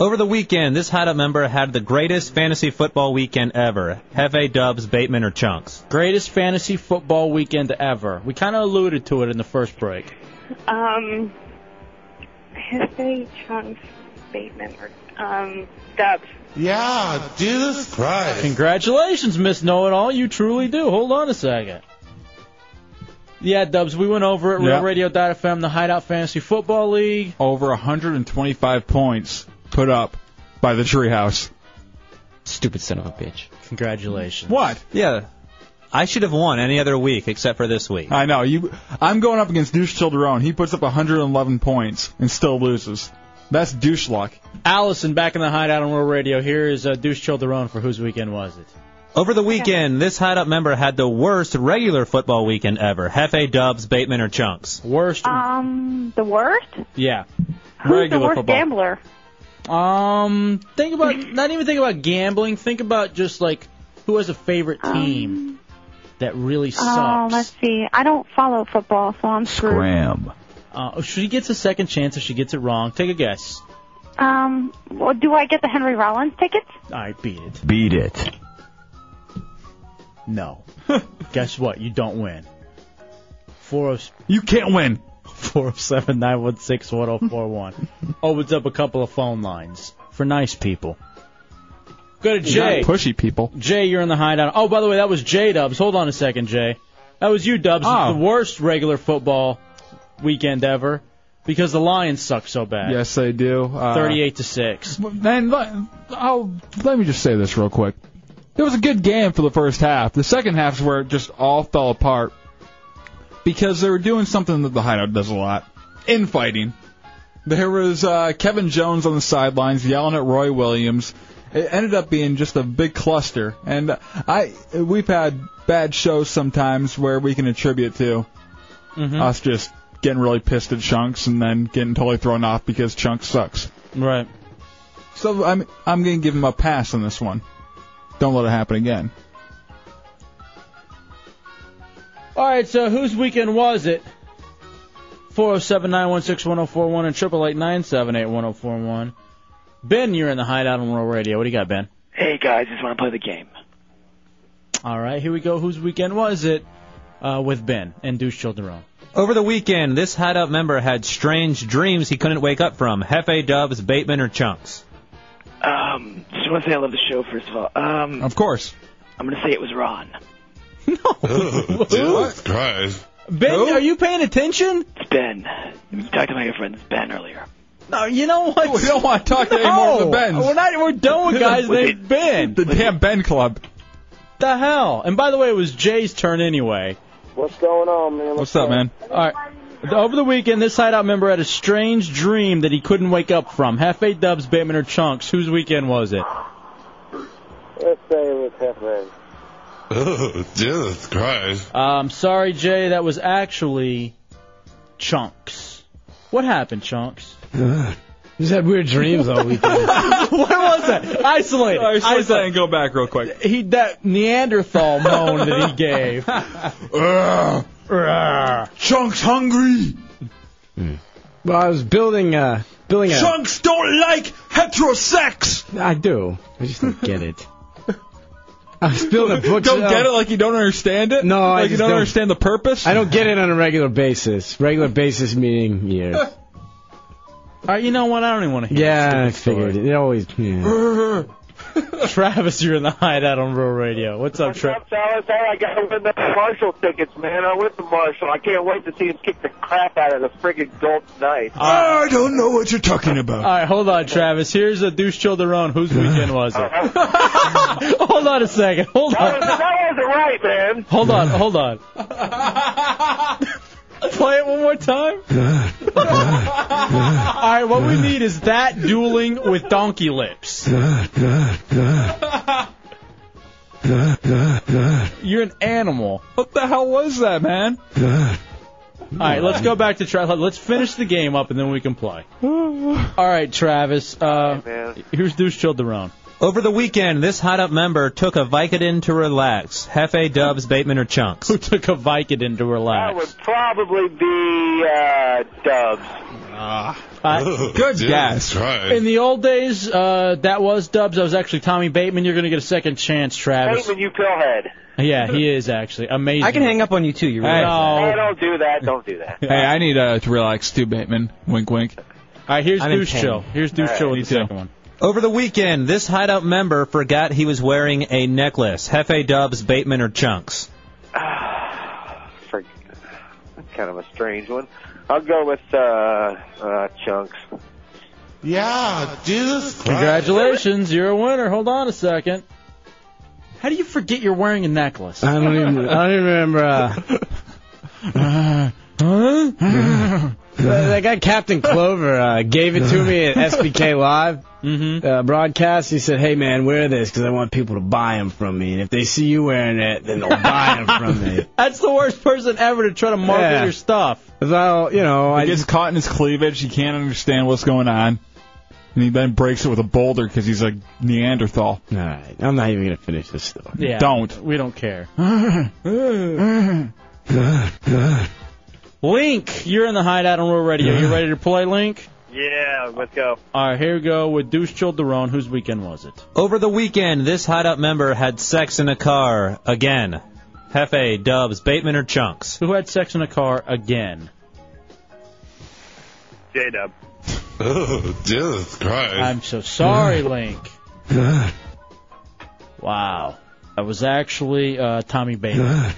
[SPEAKER 18] Over the weekend, this hideout member had the greatest fantasy football weekend ever. Hefe, Dubs, Bateman, or Chunks.
[SPEAKER 2] Greatest fantasy football weekend ever. We kind of alluded to it in the first break.
[SPEAKER 24] Um, Hefe, Chunks, Bateman, or um, Dubs.
[SPEAKER 2] Yeah, Jesus Christ. Congratulations, Miss Know It All. You truly do. Hold on a second. Yeah, Dubs, we went over at
[SPEAKER 3] Yeah.
[SPEAKER 2] RealRadio.fm, the Hideout Fantasy Football League.
[SPEAKER 3] Over 125 points put up by the treehouse.
[SPEAKER 4] Stupid son of a bitch.
[SPEAKER 2] Congratulations.
[SPEAKER 3] What?
[SPEAKER 18] Yeah. I should have won any other week except for this week.
[SPEAKER 3] I know you. I'm going up against Douche Childerone. He puts up 111 points and still loses. That's douche luck.
[SPEAKER 2] Allison, back in the Hideout on World Radio. Here is uh, Deuce Childerone for Whose Weekend Was It?
[SPEAKER 18] Over the weekend, this hideout member had the worst regular football weekend ever. Hefe, Dubs, Bateman, or Chunks.
[SPEAKER 2] Worst?
[SPEAKER 17] Um, the worst?
[SPEAKER 2] Yeah.
[SPEAKER 17] Who's the worst gambler?
[SPEAKER 2] Um, think about not even think about gambling. Think about just like who has a favorite
[SPEAKER 17] Um,
[SPEAKER 2] team that really
[SPEAKER 17] Oh,
[SPEAKER 2] sucks.
[SPEAKER 17] let's see. I don't follow football, so I'm screwed.
[SPEAKER 16] Scram.
[SPEAKER 2] Uh, she gets a second chance if she gets it wrong. Take a guess.
[SPEAKER 17] Um, well, do I get the Henry Rollins tickets?
[SPEAKER 2] I beat it.
[SPEAKER 16] Beat it.
[SPEAKER 2] No. (laughs) guess what? You don't win. Four of
[SPEAKER 3] you can't win.
[SPEAKER 2] (laughs) Four of seven nine one six one zero
[SPEAKER 3] (laughs)
[SPEAKER 2] four one opens up a couple of phone lines for nice people. Go to Jay.
[SPEAKER 3] Not pushy people.
[SPEAKER 2] Jay, you're in the hideout. Oh, by the way, that was Jay Dubs. Hold on a second, Jay. That was you, Dubs.
[SPEAKER 3] Oh.
[SPEAKER 2] The worst regular football weekend ever because the Lions suck so bad.
[SPEAKER 3] Yes, they do. Uh,
[SPEAKER 2] 38 to 6.
[SPEAKER 3] Then let, I'll, let me just say this real quick. It was a good game for the first half. The second half is where it just all fell apart because they were doing something that the hideout does a lot infighting. There was uh, Kevin Jones on the sidelines yelling at Roy Williams. It ended up being just a big cluster, and I we've had bad shows sometimes where we can attribute to us just getting really pissed at Chunks and then getting totally thrown off because Chunks sucks.
[SPEAKER 2] Right.
[SPEAKER 3] So I'm I'm gonna give him a pass on this one. Don't let it happen again.
[SPEAKER 2] All right, so whose weekend was it? 407 916 1041 and 888 978 1041. Ben, you're in the hideout on World Radio. What do you got, Ben?
[SPEAKER 1] Hey guys, just want to play the game.
[SPEAKER 2] All right, here we go. Whose weekend was it? Uh, with Ben and Deuce Childerone.
[SPEAKER 18] Over the weekend, this hideout member had strange dreams he couldn't wake up from. Hefe, Dubs, Bateman, or Chunks.
[SPEAKER 1] Um, just want to say I love the show first of all. Um,
[SPEAKER 18] Of course.
[SPEAKER 1] I'm gonna say it
[SPEAKER 2] (laughs)
[SPEAKER 1] was Ron.
[SPEAKER 22] Oh, Jesus Christ.
[SPEAKER 2] Ben, are you paying attention?
[SPEAKER 1] It's Ben. You talked to my
[SPEAKER 17] (laughs)
[SPEAKER 1] good friend Ben earlier.
[SPEAKER 2] No, you know what?
[SPEAKER 3] We don't want to talk to any more of the Bens.
[SPEAKER 2] We're not. We're (laughs) done with guys
[SPEAKER 3] Was
[SPEAKER 2] named
[SPEAKER 3] it-
[SPEAKER 2] Ben.
[SPEAKER 3] The damn Ben Club.
[SPEAKER 2] The hell! And by the way, it was Jay's turn anyway.
[SPEAKER 9] What's going on, man?
[SPEAKER 2] What's up, man? All right. Over the weekend, this hideout member had a strange dream that he couldn't wake up from. Half eight dubs, Bateman or chunks. Whose weekend was it?
[SPEAKER 9] Let's say it was Hefe.
[SPEAKER 22] Oh, (laughs) Jesus Christ.
[SPEAKER 2] Um, sorry, Jay, that was actually chunks. What
[SPEAKER 8] (laughs)
[SPEAKER 2] happened, chunks?
[SPEAKER 8] Just had weird dreams all
[SPEAKER 2] (laughs)
[SPEAKER 8] weekend.
[SPEAKER 2] what was that? Isolate.
[SPEAKER 3] All right, slow
[SPEAKER 2] Isolate.
[SPEAKER 3] down and go back real quick.
[SPEAKER 2] He that Neanderthal moan that he (laughs) gave.
[SPEAKER 8] Chunks hungry. Hmm. Well, I was building a building a.
[SPEAKER 14] Chunks don't like heterosex.
[SPEAKER 8] I do. I just don't get it. I was building a book.
[SPEAKER 3] (laughs) Don't get it like you don't understand it?
[SPEAKER 8] No, I
[SPEAKER 3] Like you
[SPEAKER 8] just
[SPEAKER 3] don't
[SPEAKER 8] don't-
[SPEAKER 3] understand the purpose?
[SPEAKER 8] I don't get it on a regular basis. Regular basis meaning
[SPEAKER 3] (laughs)
[SPEAKER 8] years.
[SPEAKER 2] All right, you know what? I don't even want to hear
[SPEAKER 8] Yeah, I figured it. It always. Yeah.
[SPEAKER 2] (laughs) Travis, you're in the hideout on Rural Radio. What's up, Travis?
[SPEAKER 9] Fellas, hey, I got to win the Marshall tickets, man. I'm with the Marshall. I can't wait to see him kick the crap out of the friggin' gold tonight.
[SPEAKER 2] I
[SPEAKER 14] don't know what you're talking about.
[SPEAKER 2] All right, hold on, Travis. Here's a douche childerone. Whose weekend was
[SPEAKER 9] (laughs)
[SPEAKER 2] it? (laughs) hold on a second. Hold
[SPEAKER 9] That, was,
[SPEAKER 3] (laughs)
[SPEAKER 2] on.
[SPEAKER 9] that wasn't right, man.
[SPEAKER 2] Hold on. (laughs) Hold on. Play it one more time. All right, what we need is that dueling with donkey lips. You're an animal.
[SPEAKER 3] What the hell was that, man?
[SPEAKER 2] All right, let's go back to Travis. Let's finish the game up and then we can play. All right, Travis. Uh, here's douche childerone.
[SPEAKER 18] Over the weekend, this hideout member took a Vicodin to relax. Hefe, Dubs, Bateman, or Chunks. Who
[SPEAKER 2] took a Vicodin
[SPEAKER 9] That
[SPEAKER 2] to
[SPEAKER 18] relax?
[SPEAKER 9] would probably be uh, Dubs.
[SPEAKER 2] Uh,
[SPEAKER 3] Good Jesus guess. Christ.
[SPEAKER 2] In the old days, uh, that was Dubs. That was actually Tommy Bateman. You're going to get a second chance, Travis.
[SPEAKER 9] Bateman, you pillhead.
[SPEAKER 2] Yeah, he is actually amazing.
[SPEAKER 9] I can hang
[SPEAKER 2] up on you too. You
[SPEAKER 3] realize
[SPEAKER 2] no.
[SPEAKER 9] Hey, don't do that. Don't do that.
[SPEAKER 3] Hey, I need uh, to relax too, Bateman. Wink, wink. All
[SPEAKER 2] right, here's
[SPEAKER 18] I'm in Deuce pain. Chill.
[SPEAKER 2] Here's Deuce Chill with the second one.
[SPEAKER 18] Over the weekend, this hideout member forgot he was wearing a necklace. Hefe, Dubs, Bateman, or Chunks.
[SPEAKER 9] Frig- That's kind of a strange one. I'll go with uh, uh, Chunks.
[SPEAKER 2] Yeah, Jesus Congratulations, you're a winner. Hold on a second. How do you forget you're wearing a necklace?
[SPEAKER 8] I don't
[SPEAKER 2] (laughs)
[SPEAKER 8] even. I don't even remember. Uh,
[SPEAKER 2] huh?
[SPEAKER 8] that that guy Captain Clover uh, gave it to
[SPEAKER 2] (laughs)
[SPEAKER 8] me at SBK Live
[SPEAKER 2] Mm-hmm.
[SPEAKER 8] uh, broadcast. He said, "Hey man, wear this because I want people to buy them from me, and if they see you wearing it, then they'll buy them from me."
[SPEAKER 2] (laughs) That's the worst person ever to try to market
[SPEAKER 8] Yeah.
[SPEAKER 2] your stuff.
[SPEAKER 8] So you know,
[SPEAKER 3] He
[SPEAKER 8] I
[SPEAKER 3] gets
[SPEAKER 8] just
[SPEAKER 3] caught in his cleavage. He can't understand what's going on. And he then breaks it with a boulder because he's a Neanderthal.
[SPEAKER 8] All right. I'm not even going to finish this story.
[SPEAKER 2] Yeah,
[SPEAKER 3] Don't.
[SPEAKER 2] We don't care.
[SPEAKER 3] All
[SPEAKER 2] (laughs) Link, you're in the hideout on Rural Radio. You ready to play, Link?
[SPEAKER 23] Yeah, let's go.
[SPEAKER 2] All right, here we go with Deuce Childerone. Whose weekend was it?
[SPEAKER 18] Over the weekend, this hideout member had sex in a car again. Hefe, Dubs, Bateman, or Chunks.
[SPEAKER 2] Who had sex in a car again?
[SPEAKER 23] J Dub.
[SPEAKER 22] Oh, Jesus Christ.
[SPEAKER 2] I'm
[SPEAKER 22] (laughs)
[SPEAKER 2] so sorry, Link. Wow, that was actually uh, Tommy Bailey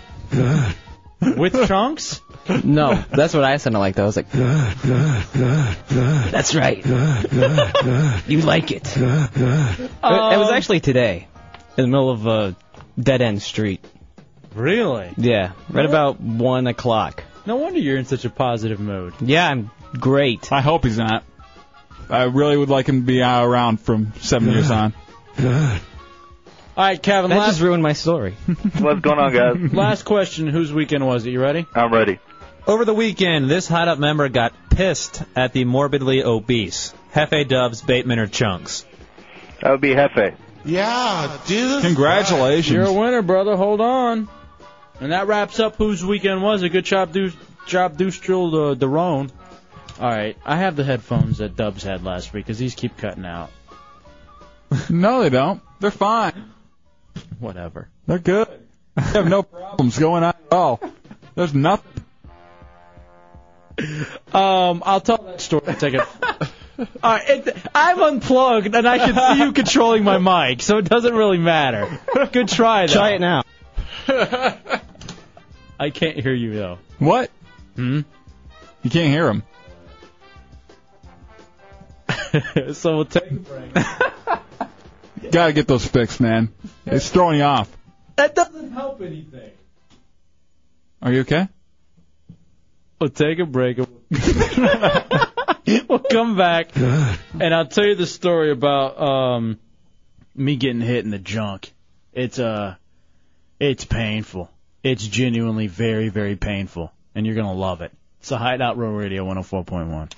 [SPEAKER 2] with chunks.
[SPEAKER 4] No, that's what I sounded like though. I was like,
[SPEAKER 14] That's
[SPEAKER 4] right. you like it. it. It
[SPEAKER 2] Um,
[SPEAKER 4] was actually today, in the middle of a dead end street.
[SPEAKER 2] Really?
[SPEAKER 4] Yeah, right about one o'clock.
[SPEAKER 2] No wonder you're in such a positive mood.
[SPEAKER 4] Yeah, I'm great.
[SPEAKER 3] I hope he's not. I really would like him to be uh, around from seven years on.
[SPEAKER 2] right, Kevin.
[SPEAKER 4] That
[SPEAKER 2] last...
[SPEAKER 4] just ruined my story.
[SPEAKER 23] What's going on, guys?
[SPEAKER 2] Last question. Whose weekend was it? You ready?
[SPEAKER 23] I'm ready.
[SPEAKER 18] Over the weekend, this hideout member got pissed at the morbidly obese. Hefe, Dubs, Bateman,
[SPEAKER 3] (laughs)
[SPEAKER 18] or Chunks.
[SPEAKER 23] That would be Hefe.
[SPEAKER 3] Yeah, Jesus. Congratulations.
[SPEAKER 2] You're a winner, brother. Hold on. And that wraps up whose weekend was it. Good job, Deuce, job Deuce Drill uh, Darone. All right, I have the headphones that Dubs had last week because these keep cutting out.
[SPEAKER 3] (laughs) no, they don't. They're fine.
[SPEAKER 2] (sighs) Whatever.
[SPEAKER 3] They're good. I have no problems going on at all. There's nothing.
[SPEAKER 2] Um, I'll tell that story. in
[SPEAKER 3] (laughs)
[SPEAKER 2] a second. All right, it, I'm unplugged and I can see you controlling my mic, so it doesn't really matter. Good try, though.
[SPEAKER 4] Try it now.
[SPEAKER 2] I can't hear you though.
[SPEAKER 3] What?
[SPEAKER 2] Hmm?
[SPEAKER 3] You can't hear him.
[SPEAKER 2] (laughs) so we'll take a break.
[SPEAKER 3] (laughs) Gotta get those fixed, man. It's throwing you off.
[SPEAKER 2] That doesn't help anything.
[SPEAKER 3] Are you okay?
[SPEAKER 2] We'll take a break. (laughs) we'll come back, and I'll tell you the story about um, me getting hit in the junk. It's uh, it's painful. It's genuinely very, very painful, and you're gonna love it. It's a Hideout Row Radio 104.1.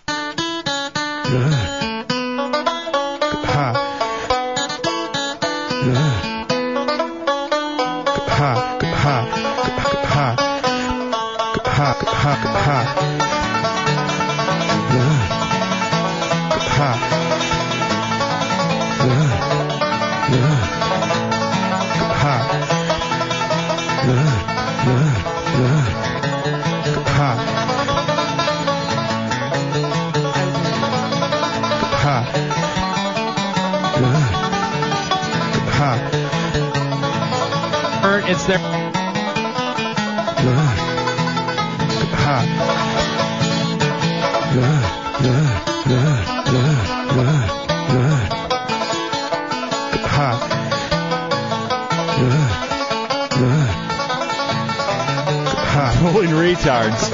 [SPEAKER 2] Ern, it's there.
[SPEAKER 3] Rolling retards.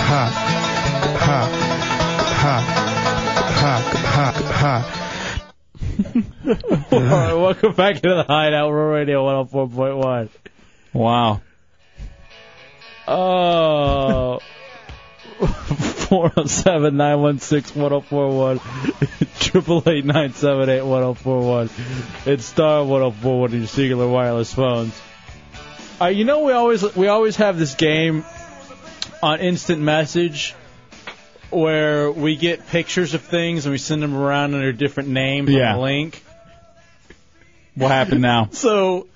[SPEAKER 2] All right, welcome back to the Hideout Row Radio 104.1.
[SPEAKER 3] Wow.
[SPEAKER 2] (laughs) Oh. 407 916 1041. 888 978 1041. It's star 1041 in your singular wireless phones. Uh, you know, we always we always have this game on instant message where we get pictures of things and we send them around under different names
[SPEAKER 3] Yeah.
[SPEAKER 2] on a link.
[SPEAKER 3] What happened now?
[SPEAKER 2] (laughs) So,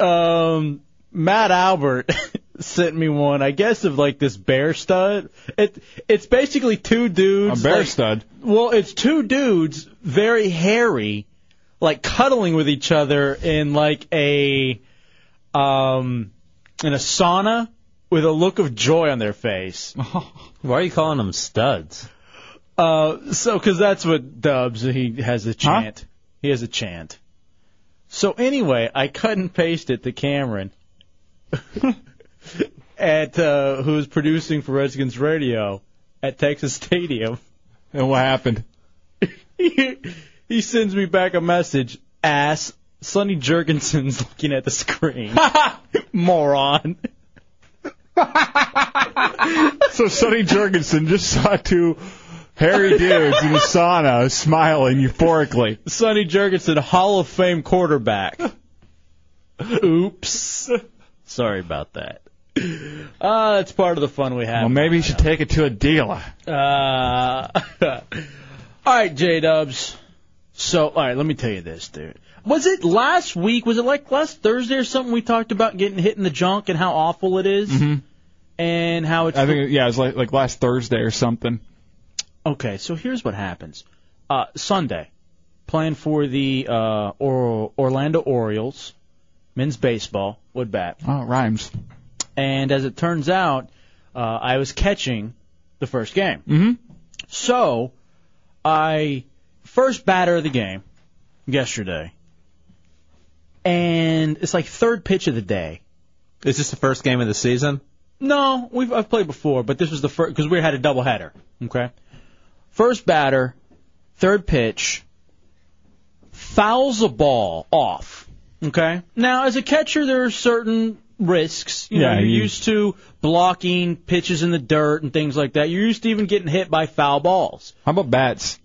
[SPEAKER 2] um, Matt Albert (laughs) sent me one, I guess, of like this bear stud. It it's basically two dudes.
[SPEAKER 3] A bear
[SPEAKER 2] like-
[SPEAKER 3] stud?
[SPEAKER 2] Well, it's two dudes, very hairy, like cuddling with each other in like a, um, in a sauna with a look of joy on their face.
[SPEAKER 18] Why are you calling them studs?
[SPEAKER 2] Uh, so because that's what Dubs he has a chant. He has a chant. So anyway, I cut and pasted
[SPEAKER 3] (laughs)
[SPEAKER 2] to Cameron, at uh, who's producing for Redskins radio at Texas Stadium.
[SPEAKER 3] And what happened?
[SPEAKER 2] he, (laughs) he sends me back a message. Ass. Sonny Jurgensen's looking at
[SPEAKER 3] (laughs)
[SPEAKER 2] the screen. Moron.
[SPEAKER 3] So Sonny Jurgensen just saw two hairy dudes in the sauna smiling euphorically.
[SPEAKER 2] Sonny Jurgensen, Hall of
[SPEAKER 3] (laughs)
[SPEAKER 2] Fame quarterback. Oops. Sorry about that. Ah, that's part of the fun we have.
[SPEAKER 3] Well, maybe you should take it to a dealer.
[SPEAKER 2] Uh, (laughs) all right, J Dubs. So, all right, let me tell you this, dude. Was it last week? Was it like last Thursday or something? We talked about getting hit in the junk and how awful it is? and how it's.
[SPEAKER 3] Mm-hmm. I think yeah, it was like like last Thursday or something.
[SPEAKER 2] Okay, so here's what happens. Uh, Sunday, playing for the uh, or- Orlando Orioles, men's baseball, would bat.
[SPEAKER 3] Oh, it rhymes.
[SPEAKER 2] And as it turns out, uh, I was catching the first game.
[SPEAKER 3] Mm-hmm.
[SPEAKER 2] So, I first batter of the game yesterday, and it's like third pitch of the day.
[SPEAKER 18] Is this the first game of the season?
[SPEAKER 2] No, we've I've played before, but this was the first because we had a doubleheader. Okay, first batter, third pitch, fouls a ball off. Okay, now as a catcher, there are certain risks. You know,
[SPEAKER 3] Yeah,
[SPEAKER 2] you're
[SPEAKER 3] you-
[SPEAKER 2] used to blocking pitches in the dirt and things like that. You're used to even getting hit by foul balls.
[SPEAKER 3] How about bats?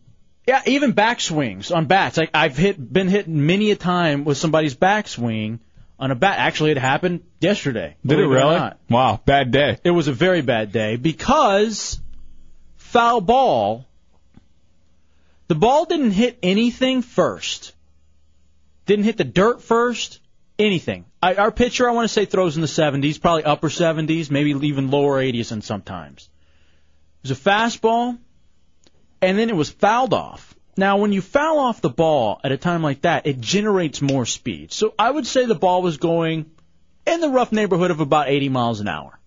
[SPEAKER 2] Yeah, even backswings on bats. Like I've hit, been hit many a time with somebody's backswing on a bat. Actually, it happened yesterday.
[SPEAKER 3] Did it
[SPEAKER 2] believe or
[SPEAKER 3] really?
[SPEAKER 2] not.
[SPEAKER 3] Wow, bad day.
[SPEAKER 2] It was a very bad day because foul ball. The ball didn't hit anything first. Didn't hit the dirt first. Anything. I, our pitcher, I want to say, throws in the 70s, probably upper 70s, maybe even lower 80s, and sometimes. It was a fastball, and then it was fouled off. Now, when you foul off the ball at a time like that, it generates more speed. So I would say the ball was going in the rough neighborhood of about 80 miles an hour.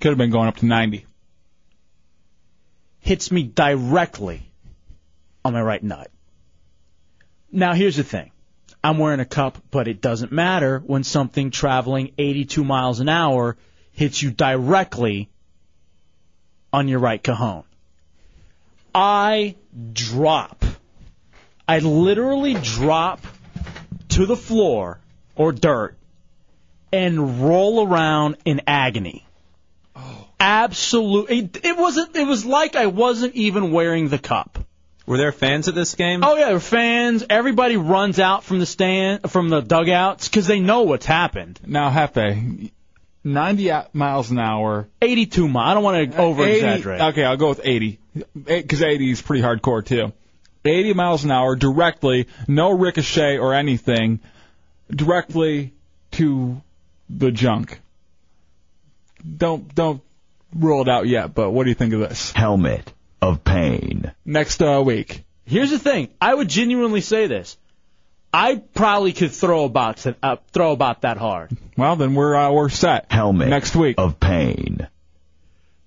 [SPEAKER 3] Could have been going up to 90.
[SPEAKER 2] Hits me directly on my right nut. Now, here's the thing. I'm wearing a cup, but it doesn't matter when something traveling 82 miles an hour hits you directly on your right cajon. I drop. I literally drop to the floor or dirt and roll around in agony. Absolute. It, it wasn't. It was like I wasn't even wearing the cup.
[SPEAKER 18] Were there fans at this game?
[SPEAKER 2] Oh yeah, there were fans. Everybody runs out from the stand, from the dugouts, because they know what's happened.
[SPEAKER 3] Now, Hefe, 90 a- miles an hour.
[SPEAKER 2] 82 miles. I don't want to over exaggerate.
[SPEAKER 3] Okay, I'll go with 80. Because 80 is pretty hardcore, too. 80 miles an hour directly, no ricochet or anything, directly to the junk. Don't don't rule it out yet, but what do you think of this?
[SPEAKER 16] Helmet of pain.
[SPEAKER 3] Next uh, week.
[SPEAKER 2] Here's the thing. I would genuinely say this. I probably could throw about uh, throw about that hard,
[SPEAKER 3] Well, then we're uh, we're set.
[SPEAKER 16] Helmet
[SPEAKER 3] next week
[SPEAKER 16] of pain.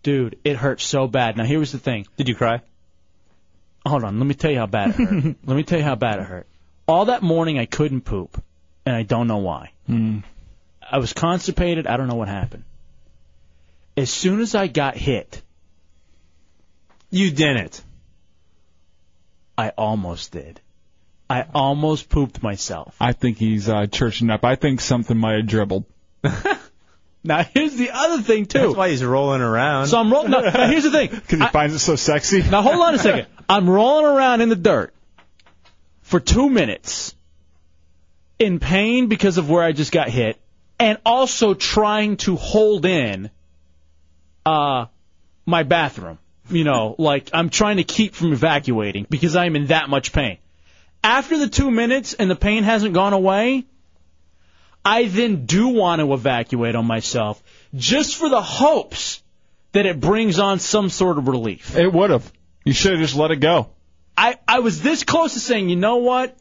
[SPEAKER 2] dude. It hurts so bad. Now here was the thing.
[SPEAKER 18] Did you cry?
[SPEAKER 2] Hold on. Let me tell you how bad it (laughs) hurt. let me tell you how bad it hurt. All that morning I couldn't poop, and I don't know why. I was constipated. I don't know what happened. As soon as I got hit,
[SPEAKER 18] you didn't.
[SPEAKER 2] I almost did. I almost pooped myself.
[SPEAKER 3] I think he's uh, churching up. I think something might have dribbled.
[SPEAKER 2] Now here's the other thing too.
[SPEAKER 18] That's why he's rolling around.
[SPEAKER 2] So I'm rolling. No, now, here's the thing.
[SPEAKER 3] Because he finds it so sexy.
[SPEAKER 2] Now hold on
[SPEAKER 3] (laughs)
[SPEAKER 2] a second. I'm rolling around in the dirt for two minutes in pain because of where I just got hit, and also trying to hold in uh my bathroom. You know, like I'm trying to keep from evacuating because I'm in that much pain. After the two minutes and the pain hasn't gone away, I then do want to evacuate on myself just for the hopes that it brings on some sort of relief.
[SPEAKER 3] It would have. You should have just let it go.
[SPEAKER 2] I, I was this close to saying, you know what?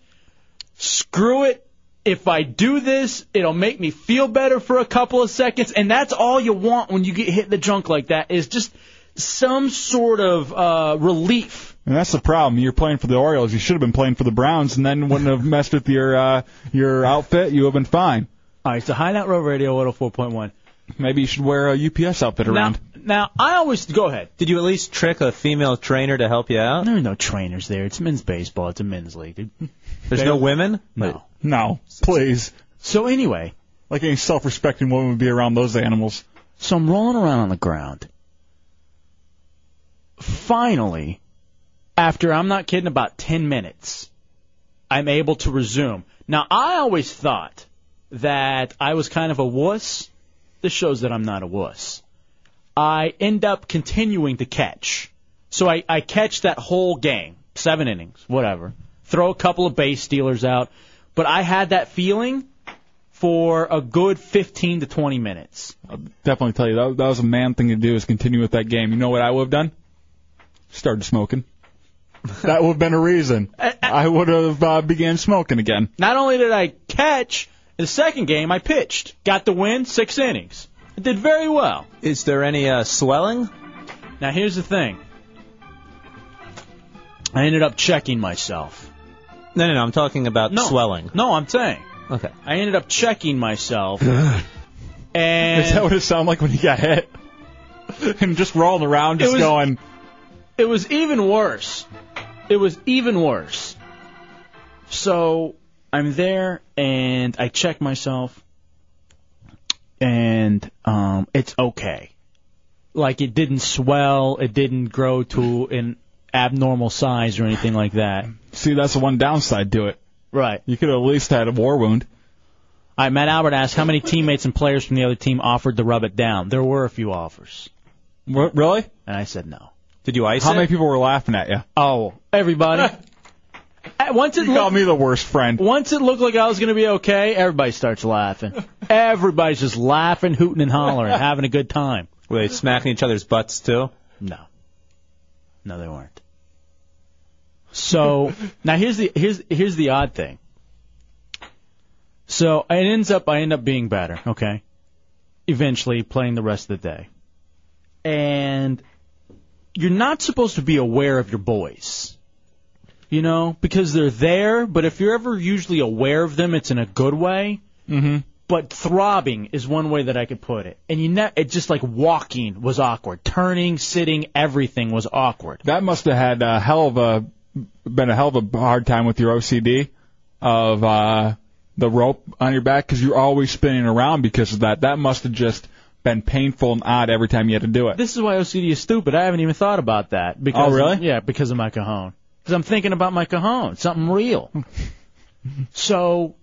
[SPEAKER 2] Screw it. If I do this, it'll make me feel better for a couple of seconds. And that's all you want when you get hit in the junk like that is just some sort of uh, relief.
[SPEAKER 3] And that's the problem. You're playing for the Orioles. You should have been playing for the Browns, and then wouldn't have messed with your uh, your outfit. You would have been fine.
[SPEAKER 2] All right, so Hideout Road Radio 104.1.
[SPEAKER 3] Maybe you should wear a UPS outfit around.
[SPEAKER 2] Now, I always go ahead.
[SPEAKER 18] Did you at least trick a female trainer to help you out?
[SPEAKER 2] There are no trainers there. It's men's baseball. It's a men's league. dude.
[SPEAKER 18] There's no women.
[SPEAKER 2] No.
[SPEAKER 3] No, please.
[SPEAKER 2] So anyway,
[SPEAKER 3] like any self-respecting woman would be around those animals.
[SPEAKER 2] So I'm rolling around on the ground. Finally, after I'm not kidding, about 10 minutes, I'm able to resume. Now, I always thought that I was kind of a wuss. This shows that I'm not a wuss. I end up continuing to catch. So I, I catch that whole game, seven innings, whatever. Throw a couple of base stealers out. But I had that feeling for a good 15 to 20 minutes.
[SPEAKER 3] Definitely tell you that, that was a man thing to do is continue with that game. You know what I would have done? Started smoking. that would have been a
[SPEAKER 2] (laughs)
[SPEAKER 3] reason. I would have uh, began smoking again.
[SPEAKER 2] Not only did I catch, the second game I pitched, got the win, six innings. I did very well.
[SPEAKER 18] Is there any uh, swelling?
[SPEAKER 2] Now here's the thing. I ended up checking myself.
[SPEAKER 18] No, no, no. I'm talking about
[SPEAKER 2] No.
[SPEAKER 18] swelling.
[SPEAKER 2] No, I'm saying
[SPEAKER 18] Okay.
[SPEAKER 2] I ended up
[SPEAKER 3] (laughs)
[SPEAKER 2] checking myself,
[SPEAKER 3] Is that
[SPEAKER 2] and
[SPEAKER 3] what it sounded like when he got hit? (laughs) and just rolling around, just
[SPEAKER 2] It was-
[SPEAKER 3] going.
[SPEAKER 2] it was even worse. It was even worse. So I'm there and I check myself, and um, it's okay. Like it didn't swell, it didn't grow to an abnormal size or anything like that.
[SPEAKER 3] See, that's the one downside to it.
[SPEAKER 2] Right.
[SPEAKER 3] You could have at least had a war wound.
[SPEAKER 2] All right, Matt Albert asked how many teammates and players from the other team offered to rub it down. There were a few offers.
[SPEAKER 3] really?
[SPEAKER 2] And I said no.
[SPEAKER 18] Did you ice
[SPEAKER 3] How
[SPEAKER 2] it?
[SPEAKER 3] many people were laughing at you?
[SPEAKER 2] Oh, (laughs) everybody. Uh, Once it
[SPEAKER 3] You called
[SPEAKER 2] looked,
[SPEAKER 3] me the worst friend.
[SPEAKER 2] once it looked like I was going to be okay, everybody starts laughing. Everybody's just laughing, hooting and hollering,
[SPEAKER 3] (laughs)
[SPEAKER 2] having a good time.
[SPEAKER 18] Were they smacking each other's butts too?
[SPEAKER 2] No. No, they weren't. So now here's the here's here's the odd thing. So it ends up I end up being better, okay? Eventually playing the rest of the day. And you're not supposed to be aware of your boys. You know, because they're there, but if you're ever usually aware of them, it's in a good way
[SPEAKER 3] Mm-hmm.
[SPEAKER 2] but throbbing is one way that I could put it. And you know, it just like walking was awkward, turning, sitting, everything was awkward.
[SPEAKER 3] That must have had a hell of a been a hell of a hard time with your OCD of uh, the rope on your back because you're always spinning around because of that. That must have just been painful and odd every time you had to do it.
[SPEAKER 2] This is why OCD is stupid. I haven't even thought about that. Because,
[SPEAKER 3] Oh, really?
[SPEAKER 2] Yeah, because of my cajon. Because I'm thinking about my cajon, something (laughs) real. so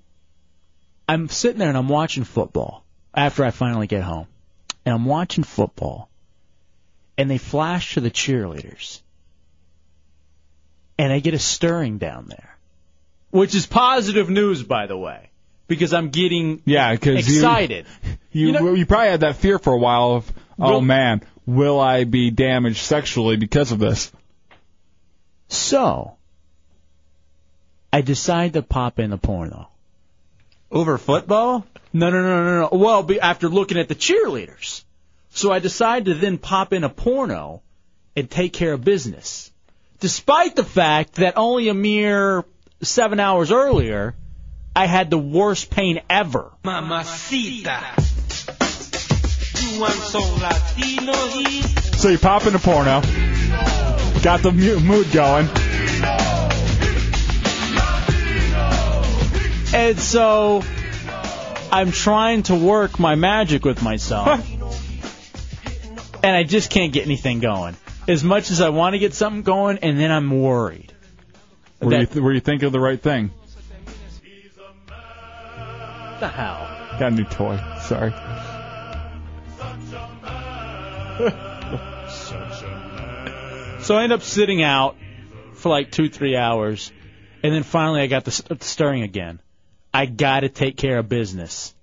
[SPEAKER 2] I'm sitting there and I'm watching football after I finally get home. And I'm watching football, and they flash to the cheerleaders. And I get a stirring down there, which is positive news, by the way, because I'm getting
[SPEAKER 3] Yeah, because you
[SPEAKER 2] excited.
[SPEAKER 3] You you, probably had that fear for a while of oh man, will I be damaged sexually because of this?
[SPEAKER 2] So, I decide to pop in the porno.
[SPEAKER 18] Over football?
[SPEAKER 2] No, no, no, no, no. Well, be, after looking at the cheerleaders. So I decide to then pop in a porno and take care of business. Despite the fact that only a mere seven hours earlier, I had the worst pain ever.
[SPEAKER 5] Mamacita. You want so Latino y
[SPEAKER 3] So you pop into porno, got the mu- mood going.
[SPEAKER 2] And so I'm trying to work my magic with myself. and I just can't get anything going. As much as I want to get something going, and then I'm worried.
[SPEAKER 3] Were you, th- were you thinking of the right thing?
[SPEAKER 2] What the hell?
[SPEAKER 3] Got a new toy. Sorry.
[SPEAKER 2] So I end up sitting out for like two, three hours, and then finally I got the st- stirring again. I got to take care of business.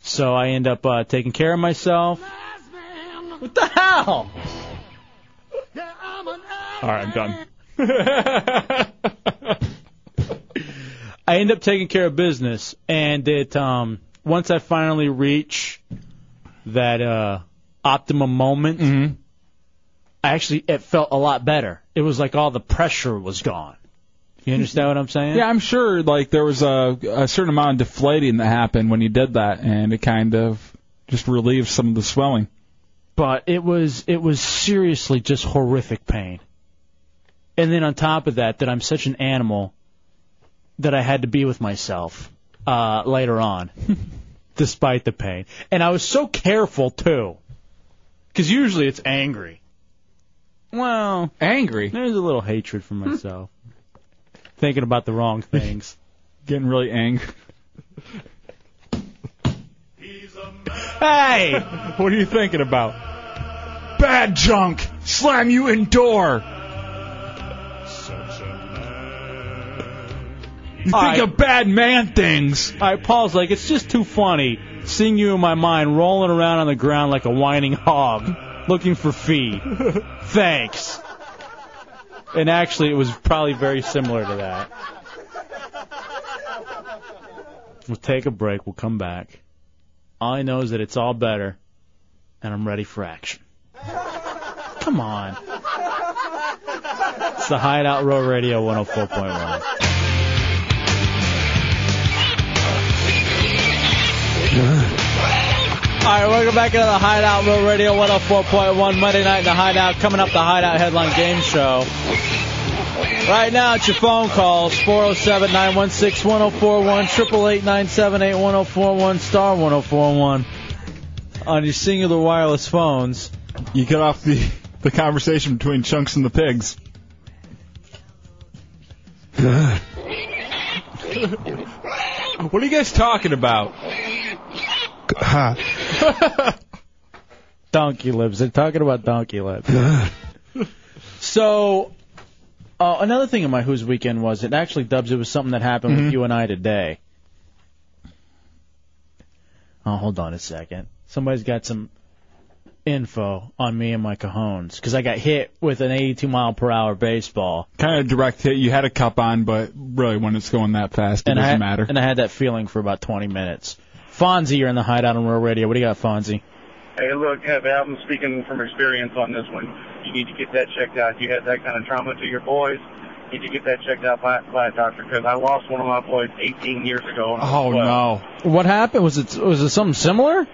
[SPEAKER 2] So I end up uh, taking care of myself. What the hell?
[SPEAKER 3] All right, I'm done.
[SPEAKER 2] (laughs) I end up taking care of business, and it um, once I finally reach that uh, optimum moment, I actually it felt a lot better. It was like all the pressure was gone. You understand what I'm saying?
[SPEAKER 3] Yeah, I'm sure like there was a, a certain amount of deflating that happened when you did that, and it kind of just relieved some of the swelling.
[SPEAKER 2] but it was it was seriously just horrific pain. And then on top of that, that I'm such an animal that I had to be with myself uh, later on, (laughs) despite the pain. And I was so careful too, because usually it's angry. Well,
[SPEAKER 3] angry.
[SPEAKER 2] There's a little hatred for myself, (laughs) thinking about the
[SPEAKER 3] (laughs)
[SPEAKER 2] wrong things,
[SPEAKER 3] getting really angry.
[SPEAKER 2] Hey,
[SPEAKER 3] (laughs) what are you thinking about? Bad junk. Slam you indoor. You
[SPEAKER 2] Alright.
[SPEAKER 3] think of bad man things.
[SPEAKER 2] All right, Paul's like, it's just too funny seeing you in my mind rolling around on the ground like a whining hog looking for
[SPEAKER 3] (laughs)
[SPEAKER 2] feed. Thanks. And actually, it was probably very similar to that. We'll take a break. We'll come back. All I know is that it's all better, and I'm ready for action. Come on. It's the Hideout Row Radio 104.1. All right, welcome back into the Hideout Real Radio 104.1 Monday night in the Hideout. Coming up, the Hideout Headline Game Show. Right now, it's your phone calls 407 916 1041, 888 978 1041, star 1041 on your singular wireless phones.
[SPEAKER 3] You cut off the the conversation between chunks and the (sighs) pigs. what are you guys talking about?
[SPEAKER 2] (laughs) donkey lips. They're talking about donkey lips. so, uh, another thing in my Whose Weekend was it actually, Dubs, it was something that happened with you and I today. Oh, hold on a second. Somebody's got some info on me and my cajones because I got hit with an 82 mile per hour baseball.
[SPEAKER 3] Kind of direct hit. You had a cup on, but really, when it's going that fast, it
[SPEAKER 2] and I
[SPEAKER 3] doesn't
[SPEAKER 2] had,
[SPEAKER 3] matter.
[SPEAKER 2] And I had that feeling for about 20 minutes. Fonzie, you're in the hideout on Rural Radio. What do you got, Fonzie?
[SPEAKER 6] Hey, look, Heavy, I'm speaking from experience on this one. You need to get that checked out. You had that kind of trauma to your boys. You need to get that checked out by, by a doctor because I lost one of my boys 18 years ago. when I was 12.
[SPEAKER 2] Oh, no! What happened? Was it was it something similar?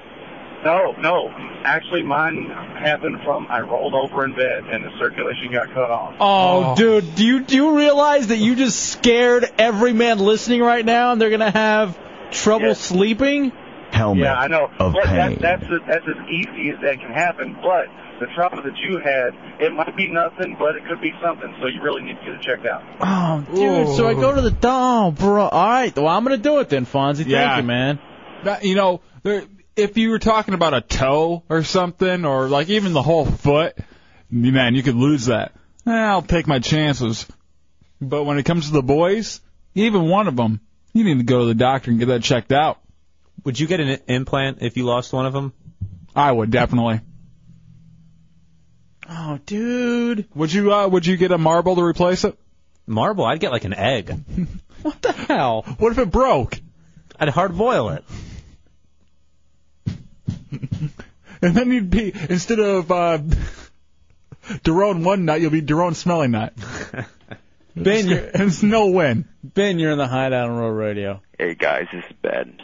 [SPEAKER 6] No, no. Actually, mine happened from I rolled over in bed and the circulation got cut off.
[SPEAKER 2] Oh, dude, do you do you realize that you just scared every man listening right now, and they're gonna have trouble sleeping?
[SPEAKER 16] Helmet
[SPEAKER 6] yeah, I know.
[SPEAKER 16] of
[SPEAKER 6] but
[SPEAKER 16] pain.
[SPEAKER 6] that, that's a, that's as easy as that can happen. But the trauma that you had, it might be nothing, but it could be something. So you really need to get it checked out.
[SPEAKER 2] Oh, dude! So I go to the doll, bro. All right, well I'm gonna do it then, Fonzie.
[SPEAKER 3] Yeah.
[SPEAKER 2] Thank you, man.
[SPEAKER 3] That- you know, there, if you were talking about a toe or something, or like even the whole foot, man, you could lose that. Eh, I'll take my chances. But when it comes to the boys, even one of them, you need to go to the doctor and get that checked out.
[SPEAKER 18] Would you get an implant if you lost one of them?
[SPEAKER 3] I would definitely.
[SPEAKER 2] Oh, dude.
[SPEAKER 3] Would you uh, would you get a marble to replace it?
[SPEAKER 18] Marble? I'd get like an egg.
[SPEAKER 2] what the hell?
[SPEAKER 3] (laughs) What if it broke?
[SPEAKER 18] I'd hard boil it.
[SPEAKER 3] (laughs) And then you'd be instead of uh, (laughs) Daron one nut, you'll be Daron smelling nut.
[SPEAKER 2] Ben,
[SPEAKER 3] (laughs) you're, it's no win.
[SPEAKER 2] Ben, you're in the hideout on Rural Radio.
[SPEAKER 20] Hey guys, this is Ben.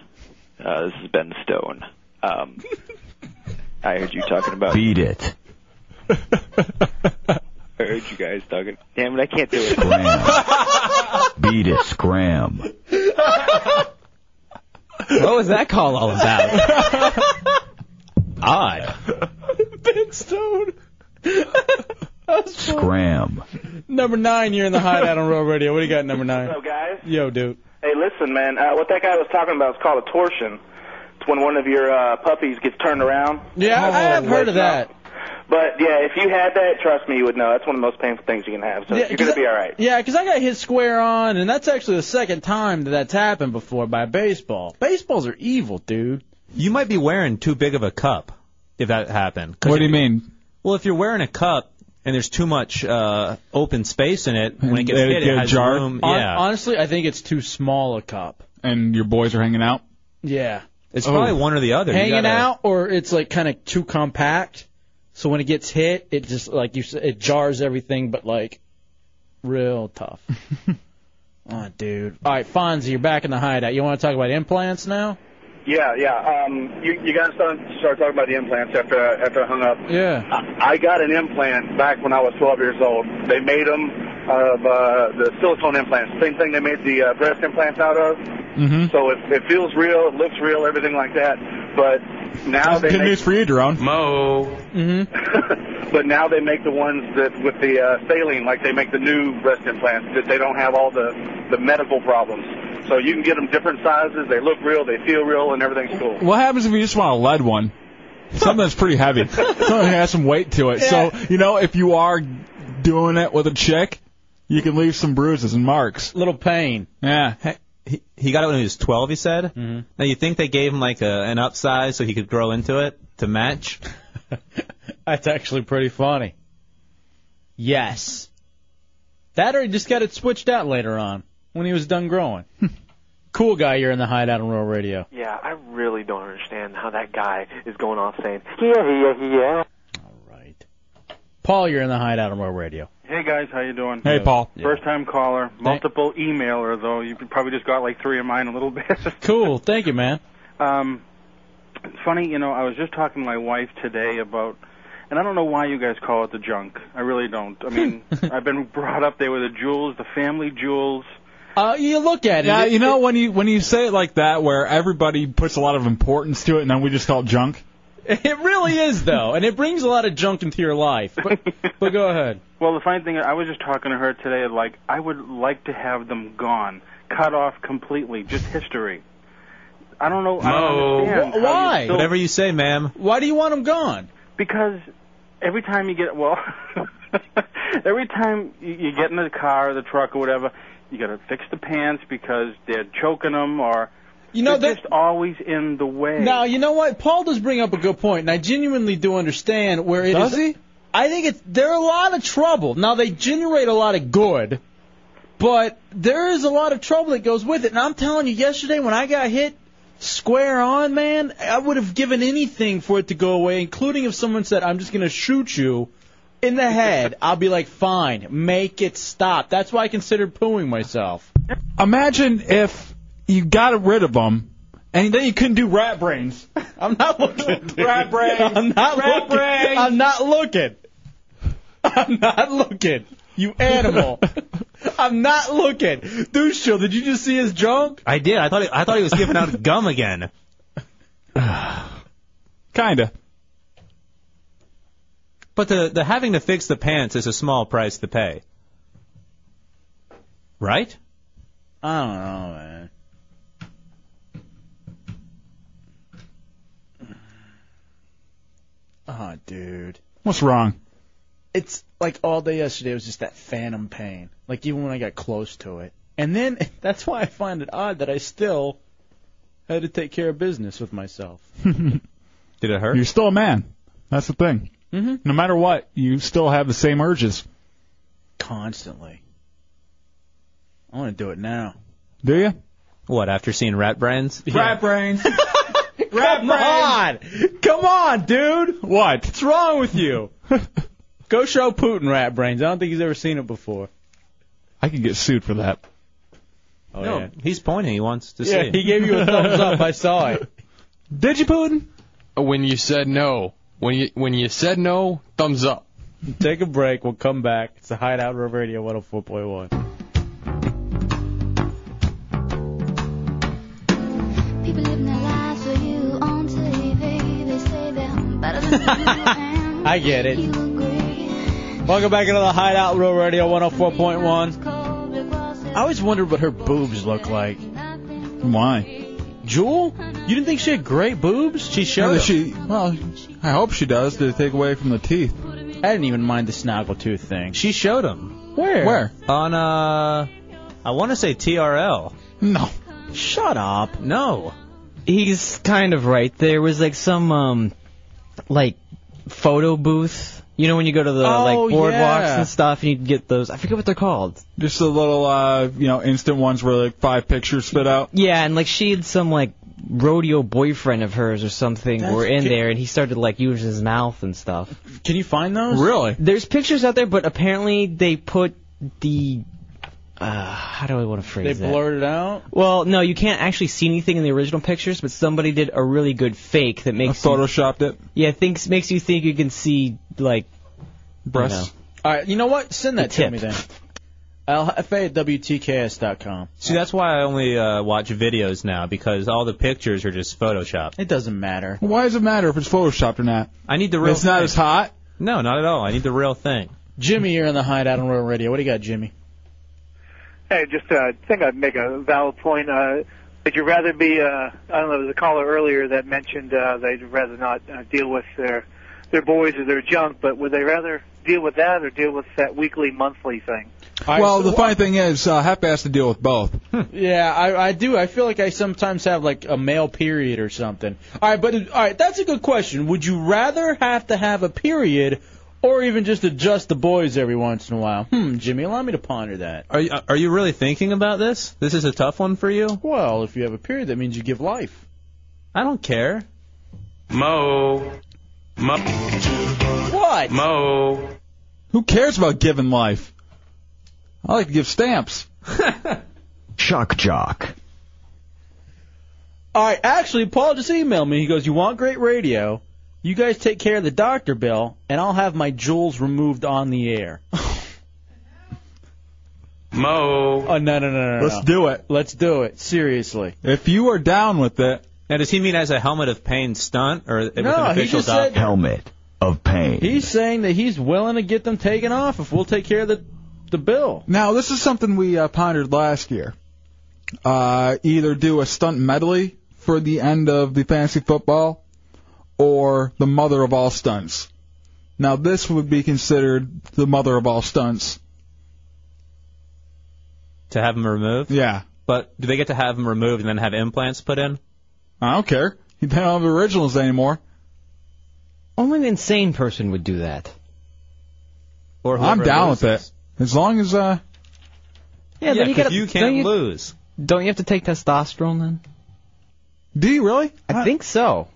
[SPEAKER 20] Uh, this is Ben Stone. Um, I heard you talking about.
[SPEAKER 16] Beat it.
[SPEAKER 20] I heard you guys talking. Damn it, I can't do it.
[SPEAKER 16] (laughs) Beat it. Scram.
[SPEAKER 4] What was that call all
[SPEAKER 16] (laughs)
[SPEAKER 4] about?
[SPEAKER 18] Odd.
[SPEAKER 2] Ben Stone.
[SPEAKER 16] Scram.
[SPEAKER 2] Number nine, you're in the hideout on Rural Radio. What do you got, number nine?
[SPEAKER 7] Hello, guys.
[SPEAKER 2] Yo, dude.
[SPEAKER 7] Hey, listen, man. Uh, what that guy was talking about is called a torsion. It's when one of your uh, puppies gets turned around.
[SPEAKER 2] Yeah, I have heard of that.
[SPEAKER 7] But yeah, if you had that, trust me, you would know. That's one of the most painful things you can have. So
[SPEAKER 2] Yeah,
[SPEAKER 7] you're
[SPEAKER 2] 'cause
[SPEAKER 7] gonna
[SPEAKER 2] I-
[SPEAKER 7] be all right.
[SPEAKER 2] Yeah, 'cause I got hit square on, and that's actually the second time that that's happened before by baseball. Baseballs are evil, dude.
[SPEAKER 18] You might be wearing too big of a cup if that happened.
[SPEAKER 3] What do you mean?
[SPEAKER 18] Well, if you're wearing a cup and there's too much uh, open space in it, when it gets
[SPEAKER 3] It
[SPEAKER 18] hit,
[SPEAKER 3] get
[SPEAKER 18] it has
[SPEAKER 3] jarred?
[SPEAKER 18] room.
[SPEAKER 3] Hon-
[SPEAKER 18] Yeah.
[SPEAKER 2] Honestly, I think it's too small a cup.
[SPEAKER 3] And your boys are hanging out.
[SPEAKER 2] Yeah.
[SPEAKER 18] It's probably
[SPEAKER 2] Oh.
[SPEAKER 18] one or the other. You
[SPEAKER 2] Hanging
[SPEAKER 18] gotta-
[SPEAKER 2] out, or it's like kind of too compact. So when it gets hit, it just like you, s- it jars everything, but like real (laughs) tough. oh, dude. All right, Fonzie, you're back in the hideout. You want to talk about implants now?
[SPEAKER 7] Yeah, yeah. Um, you you gotta start start talking about the implants after after I hung up.
[SPEAKER 2] Yeah.
[SPEAKER 7] I got an implant back when I was 12 years old. They made them of uh, the silicone implants, same thing they made the uh, breast implants out of.
[SPEAKER 3] Mm-hmm.
[SPEAKER 7] So it, it feels real, it looks real, everything like that. But now
[SPEAKER 3] That's
[SPEAKER 7] they
[SPEAKER 3] good
[SPEAKER 7] make,
[SPEAKER 3] news for you, Daron.
[SPEAKER 7] Mo.
[SPEAKER 2] Mm-hmm.
[SPEAKER 7] (laughs) but now they make the ones that with the uh, saline, like they make the new breast implants, that they don't have all the the medical problems. So you can get them different sizes. They look real, they feel real, and everything's cool.
[SPEAKER 3] What happens if you just want a lead one? Something that's pretty
[SPEAKER 2] (laughs)
[SPEAKER 3] heavy. Something that has some weight to it. So, you know, if you are doing it with a chick, you can leave some bruises and marks.
[SPEAKER 2] Little pain.
[SPEAKER 3] Yeah.
[SPEAKER 18] He, he got it when he was 12, he said. Mm-hmm. Now, you think they gave him like a, an upsize so he could grow into it to match?
[SPEAKER 2] (laughs) That's actually pretty funny. Yes. That or he just got it switched out later on when he was done growing. (laughs) cool guy, you're in the hideout on Rural Radio.
[SPEAKER 10] Yeah, I really don't understand how that guy is going off saying, yeah, yeah, yeah.
[SPEAKER 2] Paul, you're in the hideout on Rural Radio.
[SPEAKER 12] Hey guys, how you doing?
[SPEAKER 2] Hey, Paul. Yeah.
[SPEAKER 12] First time caller, multiple emailer though. You probably just got like three of mine in a little bit. (laughs)
[SPEAKER 2] Cool. Thank you, man.
[SPEAKER 12] um, it's funny, you know, I was just talking to my wife today about, and I don't know why you guys call it the junk. I really don't. I mean, I've been brought up there with the jewels, the family jewels.
[SPEAKER 2] Uh, you look at
[SPEAKER 3] Yeah, you know when you when you say it like that, where everybody puts a lot of importance to it, and then we just call it junk.
[SPEAKER 2] (laughs) It really is, though, and it brings a lot of junk into your life.
[SPEAKER 12] (laughs)
[SPEAKER 2] But, but go ahead.
[SPEAKER 12] Well, the funny thing, I was just talking to her today. Like, I would like to have them gone, cut off completely, just history. I don't know. I don't understand. how you still-
[SPEAKER 18] Whatever you say, ma'am.
[SPEAKER 2] Why do you want him gone?
[SPEAKER 12] Because every time you get well, (laughs) every time you, you get in the car or the truck or whatever, you got to fix the pants because they're choking them or
[SPEAKER 2] you know
[SPEAKER 12] they're just always in the way.
[SPEAKER 2] Now you know what Paul does bring up a good point, and I genuinely do understand where it is.
[SPEAKER 12] Does
[SPEAKER 2] he? I think it's they're a lot of trouble. Now they generate a lot of good, but there is a lot of trouble that goes with it. And I'm telling you, yesterday when I got hit square on, man, I would have given anything for it to go away, including if someone said, "I'm just going to shoot you." In the
[SPEAKER 3] (laughs)
[SPEAKER 2] head, I'll be like, fine, make it stop. That's why I considered pooing myself.
[SPEAKER 3] Imagine if you got rid of them, and then you couldn't do
[SPEAKER 2] (laughs)
[SPEAKER 3] rat brains.
[SPEAKER 2] I'm not (laughs) looking.
[SPEAKER 3] rat brains.
[SPEAKER 2] I'm not
[SPEAKER 3] rat
[SPEAKER 2] looking.
[SPEAKER 3] Brains.
[SPEAKER 2] I'm not looking. (laughs) I'm not looking. You animal. (laughs) I'm not looking. Douche Chill, did you just see his junk?
[SPEAKER 18] I did. I thought he, I thought he was giving out gum again.
[SPEAKER 3] Kinda.
[SPEAKER 18] But the the having to fix the pants is a small price to pay. Right?
[SPEAKER 2] I don't know, man. Oh, dude.
[SPEAKER 3] What's wrong?
[SPEAKER 2] It's like all day yesterday was just that phantom pain. Like even when I got close to it. And then (laughs) that's why I find it odd that I still had to take care of business with myself.
[SPEAKER 3] Did
[SPEAKER 18] it hurt?
[SPEAKER 3] You're still a man. That's the thing.
[SPEAKER 2] Mm-hmm.
[SPEAKER 3] No matter what, you still have the same urges.
[SPEAKER 2] Constantly. I want to do it now.
[SPEAKER 3] Do you?
[SPEAKER 18] What after seeing rat brains?
[SPEAKER 3] Rat
[SPEAKER 2] (laughs)
[SPEAKER 3] brains.
[SPEAKER 2] Come on! Come on, dude!
[SPEAKER 3] What?
[SPEAKER 2] What's wrong with you? (laughs) Go show Putin rat brains. I don't think he's ever seen it before.
[SPEAKER 3] I could get sued for that.
[SPEAKER 2] Oh,
[SPEAKER 18] no,
[SPEAKER 2] yeah.
[SPEAKER 18] he's pointing. He wants to
[SPEAKER 2] Yeah,
[SPEAKER 18] see.
[SPEAKER 2] he gave you a thumbs up. I saw
[SPEAKER 18] (laughs)
[SPEAKER 2] it. (laughs)
[SPEAKER 3] Did you, Putin?
[SPEAKER 13] When you said no. When you when you said no, thumbs up.
[SPEAKER 2] Take a break. We'll come back. It's the Hideout Road Radio 104.1.
[SPEAKER 11] People living their lives for you on TV. They say they're better than you and
[SPEAKER 2] I get it.
[SPEAKER 11] you agree.
[SPEAKER 2] Welcome back into the Hideout Road Radio 104.1. I always wondered what her boobs look like.
[SPEAKER 3] Why?
[SPEAKER 2] Jewel? You didn't think she had great boobs? She showed them.
[SPEAKER 3] she. Well, I hope she does to take away from the teeth.
[SPEAKER 2] I didn't even mind the snaggle tooth thing.
[SPEAKER 18] She showed him.
[SPEAKER 2] Where? Where?
[SPEAKER 18] On uh, I want to say TRL.
[SPEAKER 3] No.
[SPEAKER 2] Shut up. No.
[SPEAKER 4] He's kind of right. There was like some um, like photo booth. You know when you go to the like
[SPEAKER 3] Oh,
[SPEAKER 4] boardwalks
[SPEAKER 3] yeah.
[SPEAKER 4] and stuff, and you can get those. I forget what they're called.
[SPEAKER 3] Just the little, uh, you know, instant ones where like five pictures spit out.
[SPEAKER 4] Yeah, and like she had some like rodeo boyfriend of hers or something
[SPEAKER 3] That's
[SPEAKER 4] were in
[SPEAKER 3] ga-
[SPEAKER 4] there, and he started like using his mouth and stuff.
[SPEAKER 2] Can you find those?
[SPEAKER 3] Really?
[SPEAKER 4] There's pictures out there, but apparently they put the uh, how do I want to
[SPEAKER 2] They
[SPEAKER 4] phrase that?
[SPEAKER 2] blurred it out.
[SPEAKER 4] Well, no, you can't actually see anything in the original pictures, but somebody did a really good fake that makes you,
[SPEAKER 3] photoshopped it.
[SPEAKER 4] Yeah, thinks makes you think you can see like
[SPEAKER 3] Breasts.
[SPEAKER 2] All right, you know what? Send that
[SPEAKER 4] The
[SPEAKER 2] to
[SPEAKER 4] tip.
[SPEAKER 2] me then. LFA at WTKS.com.
[SPEAKER 18] See, that's why I only uh, watch videos now because all the pictures are just photoshopped.
[SPEAKER 2] It doesn't matter.
[SPEAKER 3] Why does it matter if it's photoshopped or not?
[SPEAKER 18] I need the real.
[SPEAKER 3] It's not
[SPEAKER 18] thing.
[SPEAKER 3] as hot.
[SPEAKER 18] No, not at all. I need the real thing.
[SPEAKER 2] Jimmy, you're in the hideout on Royal Radio. What do you got, Jimmy?
[SPEAKER 15] Hey, just uh, I think I'd make a valid point. Uh, would you rather be? Uh, I don't know. There was a caller earlier that mentioned uh, they'd rather not uh, deal with their their boys or their junk, but would they rather deal with that or deal with that weekly, monthly thing?
[SPEAKER 3] well, the funny thing is, uh, Hep has to deal with both.
[SPEAKER 2] Yeah, I, I do. I feel like I sometimes have like a male period or something. All right, but all right, that's a good question. Would you rather have to have a period, or even just adjust the boys every once in a while? Hmm, Jimmy, allow me to ponder that.
[SPEAKER 18] Are you, are you really thinking about this? This is a tough one for you.
[SPEAKER 2] Well, if you have a period, that means you give life.
[SPEAKER 18] I don't care.
[SPEAKER 5] (laughs) Mo. Mo.
[SPEAKER 2] What?
[SPEAKER 5] Mo.
[SPEAKER 3] Who cares about giving life? I like to give stamps.
[SPEAKER 16] Shock jock.
[SPEAKER 2] All right, actually, Paul just emailed me. He goes, "You want great radio? You guys take care of the doctor bill, and I'll have my jewels removed on the
[SPEAKER 16] (laughs)
[SPEAKER 2] air."
[SPEAKER 5] Mo.
[SPEAKER 2] Oh no no no no.
[SPEAKER 3] Let's do it.
[SPEAKER 2] Let's do it. Seriously.
[SPEAKER 3] If you are down with it,
[SPEAKER 18] Now, does he mean as a helmet of pain stunt or with
[SPEAKER 2] No,
[SPEAKER 18] an
[SPEAKER 2] he
[SPEAKER 18] official
[SPEAKER 2] just said-
[SPEAKER 18] doc-
[SPEAKER 16] Helmet of pain.
[SPEAKER 2] He's saying that he's willing to get them taken off if we'll take care of the the bill.
[SPEAKER 3] Now, this is something we uh, pondered last year. Uh, either do a stunt medley for the end of the fantasy football or the mother of all stunts. Now, this would be considered the mother of all stunts.
[SPEAKER 18] to have them removed.
[SPEAKER 3] Yeah.
[SPEAKER 18] But do they get to have them removed and then have implants put in?
[SPEAKER 3] I don't care. You don't have originals anymore.
[SPEAKER 4] Only an insane person would do that.
[SPEAKER 18] Or
[SPEAKER 3] I'm
[SPEAKER 4] whoever
[SPEAKER 3] down with
[SPEAKER 4] loses.
[SPEAKER 3] it. As long as, uh, Yeah,
[SPEAKER 4] Yeah, but you
[SPEAKER 3] 'cause
[SPEAKER 4] gotta,
[SPEAKER 3] you
[SPEAKER 4] don't
[SPEAKER 3] can't
[SPEAKER 4] you,
[SPEAKER 18] lose.
[SPEAKER 4] Don't you have to take testosterone then?
[SPEAKER 3] do you really? I,
[SPEAKER 4] think so.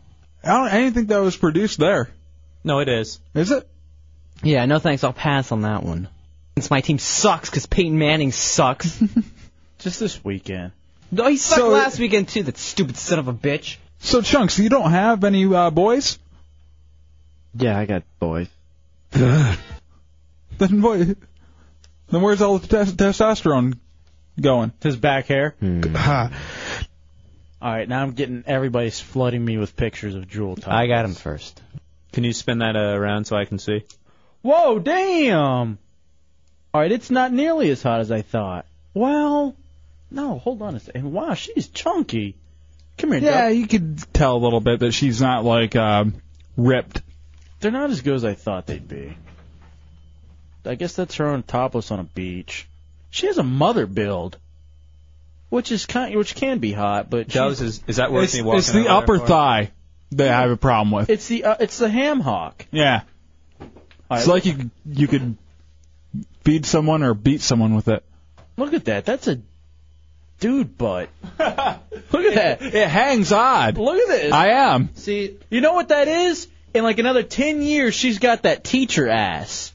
[SPEAKER 3] I don't, I didn't think that was produced there.
[SPEAKER 18] No, it is.
[SPEAKER 3] Is it?
[SPEAKER 4] Yeah, no thanks. I'll pass on that one. Since my team sucks because Peyton Manning (laughs) sucks.
[SPEAKER 2] Just this weekend.
[SPEAKER 4] No, he sucked
[SPEAKER 3] So-
[SPEAKER 4] last weekend too. That stupid son of a bitch.
[SPEAKER 3] So, Chunks, you don't have any uh,
[SPEAKER 18] (laughs)
[SPEAKER 3] boys?
[SPEAKER 8] Yeah, I got boys.
[SPEAKER 3] Then what? Then where's all the tes- testosterone going?
[SPEAKER 2] His back hair. All right, now I'm getting everybody's flooding me with pictures of Jewel Top.
[SPEAKER 18] I got
[SPEAKER 4] him first.
[SPEAKER 18] Can you spin that uh, around so I can see?
[SPEAKER 2] Whoa, damn! All right, it's not nearly as hot as I thought. Well, no, hold on a second. Wow, she's chunky. Come here,
[SPEAKER 3] Yeah,
[SPEAKER 2] Doug.
[SPEAKER 3] you could (laughs) tell a little bit that she's not like um, ripped.
[SPEAKER 2] They're not as good as I thought they'd be. I guess that's her on topless on a beach. She has a mother build, which is kind, which can be hot, but
[SPEAKER 18] Doves
[SPEAKER 2] she's-
[SPEAKER 18] is is that worth
[SPEAKER 3] it's,
[SPEAKER 18] me walking?
[SPEAKER 3] it's the
[SPEAKER 18] out there
[SPEAKER 3] upper
[SPEAKER 18] for?
[SPEAKER 3] thigh that I have a problem with.
[SPEAKER 2] It's the uh, it's the ham hock.
[SPEAKER 3] yeah,
[SPEAKER 2] All
[SPEAKER 3] it's
[SPEAKER 2] right.
[SPEAKER 3] like you you could feed someone or beat someone with it.
[SPEAKER 2] Look at that. That's a dude butt. Look at that.
[SPEAKER 3] It hangs odd.
[SPEAKER 2] Look at this.
[SPEAKER 3] I am.
[SPEAKER 2] See, you know what that is? In like another 10 years, she's got that teacher ass.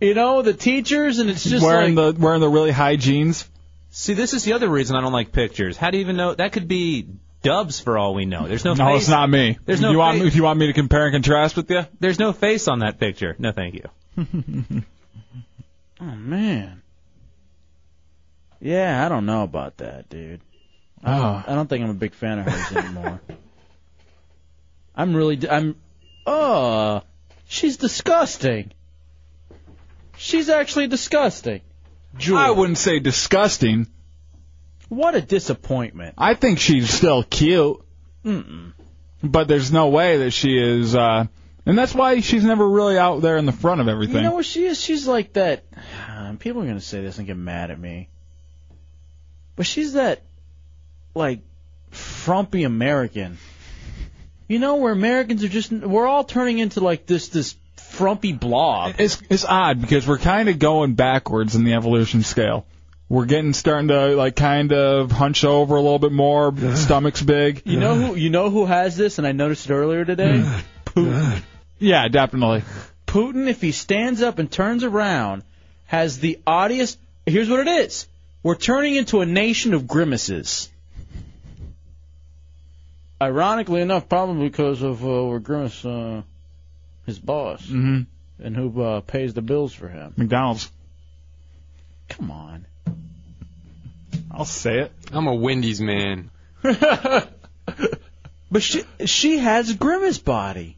[SPEAKER 2] You know, the teachers, and it's just
[SPEAKER 3] wearing
[SPEAKER 2] like.
[SPEAKER 3] the wearing the really high jeans.
[SPEAKER 18] See, this is the other reason I don't like pictures. How do you even know? That could be dubs for all we know. There's no.
[SPEAKER 3] No,
[SPEAKER 18] face.
[SPEAKER 3] it's not me.
[SPEAKER 18] There's no
[SPEAKER 3] you want
[SPEAKER 18] face.
[SPEAKER 3] me, you want me to compare and contrast with you?
[SPEAKER 18] There's no face on that picture. No, thank you.
[SPEAKER 2] (laughs) oh, man. Yeah, I don't know about that, dude. I don't, I don't think I'm a big fan of hers anymore. (laughs) I'm really. d- I'm. Oh, she's disgusting. She's actually disgusting.
[SPEAKER 3] I wouldn't say disgusting.
[SPEAKER 2] What a disappointment.
[SPEAKER 3] I think she's still cute,
[SPEAKER 2] Mm-mm.
[SPEAKER 3] but there's no way that she is. uh And that's why she's never really out there in the front of everything.
[SPEAKER 2] You know what she is? She's like that. (sighs) People are gonna say this and get mad at me, but she's that like frumpy American. You know where Americans are just we're all turning into like this this frumpy blob.
[SPEAKER 3] It's it's odd because we're kind of going backwards in the evolution scale. We're getting starting to like kind of hunch over a little bit more. Stomach's big. Hmm.
[SPEAKER 2] You know who you know who has this, and I noticed it earlier today. Putin.
[SPEAKER 3] Yeah, definitely.
[SPEAKER 2] (laughs) Putin, if he stands up and turns around, has the oddest. Here's what it is: we're turning into a nation of grimaces. Ironically enough, probably because of uh, where Grimace, uh, his boss,
[SPEAKER 3] Mhm.
[SPEAKER 2] and who uh, pays the bills for him.
[SPEAKER 3] McDonald's.
[SPEAKER 2] Come on.
[SPEAKER 3] I'll say it.
[SPEAKER 13] I'm a
[SPEAKER 2] (laughs)
[SPEAKER 13] Wendy's man.
[SPEAKER 2] But she she has Grimace body.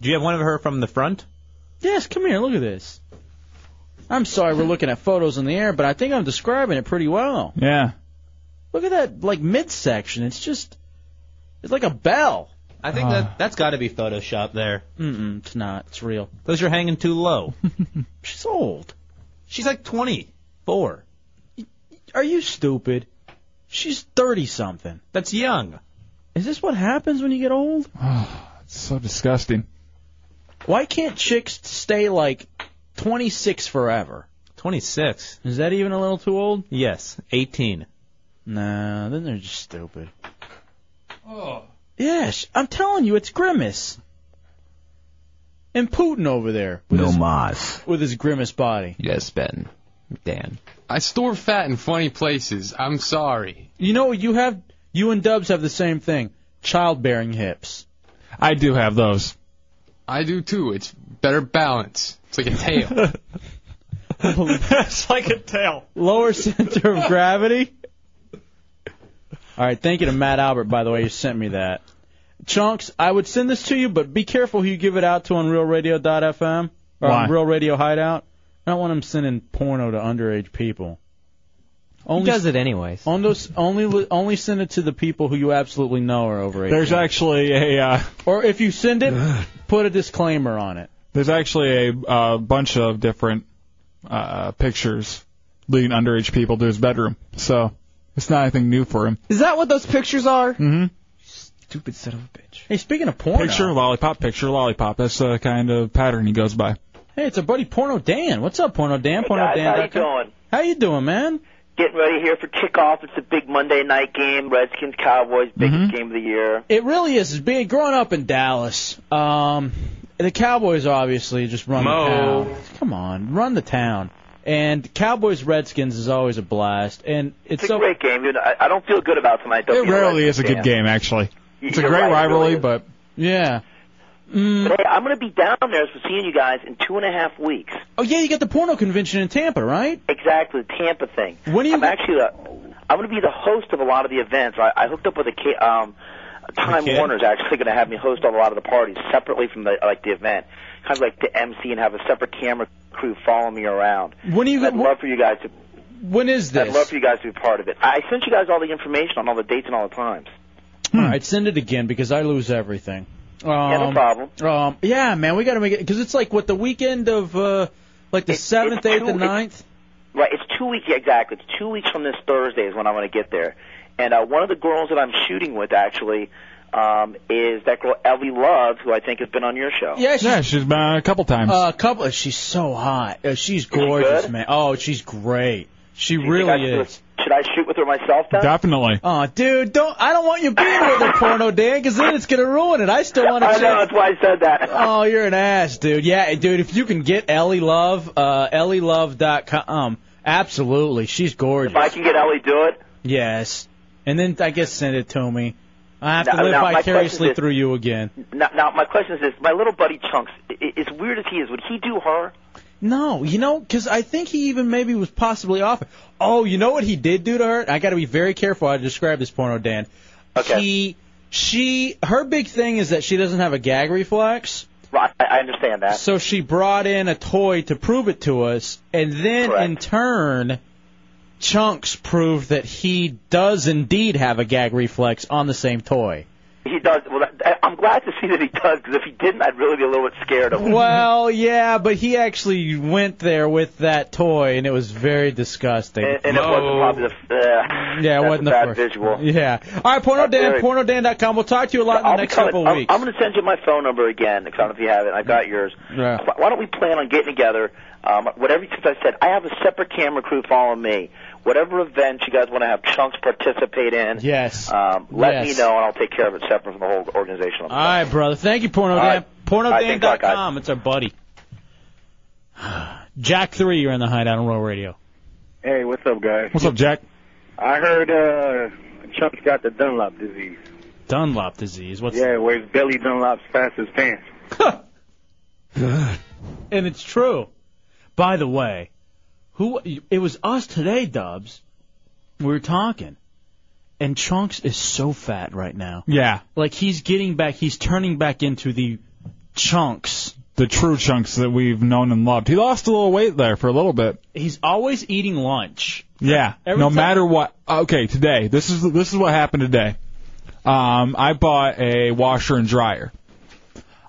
[SPEAKER 18] Do you have one of her from the front?
[SPEAKER 2] Yes, come here. Look at this. I'm sorry we're looking at photos in the air, but I think I'm describing it pretty well.
[SPEAKER 3] Yeah.
[SPEAKER 2] Look at that, like midsection. It's just, it's like a bell.
[SPEAKER 18] I think that that's got to be Photoshop there.
[SPEAKER 2] Mm-mm, it's not. It's real.
[SPEAKER 18] Those are hanging too
[SPEAKER 3] (laughs)
[SPEAKER 18] low.
[SPEAKER 2] She's old.
[SPEAKER 18] She's like 24.
[SPEAKER 2] Are you stupid? She's thirty something.
[SPEAKER 18] That's young.
[SPEAKER 2] Is this what happens when you get old?
[SPEAKER 3] (sighs) It's so disgusting.
[SPEAKER 2] Why can't chicks stay like 26 forever?
[SPEAKER 18] 26.
[SPEAKER 2] Is that even a little too old?
[SPEAKER 18] Yes, 18.
[SPEAKER 2] Nah, then they're just stupid.
[SPEAKER 18] Oh.
[SPEAKER 2] Yeah, sh- I'm telling you, it's grimace. And Putin over there with his
[SPEAKER 16] mas.
[SPEAKER 2] with his grimace body.
[SPEAKER 18] Yes, Ben. Dan.
[SPEAKER 13] I store fat in funny places. I'm sorry.
[SPEAKER 2] You know what you have? You and Dubs have the same thing. Childbearing hips.
[SPEAKER 3] I do have those.
[SPEAKER 13] I do too. It's better balance. It's like
[SPEAKER 2] (laughs)
[SPEAKER 13] a tail.
[SPEAKER 3] it's like a tail.
[SPEAKER 2] Lower center of gravity. All right, thank you to Matt Albert, by the way, who sent me that. Chunks, I would send this to you, but be careful who you give it out to on RealRadio.fm or
[SPEAKER 3] Why?
[SPEAKER 2] on Real Radio Hideout. I don't want them sending porno to underage people. Only
[SPEAKER 4] does it anyways.
[SPEAKER 2] On those, only li- only send it to the people who you absolutely know are over 18.
[SPEAKER 3] There's actually a uh,
[SPEAKER 2] or if you send it, put a disclaimer on it.
[SPEAKER 3] there's actually a uh, bunch of different uh, pictures leading underage people to his bedroom. So it's not anything new for him.
[SPEAKER 4] Is that what those pictures are?
[SPEAKER 3] Mm-hmm.
[SPEAKER 4] Stupid son of a bitch.
[SPEAKER 2] Hey, speaking of porn,
[SPEAKER 3] Picture lollipop, picture lollipop. That's the kind of pattern he goes by.
[SPEAKER 2] Hey, it's our buddy Porno Dan. What's up, Porno Dan? Porno
[SPEAKER 21] guys,
[SPEAKER 2] Dan.
[SPEAKER 21] how you doing?
[SPEAKER 2] How you doing, man?
[SPEAKER 21] Getting ready here for kickoff. It's a big Monday night game. Redskins Cowboys, biggest
[SPEAKER 3] Mm-hmm.
[SPEAKER 21] game of the year.
[SPEAKER 2] It really is. It's being growing up in Dallas. Um, the Cowboys obviously just run
[SPEAKER 5] Mo.
[SPEAKER 2] the town. Come on, run the town. And Cowboys Redskins is always a blast. And it's,
[SPEAKER 21] It's, a
[SPEAKER 2] so
[SPEAKER 21] great game. dude. I, I don't feel good about tonight. Though,
[SPEAKER 3] It rarely is a good game, actually. It's a great rivalry, but Mm.
[SPEAKER 2] yeah.
[SPEAKER 21] But hey, I'm going to be down there so seeing you guys in two and a half weeks.
[SPEAKER 2] Oh yeah, you got the porno convention in Tampa, right?
[SPEAKER 21] Exactly, the Tampa thing.
[SPEAKER 2] When are you
[SPEAKER 21] I'm actually the, I'm going to be the host of a lot of the events. I, I hooked up with a kid. Um, Time
[SPEAKER 2] kid?
[SPEAKER 21] Warner's actually going to have me host a lot of the parties separately from the like the event, kind of like the MC and have a separate camera crew follow me around.
[SPEAKER 2] When are you?
[SPEAKER 21] I'd love for you guys to.
[SPEAKER 2] When is
[SPEAKER 21] I'd
[SPEAKER 2] this?
[SPEAKER 21] love for you guys to be part of it. I sent you guys all the information on all the dates and all the times.
[SPEAKER 3] Hmm.
[SPEAKER 2] All right, send it again because I lose everything. Um,
[SPEAKER 21] no problem.
[SPEAKER 2] Um, yeah, man, we got to make it because it's like what the weekend of uh, like the seventh, eighth,
[SPEAKER 21] two-
[SPEAKER 2] and
[SPEAKER 21] it-
[SPEAKER 2] ninth.
[SPEAKER 21] Right, it's two weeks yeah, exactly. It's two weeks from this Thursday is when I'm going to get there, and uh, one of the girls that I'm shooting with actually um, is that girl Ellie Love, who I think has been on your show.
[SPEAKER 2] Yeah, she's,
[SPEAKER 3] been on a couple times.
[SPEAKER 2] Uh, a couple. She's so hot. Uh, she's gorgeous, man. Oh, she's great. She really
[SPEAKER 21] I should-
[SPEAKER 2] is.
[SPEAKER 21] Should I shoot with her myself then?
[SPEAKER 3] Definitely.
[SPEAKER 2] Oh, dude, don't. I don't want you being with her, porno Dan, because then it's gonna ruin it. I still want to.
[SPEAKER 21] I know that's why I said that.
[SPEAKER 2] Oh, you're an ass, dude. Yeah, dude, if you can get Ellie Love, uh, ellielove.com, absolutely. She's gorgeous.
[SPEAKER 21] If I can get Ellie to do it,
[SPEAKER 2] Yes. And then I guess send it to me. I have to
[SPEAKER 21] Now-
[SPEAKER 2] live
[SPEAKER 21] now, my question
[SPEAKER 2] vicariously
[SPEAKER 21] is-
[SPEAKER 2] through you again.
[SPEAKER 21] now, now my question is this: My little buddy Chunks, i- i- as weird as he is, would he do her?
[SPEAKER 2] No, you know, 'cause I think he even maybe was possibly off. Oh, you know what he did do to her? I got to be very careful. how I describe this porno, Dan. Okay. He, she, her big thing is that she doesn't have a gag reflex.
[SPEAKER 21] Right, I, I understand that.
[SPEAKER 2] So she brought in a toy to prove it to us, and then in turn, Chunks proved that he does indeed have a gag reflex on the same toy.
[SPEAKER 21] He does. Well, that, I'm glad to see that he does because if he didn't, I'd really be a little bit scared of him.
[SPEAKER 2] Well, yeah, but he actually went there with that toy, and it was very disgusting.
[SPEAKER 21] and, and it wasn't probably the. Uh,
[SPEAKER 2] yeah, it
[SPEAKER 21] that's
[SPEAKER 2] wasn't
[SPEAKER 21] a
[SPEAKER 2] the
[SPEAKER 21] bad
[SPEAKER 2] first.
[SPEAKER 21] visual.
[SPEAKER 2] Yeah. All right, porno Dan,
[SPEAKER 21] very-
[SPEAKER 2] pornodan.com. We'll talk to you a lot in the
[SPEAKER 21] I'll be
[SPEAKER 2] next
[SPEAKER 21] coming.
[SPEAKER 2] couple
[SPEAKER 21] I'm,
[SPEAKER 2] weeks.
[SPEAKER 21] I'm going to send you my phone number again, because I don't know if you have it. I've got yours.
[SPEAKER 2] Yeah.
[SPEAKER 21] Why- Why don't we plan on getting together? Um, whatever, since I said I have a separate camera crew following me. Whatever event you guys want to have Chunks participate in,
[SPEAKER 2] Yes.
[SPEAKER 21] um, let
[SPEAKER 2] Yes.
[SPEAKER 21] me know, and I'll take care of it separate from the whole organization.
[SPEAKER 2] All right, brother. Thank you, porno
[SPEAKER 21] All
[SPEAKER 2] Dan.
[SPEAKER 21] right.
[SPEAKER 2] Porno
[SPEAKER 21] All right, thanks a lot, guys.
[SPEAKER 2] PornoDan.com. It's our buddy. Jack three, you're in the hideout on Roll Radio.
[SPEAKER 17] Hey, what's up, guys?
[SPEAKER 3] What's up, Jack?
[SPEAKER 17] I heard uh, Chuck's got the Dunlop disease.
[SPEAKER 2] Dunlop disease. What's
[SPEAKER 17] yeah, where his belly Dunlop's fast as pants.
[SPEAKER 2] and it's true. By the way, who it was us today, Dubs. We were talking, and Chunks is so fat right now.
[SPEAKER 3] Yeah.
[SPEAKER 2] Like he's getting back, he's turning back into the chunks.
[SPEAKER 3] The true chunks that we've known and loved. He lost a little weight there for a little bit.
[SPEAKER 2] He's always eating lunch.
[SPEAKER 3] Yeah.
[SPEAKER 2] Every
[SPEAKER 3] no
[SPEAKER 2] time-
[SPEAKER 3] matter what. uh, Okay, today. This is this is what happened today. Um, I bought a washer and dryer.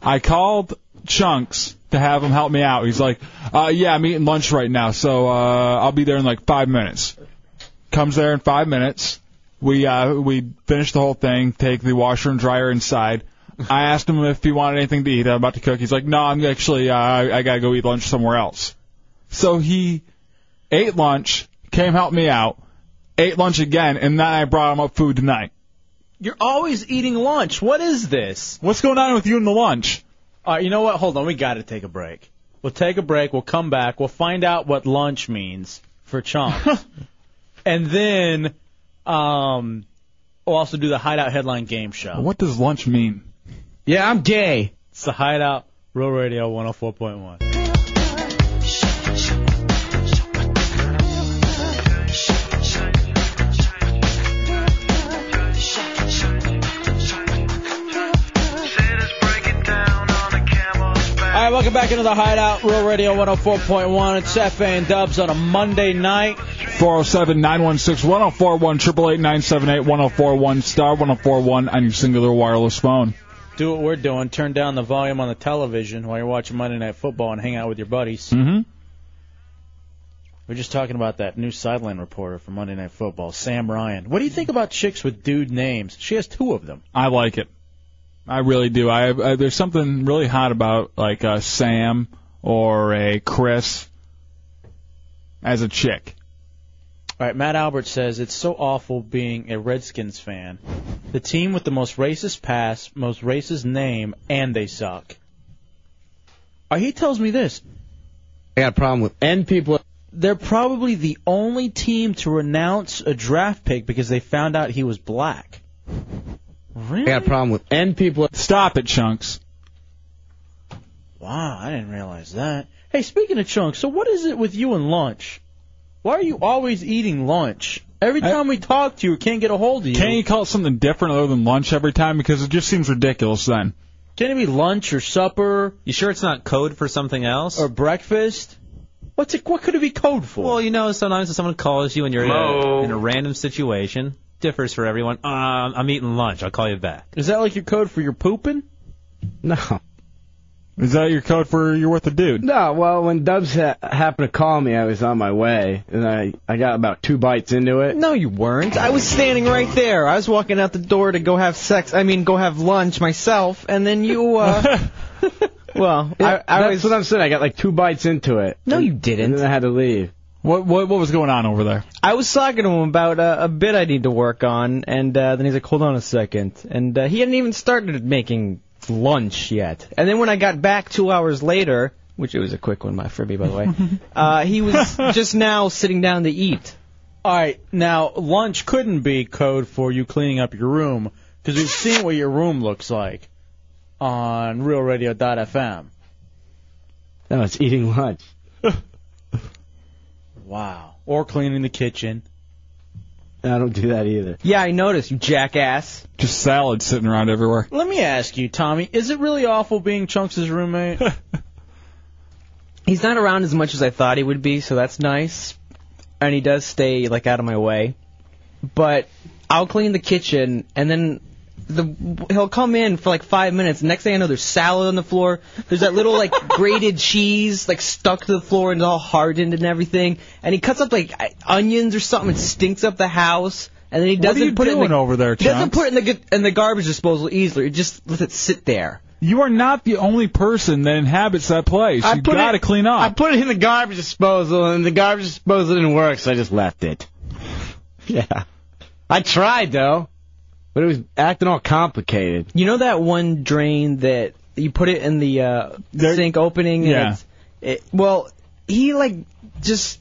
[SPEAKER 3] I called Chunks to have him help me out. He's like, uh, "Yeah, I'm eating lunch right now, so uh, I'll be there in like five minutes." Comes there in five minutes. We uh, we finish the whole thing. Take the washer and dryer inside. I asked him if he wanted anything to eat. I'm about to cook. He's like, "No, I'm actually uh, I, I gotta go eat lunch somewhere else." So he ate lunch, came help me out, ate lunch again, and then I brought him up food tonight.
[SPEAKER 2] You're always eating lunch. What is this?
[SPEAKER 3] What's going on with you and the lunch?
[SPEAKER 2] All right, you know what? Hold on, we got to take a break. We'll take a break. We'll come back. We'll find out what lunch means
[SPEAKER 3] (laughs)
[SPEAKER 2] for chunks, and then um, we'll also do the Hideout headline game show.
[SPEAKER 3] What does lunch mean?
[SPEAKER 2] Yeah, I'm gay. It's the Hideout, Real Radio 104.1. All right,
[SPEAKER 3] oh
[SPEAKER 2] welcome back into the Hideout, Real Radio 104.1. It's FA and Dubs on a Monday night.
[SPEAKER 3] 407 916 1041 888 978 1041 star 1041 on your singular wireless phone.
[SPEAKER 2] Do what we're doing. Turn down the volume on the television while you're watching Monday Night Football and hang out with your buddies.
[SPEAKER 3] Mm-hmm.
[SPEAKER 2] We're just talking about that new sideline reporter for Monday Night Football, Sam Ryan. What do you think about chicks with dude names? She has two of them.
[SPEAKER 3] I like it. I really do. I, I there's something really hot about like a Sam or a Chris as a chick.
[SPEAKER 2] All right, Matt Albert says it's so awful being a Redskins fan. The team with the most racist past, most racist name, and they suck. Uh, he tells me this.
[SPEAKER 8] I got a problem with and people.
[SPEAKER 2] They're probably the only team to renounce a draft pick because they found out he was black. Really?
[SPEAKER 8] I got a problem with and people.
[SPEAKER 3] Stop it, chunks.
[SPEAKER 2] Wow, I didn't realize that. Hey, speaking of chunks, so what is it with you and lunch? Why are you always eating lunch? Every time we talk to you, we can't get a hold of you.
[SPEAKER 3] Can't you call it something different other than lunch every time? Because it just seems ridiculous then.
[SPEAKER 2] Can it be lunch or supper?
[SPEAKER 18] You sure it's not code for something else?
[SPEAKER 2] Or breakfast? What's it? What could it be code for?
[SPEAKER 18] Well, you know, sometimes if someone calls you and you're in
[SPEAKER 2] Mo.
[SPEAKER 18] a, in a random situation, differs for everyone. Um, I'm eating lunch. I'll call you back.
[SPEAKER 2] Is that like your code for your pooping?
[SPEAKER 8] No.
[SPEAKER 3] Is that your code for you're with a dude?
[SPEAKER 8] No, well, when Dubs ha- happened to call me, I was on my way, and I I got about two bites into it.
[SPEAKER 4] No, you weren't. I was standing right there. I was walking out the door to go have sex. I mean, go have lunch myself, and then you. (laughs) uh... well, I, I
[SPEAKER 8] That's
[SPEAKER 4] was.
[SPEAKER 8] what I'm saying. I got like two bites into it.
[SPEAKER 4] No, you didn't.
[SPEAKER 8] And then I had to leave.
[SPEAKER 3] What what what was going on over there?
[SPEAKER 4] I was talking to him about uh, a bit I need to work on, and uh, then he's like, "Hold on a second. and uh, he hadn't even started making lunch yet. And then when I got back two hours later, which it was a quick one, my Fibby, by
[SPEAKER 3] (laughs)
[SPEAKER 4] the way, uh, he was just now sitting down to eat.
[SPEAKER 2] All right, now lunch couldn't be code for you cleaning up your room because we've seen what your room looks like on RealRadio.fm.
[SPEAKER 8] No, it's eating lunch.
[SPEAKER 2] Wow. Or cleaning the kitchen.
[SPEAKER 8] I don't do that either.
[SPEAKER 4] Yeah, I noticed, you jackass.
[SPEAKER 3] Just salad sitting around everywhere.
[SPEAKER 2] Let me ask you, Tommy, is it really awful being Chunks' (laughs) roommate?
[SPEAKER 4] He's not around as much as I thought he would be, so that's nice. And he does stay like out of my way. But I'll clean the kitchen, and then the he'll come in for like five minutes. Next thing I know, there's salad on the floor. There's that little
[SPEAKER 3] (laughs)
[SPEAKER 4] like grated cheese like stuck to the floor and all hardened and everything. And he cuts up like I- onions or something. It stinks up the house. And then he
[SPEAKER 3] What
[SPEAKER 4] doesn't
[SPEAKER 3] are you
[SPEAKER 4] put it in
[SPEAKER 3] doing
[SPEAKER 4] the,
[SPEAKER 3] over there,
[SPEAKER 4] Doesn't
[SPEAKER 3] Chunks?
[SPEAKER 4] put it in the g- in the garbage disposal easily. It just lets it sit there.
[SPEAKER 3] You are not the only person that inhabits that place.
[SPEAKER 8] I
[SPEAKER 3] you
[SPEAKER 8] put
[SPEAKER 3] gotta
[SPEAKER 8] it-
[SPEAKER 3] clean up.
[SPEAKER 8] I put it in the garbage disposal, and the garbage disposal didn't work, so I just left it. (laughs) yeah. I tried, though, but it was acting all complicated.
[SPEAKER 4] You know that one drain that you put it in the uh, sink opening?
[SPEAKER 8] Yeah.
[SPEAKER 4] And it's- it, well, he like just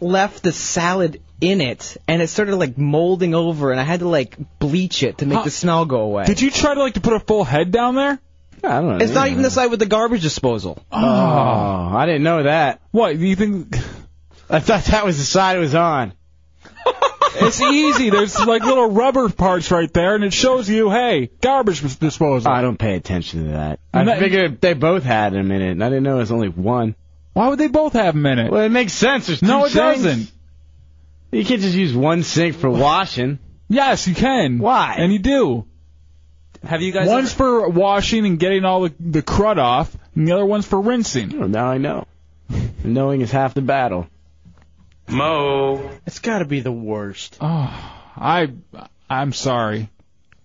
[SPEAKER 4] left the salad in it, and it started like molding over, and I had to like bleach it to make
[SPEAKER 3] Huh.
[SPEAKER 4] the smell go away.
[SPEAKER 3] Did you try to like to put a full head down there?
[SPEAKER 8] I don't know.
[SPEAKER 4] It's not even the side with the garbage disposal.
[SPEAKER 8] Oh, I didn't know that.
[SPEAKER 3] What do you think?
[SPEAKER 8] (laughs) I thought that was the side it was on.
[SPEAKER 3] (laughs) It's easy. There's like little rubber parts right there, and it shows you, hey, garbage dis- disposal.
[SPEAKER 8] I don't pay attention to that. I
[SPEAKER 3] Ma-
[SPEAKER 8] figured they both had them in it, and I didn't know it was only one.
[SPEAKER 3] Why would they both have them in it?
[SPEAKER 8] Well, it makes sense. There's
[SPEAKER 3] No,
[SPEAKER 8] two
[SPEAKER 3] it
[SPEAKER 8] sinks.
[SPEAKER 3] doesn't.
[SPEAKER 8] You can't just use one sink for washing.
[SPEAKER 3] Yes, you can. Why? And you do.
[SPEAKER 18] Have you guys?
[SPEAKER 3] one's for washing and getting all the, the crud off, and the other one's for rinsing.
[SPEAKER 8] Well, Oh, now I know. Knowing is half the battle.
[SPEAKER 5] Mo.
[SPEAKER 2] It's gotta be the worst.
[SPEAKER 3] Oh, I, I'm sorry,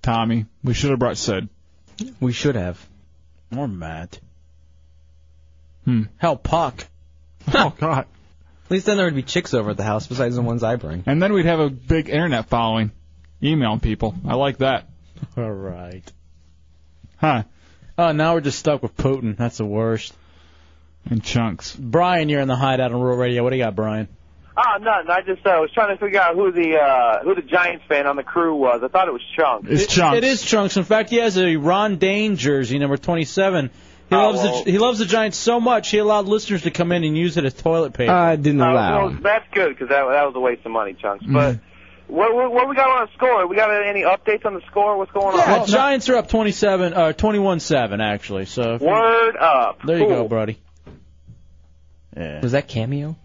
[SPEAKER 3] Tommy. We should have brought Sid.
[SPEAKER 4] We should have.
[SPEAKER 2] Or Matt.
[SPEAKER 3] Hmm.
[SPEAKER 2] Hell,
[SPEAKER 4] (laughs)
[SPEAKER 2] Puck.
[SPEAKER 3] Oh God.
[SPEAKER 4] At least then there would be chicks over at the house besides the ones I bring.
[SPEAKER 3] And then we'd have a big internet following, emailing people. I like that.
[SPEAKER 2] All right.
[SPEAKER 3] Huh.
[SPEAKER 2] Oh, now we're just stuck with Putin. That's the worst.
[SPEAKER 3] In chunks.
[SPEAKER 2] Brian, you're in the hideout on Rural Radio. What do you got, Brian?
[SPEAKER 17] Ah, nothing. I just uh, was trying to figure out who the uh, who the Giants fan on the crew was. I thought it was Chunk.
[SPEAKER 3] It's Chunks.
[SPEAKER 2] It is Chunks. In fact, he has a Ron Dane jersey, number 27. He loves
[SPEAKER 17] well.
[SPEAKER 2] the he loves the Giants so much he allowed listeners to come in and use it as toilet paper.
[SPEAKER 8] I didn't
[SPEAKER 17] Uh,
[SPEAKER 8] allow.
[SPEAKER 17] well, that's good because that, that was a waste of money, Chunks.
[SPEAKER 3] Mm-hmm.
[SPEAKER 17] But what, what what we got on the score? We got any updates on the score? What's going
[SPEAKER 2] Yeah,
[SPEAKER 17] on?
[SPEAKER 2] Giants are up 27, uh, 21-7 actually. So if you-
[SPEAKER 17] Word up.
[SPEAKER 2] there you go, buddy.
[SPEAKER 4] Was that cameo?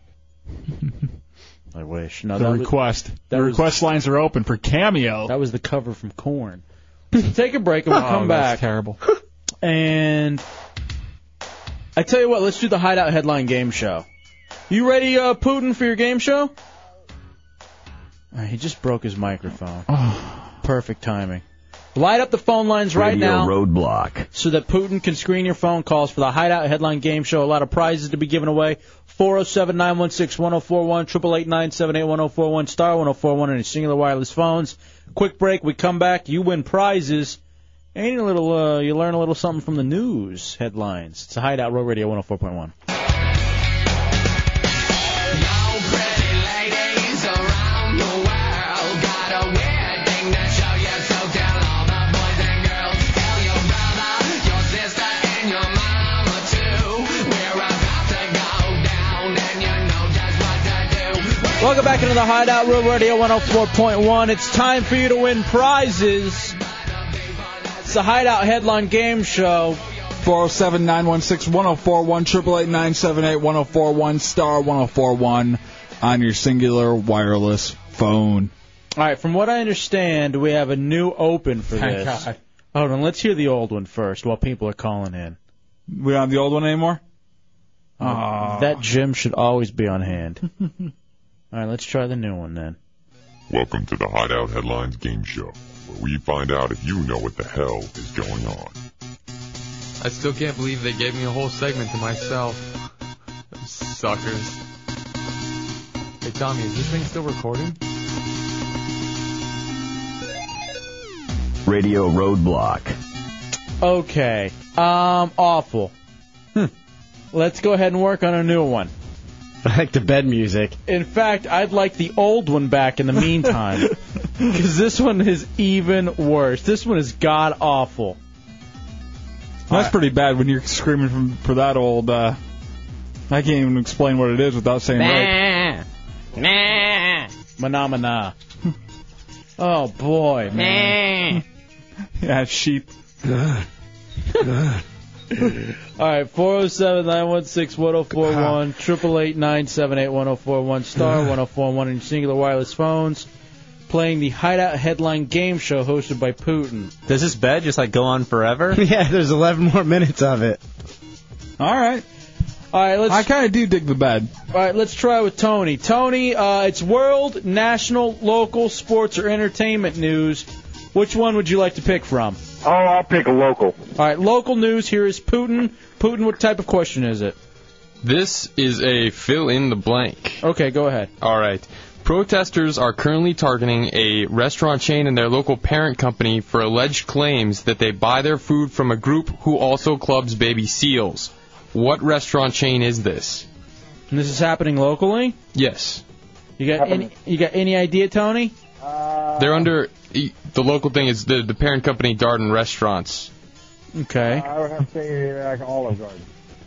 [SPEAKER 2] I wish. No,
[SPEAKER 3] the
[SPEAKER 2] that was-
[SPEAKER 3] request.
[SPEAKER 2] that
[SPEAKER 3] the
[SPEAKER 2] was-
[SPEAKER 3] request lines are open for cameo. That
[SPEAKER 2] was the cover from Corn. (laughs) Oh, Take a break and (laughs) we'll come back.
[SPEAKER 3] Terrible.
[SPEAKER 2] And I tell you what, let's do the Hideout Headline Game Show. You ready, uh, Putin, for your game show? All right, he just broke his microphone. Oh. Perfect timing. Light up the phone lines right
[SPEAKER 16] Radio
[SPEAKER 2] now
[SPEAKER 16] roadblock.
[SPEAKER 2] so that Putin can screen your phone calls for the Hideout Headline Game Show. A lot of prizes to be given away. 407 916 1041, 888 978 1041, star 1041 on your singular wireless phones. Quick break, we come back, you win prizes. And a little, uh, you learn a little something from the news headlines. It's a Hideout Road Radio 104.1. Welcome back into the Hideout Road Radio 104.1. It's time for you to win prizes. It's the Hideout Headline Game Show.
[SPEAKER 3] 407 916 1041, 888 978 1041, star 1041 on your singular wireless phone.
[SPEAKER 2] All right, from what I understand, we have a new open for
[SPEAKER 3] Thank
[SPEAKER 2] this.
[SPEAKER 3] God.
[SPEAKER 2] Hold on, let's hear the old one first while people are calling in. Oh,
[SPEAKER 3] We don't have the old one anymore? Ah.
[SPEAKER 2] That gym should always be on hand. (laughs) All right, let's try the new one then.
[SPEAKER 1] Welcome to the Hideout Headlines Game Show, where we find out if you know what the hell is going on.
[SPEAKER 5] I still can't believe they gave me a whole segment to myself. Suckers. Hey, Tommy, is this thing still recording?
[SPEAKER 16] Radio roadblock.
[SPEAKER 2] Okay. Um, awful.
[SPEAKER 3] Hmm.
[SPEAKER 2] (laughs) Let's go ahead and work on a new one.
[SPEAKER 8] (laughs) I like the bed music. (laughs)
[SPEAKER 2] In fact, I'd like the old one back in the meantime.
[SPEAKER 3] (laughs)
[SPEAKER 2] Because this one is even worse. This one is god awful.
[SPEAKER 3] That's pretty bad when you're screaming from, for that old. Uh, I can't even explain what it is without saying right.
[SPEAKER 2] Nah. Nah. Manamana. (laughs) oh boy, (laughs) man.
[SPEAKER 3] Yeah, sheep.
[SPEAKER 2] All right, 407 916 1041, 888 978 1041, star (laughs) 1041 on your singular wireless phones, playing the Hideout Headline Game Show hosted by Putin.
[SPEAKER 18] Does this bed just like go on forever? yeah,
[SPEAKER 8] there's 11 more minutes of it.
[SPEAKER 3] All right.
[SPEAKER 2] All right, let's.
[SPEAKER 3] I kind of do dig the bed.
[SPEAKER 2] All right, let's try with Tony. Tony, uh, it's world, national, local, sports, or entertainment news. Which one would you like to pick from?
[SPEAKER 9] Oh, I'll pick a local.
[SPEAKER 2] All right, local news. Here is Putin. Putin, what type of question is it?
[SPEAKER 13] This is a fill in the blank.
[SPEAKER 2] Okay, go ahead.
[SPEAKER 13] All right. Protesters are currently targeting a restaurant chain and their local parent company for alleged claims that they buy their food from a group who also clubs baby seals. What restaurant chain is this?
[SPEAKER 2] And this is happening locally.
[SPEAKER 13] Yes.
[SPEAKER 2] You got any, you got any idea, Tony?
[SPEAKER 13] They're under the local thing is the, the parent company Darden Restaurants.
[SPEAKER 2] Okay.
[SPEAKER 9] I would have to say like Olive Garden.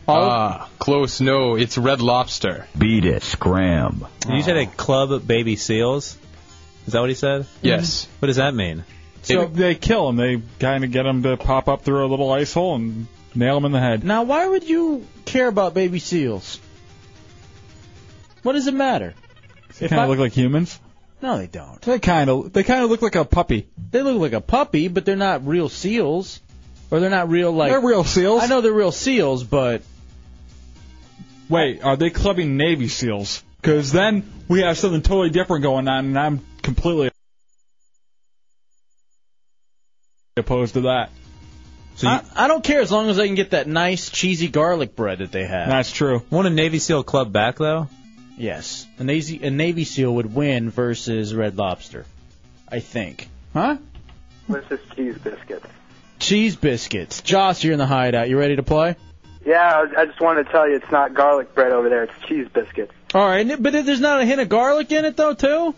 [SPEAKER 13] Ah, close. No, it's Red Lobster.
[SPEAKER 16] Beat it. Scram.
[SPEAKER 18] You said a club baby seals. Is that what he said?
[SPEAKER 13] Yes.
[SPEAKER 18] What does that mean?
[SPEAKER 3] So they kill him. They kind of get him to pop up through a little ice hole and nail him in the head.
[SPEAKER 2] Now, why would you care about baby seals? What does it matter?
[SPEAKER 3] They
[SPEAKER 2] If
[SPEAKER 3] kind
[SPEAKER 2] I-
[SPEAKER 3] of look like humans.
[SPEAKER 2] No, they don't.
[SPEAKER 3] They kind of they kind of look like a puppy.
[SPEAKER 2] They look like a puppy, but they're not real seals, or they're not real like.
[SPEAKER 3] They're real seals.
[SPEAKER 2] I know they're real seals, but
[SPEAKER 3] Wait, are they clubbing Navy SEALs? Because then we have something totally different going on, and I'm completely opposed to that.
[SPEAKER 2] I, I don't care as long as I can get that nice cheesy garlic bread that they have.
[SPEAKER 3] That's true.
[SPEAKER 18] Want a Navy SEAL club back though?
[SPEAKER 2] Yes, a Navy, a Navy SEAL would win versus Red Lobster, I think.
[SPEAKER 3] Huh?
[SPEAKER 9] What's this cheese biscuit?
[SPEAKER 2] Cheese biscuits. Josh, you're in the hideout. You ready to play?
[SPEAKER 9] Yeah, I I just wanted to tell you it's not garlic bread over there. It's cheese biscuits.
[SPEAKER 2] All right, but there's not a hint of garlic in it though, too.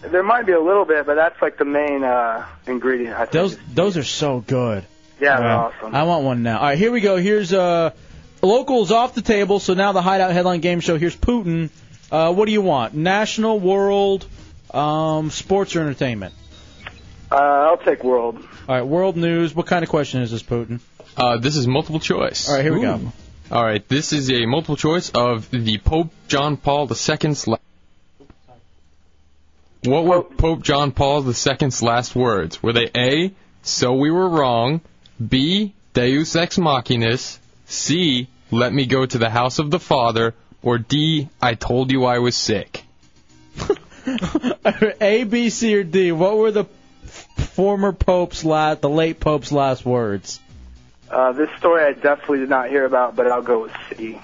[SPEAKER 9] There might be a little bit, but that's like the main uh, ingredient. I think.
[SPEAKER 2] Those those are so good.
[SPEAKER 9] yeah, they're awesome.
[SPEAKER 2] I want one now. All right, here we go. Here's uh, locals off the table. So now the hideout headline game show. Here's Putin. Uh, what do you want? National, world, um, sports or entertainment?
[SPEAKER 9] Uh, I'll take world.
[SPEAKER 2] All right, world news. What kind of question is this, Putin? (laughs)
[SPEAKER 13] Uh, this is multiple choice.
[SPEAKER 2] All right, here we go. Ooh.
[SPEAKER 13] All right, this is a multiple choice of the Pope John Paul II's. La- What were Pope John Paul II's last words? Were they A, so we were wrong, B, deus ex machinis, C, let me go to the house of the Father, or D, I told you I was sick?
[SPEAKER 2] A, B, C, or D. What were the former Pope's last, the late Pope's last words?
[SPEAKER 9] Uh, this story I definitely did not hear about, but I'll go with C.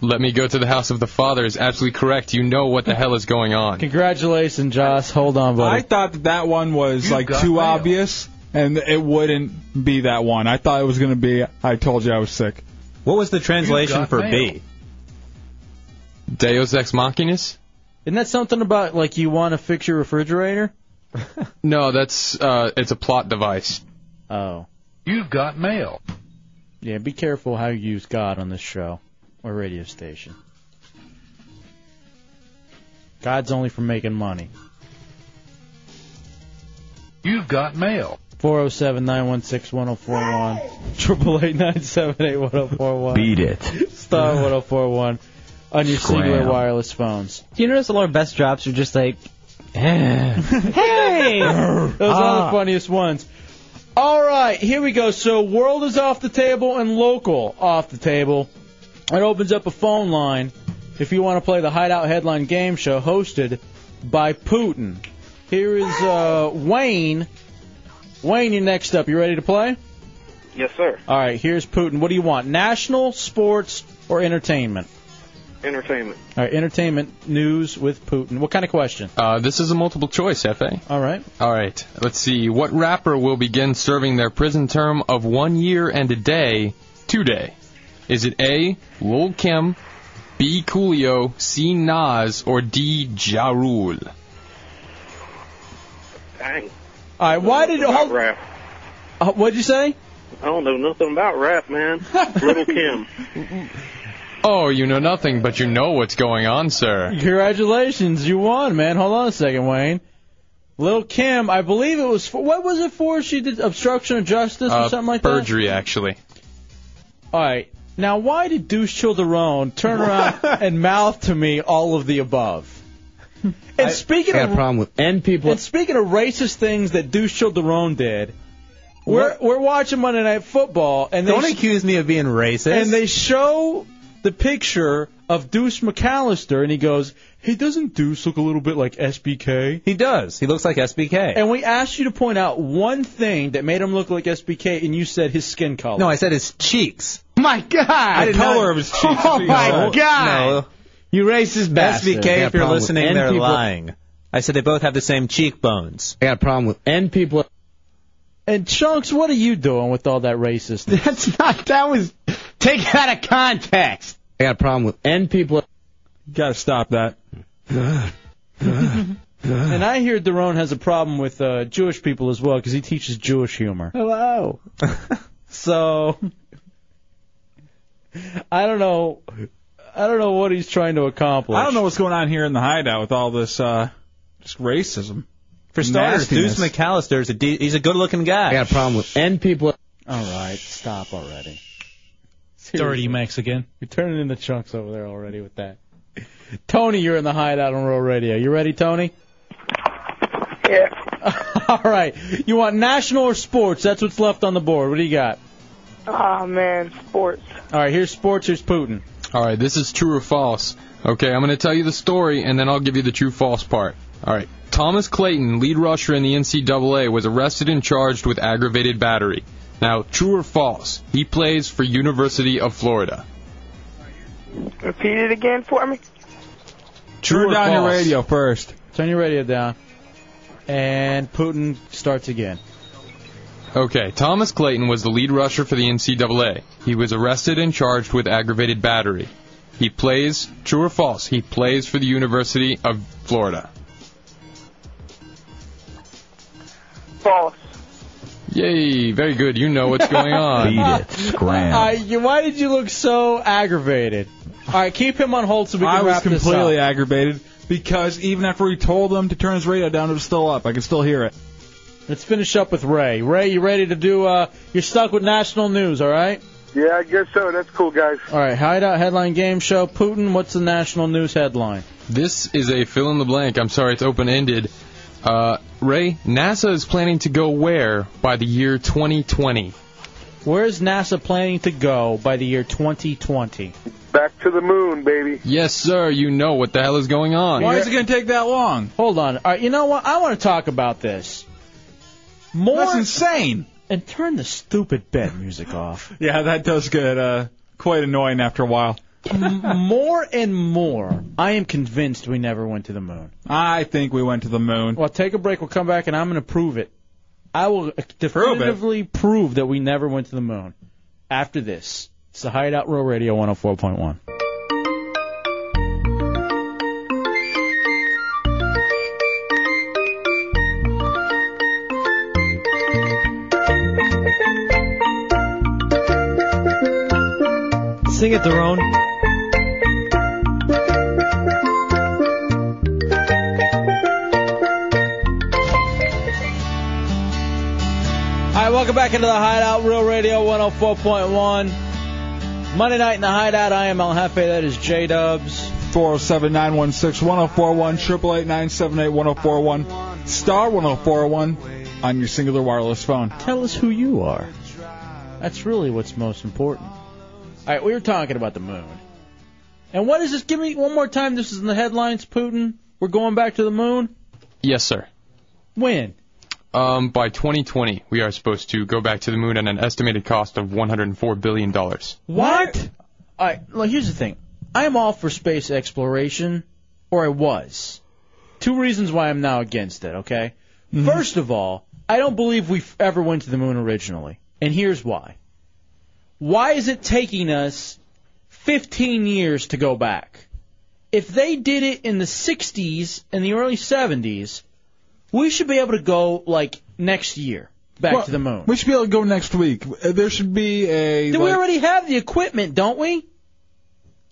[SPEAKER 13] Let me go to the house of the Father is absolutely correct. You know what the hell is going on.
[SPEAKER 2] Congratulations, Joss. Hold on, buddy.
[SPEAKER 3] I thought that that one was like too obvious, and it wouldn't be that one. I thought it was going to be. I told you I was sick.
[SPEAKER 18] What was the translation for B?
[SPEAKER 13] Deus ex machinis?
[SPEAKER 2] Isn't that something about like you want to fix your refrigerator?
[SPEAKER 13] No, that's uh, it's a plot device.
[SPEAKER 2] Oh.
[SPEAKER 14] You've got mail.
[SPEAKER 2] Yeah, be careful how you use God on this show or radio station. God's only for making money.
[SPEAKER 14] You've got mail.
[SPEAKER 2] 407 916 1041. 888 978 1041.
[SPEAKER 16] Beat it.
[SPEAKER 2] Star 1041 on your singular
[SPEAKER 4] Scram.
[SPEAKER 2] wireless phones.
[SPEAKER 4] Do you notice a lot of best drops are just like, eh.
[SPEAKER 2] (laughs)
[SPEAKER 4] hey,
[SPEAKER 2] Those are the funniest ones. All right, here we go. So, world is off the table and local off the table. It opens up a phone line if you want to play the Hideout Headline Game Show hosted by Putin. Here is uh, Wayne. Wayne, you're next up. You ready to play?
[SPEAKER 6] Yes, sir.
[SPEAKER 2] All right, here's Putin. What do you want? National, sports, or entertainment?
[SPEAKER 6] Entertainment.
[SPEAKER 2] All right, entertainment news with Putin. What kind of question?
[SPEAKER 13] Uh, this is a multiple choice, FA.
[SPEAKER 2] All right.
[SPEAKER 13] All right. Let's see. What rapper will begin serving their prison term of one year and a day today? Is it A. Lil Kim, B. Coolio, C. Nas, or D. Ja Rule?
[SPEAKER 6] Dang.
[SPEAKER 2] All right, why did
[SPEAKER 6] About rap.
[SPEAKER 2] uh, what'd you say?
[SPEAKER 6] I don't know nothing about rap,
[SPEAKER 2] (laughs)
[SPEAKER 6] man. Little Kim.
[SPEAKER 13] Oh, you know nothing, but you know what's going on, sir.
[SPEAKER 2] Congratulations, you won, man. Hold on a second, Wayne. Lil Kim, I believe it was for, what was it for? She did obstruction of justice
[SPEAKER 13] Uh,
[SPEAKER 2] or something like that.
[SPEAKER 13] perjury, actually.
[SPEAKER 2] All right. Now, why did Deuce Childerone turn
[SPEAKER 8] (laughs)
[SPEAKER 2] around and mouth to me all of the above? And speaking
[SPEAKER 8] I got
[SPEAKER 2] of
[SPEAKER 8] a problem with and people.
[SPEAKER 2] and speaking of racist things that Deuce Childerone did, we're we're watching Monday Night Football, and they
[SPEAKER 18] Don't accuse me of being racist.
[SPEAKER 2] and they show the picture of Deuce McAllister, and he goes, "Hey, doesn't Deuce look a little bit like SBK?"
[SPEAKER 18] He does. He looks like SBK.
[SPEAKER 2] And we asked you to point out one thing that made him look like SBK, and you said his skin color.
[SPEAKER 18] No, I said his cheeks.
[SPEAKER 8] My God!
[SPEAKER 18] I didn't know-
[SPEAKER 8] Oh my
[SPEAKER 18] No,
[SPEAKER 8] God!
[SPEAKER 18] No.
[SPEAKER 8] You racist bastard! I
[SPEAKER 18] SBK,
[SPEAKER 8] got a
[SPEAKER 18] if you're
[SPEAKER 8] problem with
[SPEAKER 18] listening,
[SPEAKER 8] N
[SPEAKER 18] they're
[SPEAKER 8] people-
[SPEAKER 18] lying. I said they both have the same cheekbones.
[SPEAKER 8] I got a problem with N people.
[SPEAKER 2] And Chunks, what are you doing with all that
[SPEAKER 8] (laughs)
[SPEAKER 2] racistness?
[SPEAKER 8] That's not. That was. Take it out of context. I got a problem with N people.
[SPEAKER 3] Gotta
[SPEAKER 8] (laughs)
[SPEAKER 3] stop that.
[SPEAKER 2] and I hear Daron has a problem with uh, Jewish people as well because he teaches Jewish humor.
[SPEAKER 8] Hello.
[SPEAKER 2] (laughs) So I don't know. I don't know what he's trying to accomplish.
[SPEAKER 3] I don't know what's going on here in the hideout with all this uh, just racism.
[SPEAKER 18] For starters, Deuce McAllister is a de- he's a good-looking guy.
[SPEAKER 8] I got a problem with N people.
[SPEAKER 2] All right, stop already. Dirty
[SPEAKER 18] Mexican.
[SPEAKER 2] You're turning into chunks over there already with that. Tony, you're in the hideout on Rural Radio. You ready, Tony? Yeah. (laughs) All right. You want national or sports? That's what's left on the board. What do you got?
[SPEAKER 19] Oh man, sports.
[SPEAKER 2] All right, here's sports. Here's Putin.
[SPEAKER 13] All right, this is true or false. Okay, I'm going to tell you the story, and then I'll give you the true-false part. All right. Thomas Clayton, lead rusher in the NCAA, was arrested and charged with aggravated battery. Now, true or false? He plays for University of Florida.
[SPEAKER 19] Repeat it again for me.
[SPEAKER 3] Turn
[SPEAKER 2] or
[SPEAKER 3] down your
[SPEAKER 2] false?
[SPEAKER 3] radio first.
[SPEAKER 2] Turn your radio down. And Putin starts again.
[SPEAKER 13] Okay, Thomas Clayton was the lead rusher for the NCAA. He was arrested and charged with aggravated battery. He plays, true or false, he plays for the University of Florida.
[SPEAKER 19] False.
[SPEAKER 13] Yay, very good. You know what's
[SPEAKER 16] (laughs)
[SPEAKER 13] going on.
[SPEAKER 16] Beat
[SPEAKER 13] (laughs)
[SPEAKER 16] it. Scram.
[SPEAKER 2] Uh, you- why did you look so aggravated? All right, keep him on hold so we can
[SPEAKER 3] I was
[SPEAKER 2] wrap this up.
[SPEAKER 3] completely aggravated because even after we told him to turn his radio down, it was still up. I could still hear it.
[SPEAKER 2] Let's finish up with Ray. Ray, you ready to do? Uh, you're stuck with national news, all right?
[SPEAKER 9] Yeah, I guess so. That's cool, guys.
[SPEAKER 2] All right, Hideout headline game show. Putin, what's the national news headline?
[SPEAKER 13] This is a fill in the blank. I'm sorry, it's open ended. Uh, Ray, NASA is planning to go where by the year 2020?
[SPEAKER 2] Where is NASA planning to go by the year 2020?
[SPEAKER 9] Back to the moon, baby.
[SPEAKER 13] Yes, sir. You know what the hell is going on.
[SPEAKER 2] Why is it going to take that long? Hold on. All right, you know what? I want to talk about this. More That's insane. And turn the stupid bed music off.
[SPEAKER 3] Yeah, that does get uh, quite annoying after a while.
[SPEAKER 2] (laughs) M- more and more, I am convinced we never went to the moon.
[SPEAKER 3] I think we went to the moon.
[SPEAKER 2] Well, take a break. We'll come back, and I'm going to prove it. I will definitively prove, that we never went to the moon. After this, it's the Hideout Row Radio 104.1.
[SPEAKER 18] Sing it, Theron.
[SPEAKER 2] All right, welcome back into the Hideout, Real Radio 104.1. Monday night in the Hideout, I am El Jefe, that is J Dubs.
[SPEAKER 3] 407 916 1041, 888 978 1041, star 1041 on your singular wireless phone.
[SPEAKER 2] Tell us who you are. That's really what's most important. All right, we were talking about the moon. And what is this? Give me one more time. This is in the headlines, Putin. We're going back to the moon.
[SPEAKER 13] Yes, sir.
[SPEAKER 2] When?
[SPEAKER 13] Um, by 2020, we are supposed to go back to the moon at an estimated cost of 104 billion dollars.
[SPEAKER 2] What? All right, look, here's the thing. I am all for space exploration, or I was. Two reasons why I'm now against it, okay?
[SPEAKER 3] Mm-hmm.
[SPEAKER 2] First of all, I don't believe we f- ever went to the moon originally. And here's why. Why is it taking us 15 years to go back? If they did it in the 60s and the early 70s, we should be able to go, like, next year back
[SPEAKER 3] Well,
[SPEAKER 2] to the moon.
[SPEAKER 3] We should be able to go next week. Uh, There should be a.
[SPEAKER 2] Do we
[SPEAKER 3] like-
[SPEAKER 2] already have the equipment, don't we?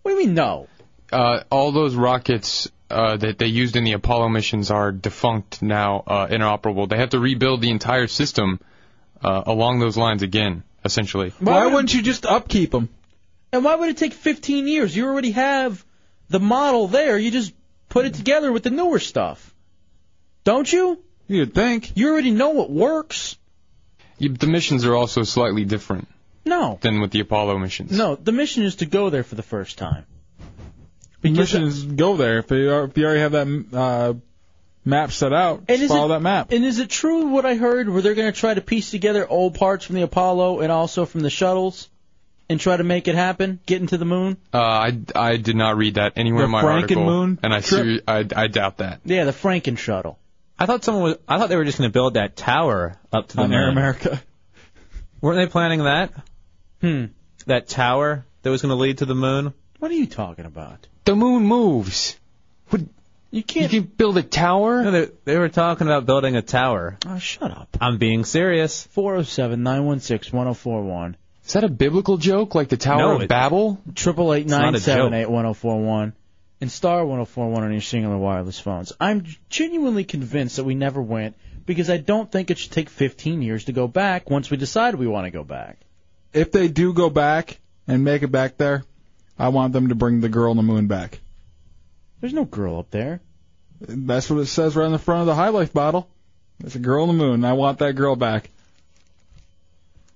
[SPEAKER 2] What do you mean, no?
[SPEAKER 13] Uh, all those rockets uh, that they used in the Apollo missions are defunct now, uh, interoperable. They have to rebuild the entire system uh, along those lines again, essentially.
[SPEAKER 3] Why wouldn't you just upkeep them?
[SPEAKER 2] And why would it take 15 years? You already have the model there. You just put it together with the newer stuff. Don't you?
[SPEAKER 3] You'd think.
[SPEAKER 2] You already know what works.
[SPEAKER 13] Yeah, but the missions are also slightly different
[SPEAKER 2] No.
[SPEAKER 13] than with the Apollo missions.
[SPEAKER 2] No, the mission is to go there for the first time.
[SPEAKER 3] Missions go there if you, are, if you already have that uh, map set out.
[SPEAKER 2] And is
[SPEAKER 3] follow
[SPEAKER 2] it,
[SPEAKER 3] that map.
[SPEAKER 2] And is it true what I heard where they're going to try to piece together old parts from the Apollo and also from the shuttles and try to make it happen, getting to the moon?
[SPEAKER 13] Uh, I, I did not read that anywhere
[SPEAKER 2] The
[SPEAKER 13] in my
[SPEAKER 2] Franken
[SPEAKER 13] article,
[SPEAKER 2] moon
[SPEAKER 13] and I,
[SPEAKER 2] trip?
[SPEAKER 13] seri- I I doubt that.
[SPEAKER 2] Yeah, the Franken shuttle.
[SPEAKER 18] I thought someone was. I thought they were just going to build that tower up to the
[SPEAKER 3] On Air
[SPEAKER 18] moon.
[SPEAKER 3] America.
[SPEAKER 18] Weren't they planning that?
[SPEAKER 2] Hmm.
[SPEAKER 18] That tower that was going to lead to the moon.
[SPEAKER 2] What are you talking about?
[SPEAKER 13] The moon moves.
[SPEAKER 2] You can't.
[SPEAKER 13] You can build a tower.
[SPEAKER 18] No, they, they were talking about building a tower.
[SPEAKER 2] Oh, shut up.
[SPEAKER 18] I'm being serious.
[SPEAKER 2] 407 916 1041.
[SPEAKER 13] Is that a biblical joke, like the Tower
[SPEAKER 18] No,
[SPEAKER 13] of
[SPEAKER 18] it-
[SPEAKER 13] Babel?
[SPEAKER 2] Triple eight
[SPEAKER 18] It's not
[SPEAKER 2] nine
[SPEAKER 18] a
[SPEAKER 2] seven
[SPEAKER 18] joke.
[SPEAKER 2] eight one zero four one and star one zero four one on your singular wireless phones. I'm genuinely convinced that we never went because I don't think it should take 15 years to go back once we decide we want to go back.
[SPEAKER 3] If they do go back and make it back there, I want them to bring the girl on the moon back.
[SPEAKER 2] There's no girl up there.
[SPEAKER 3] That's what it says right on the front of the High Life bottle. There's a girl on the moon. and I want that girl back.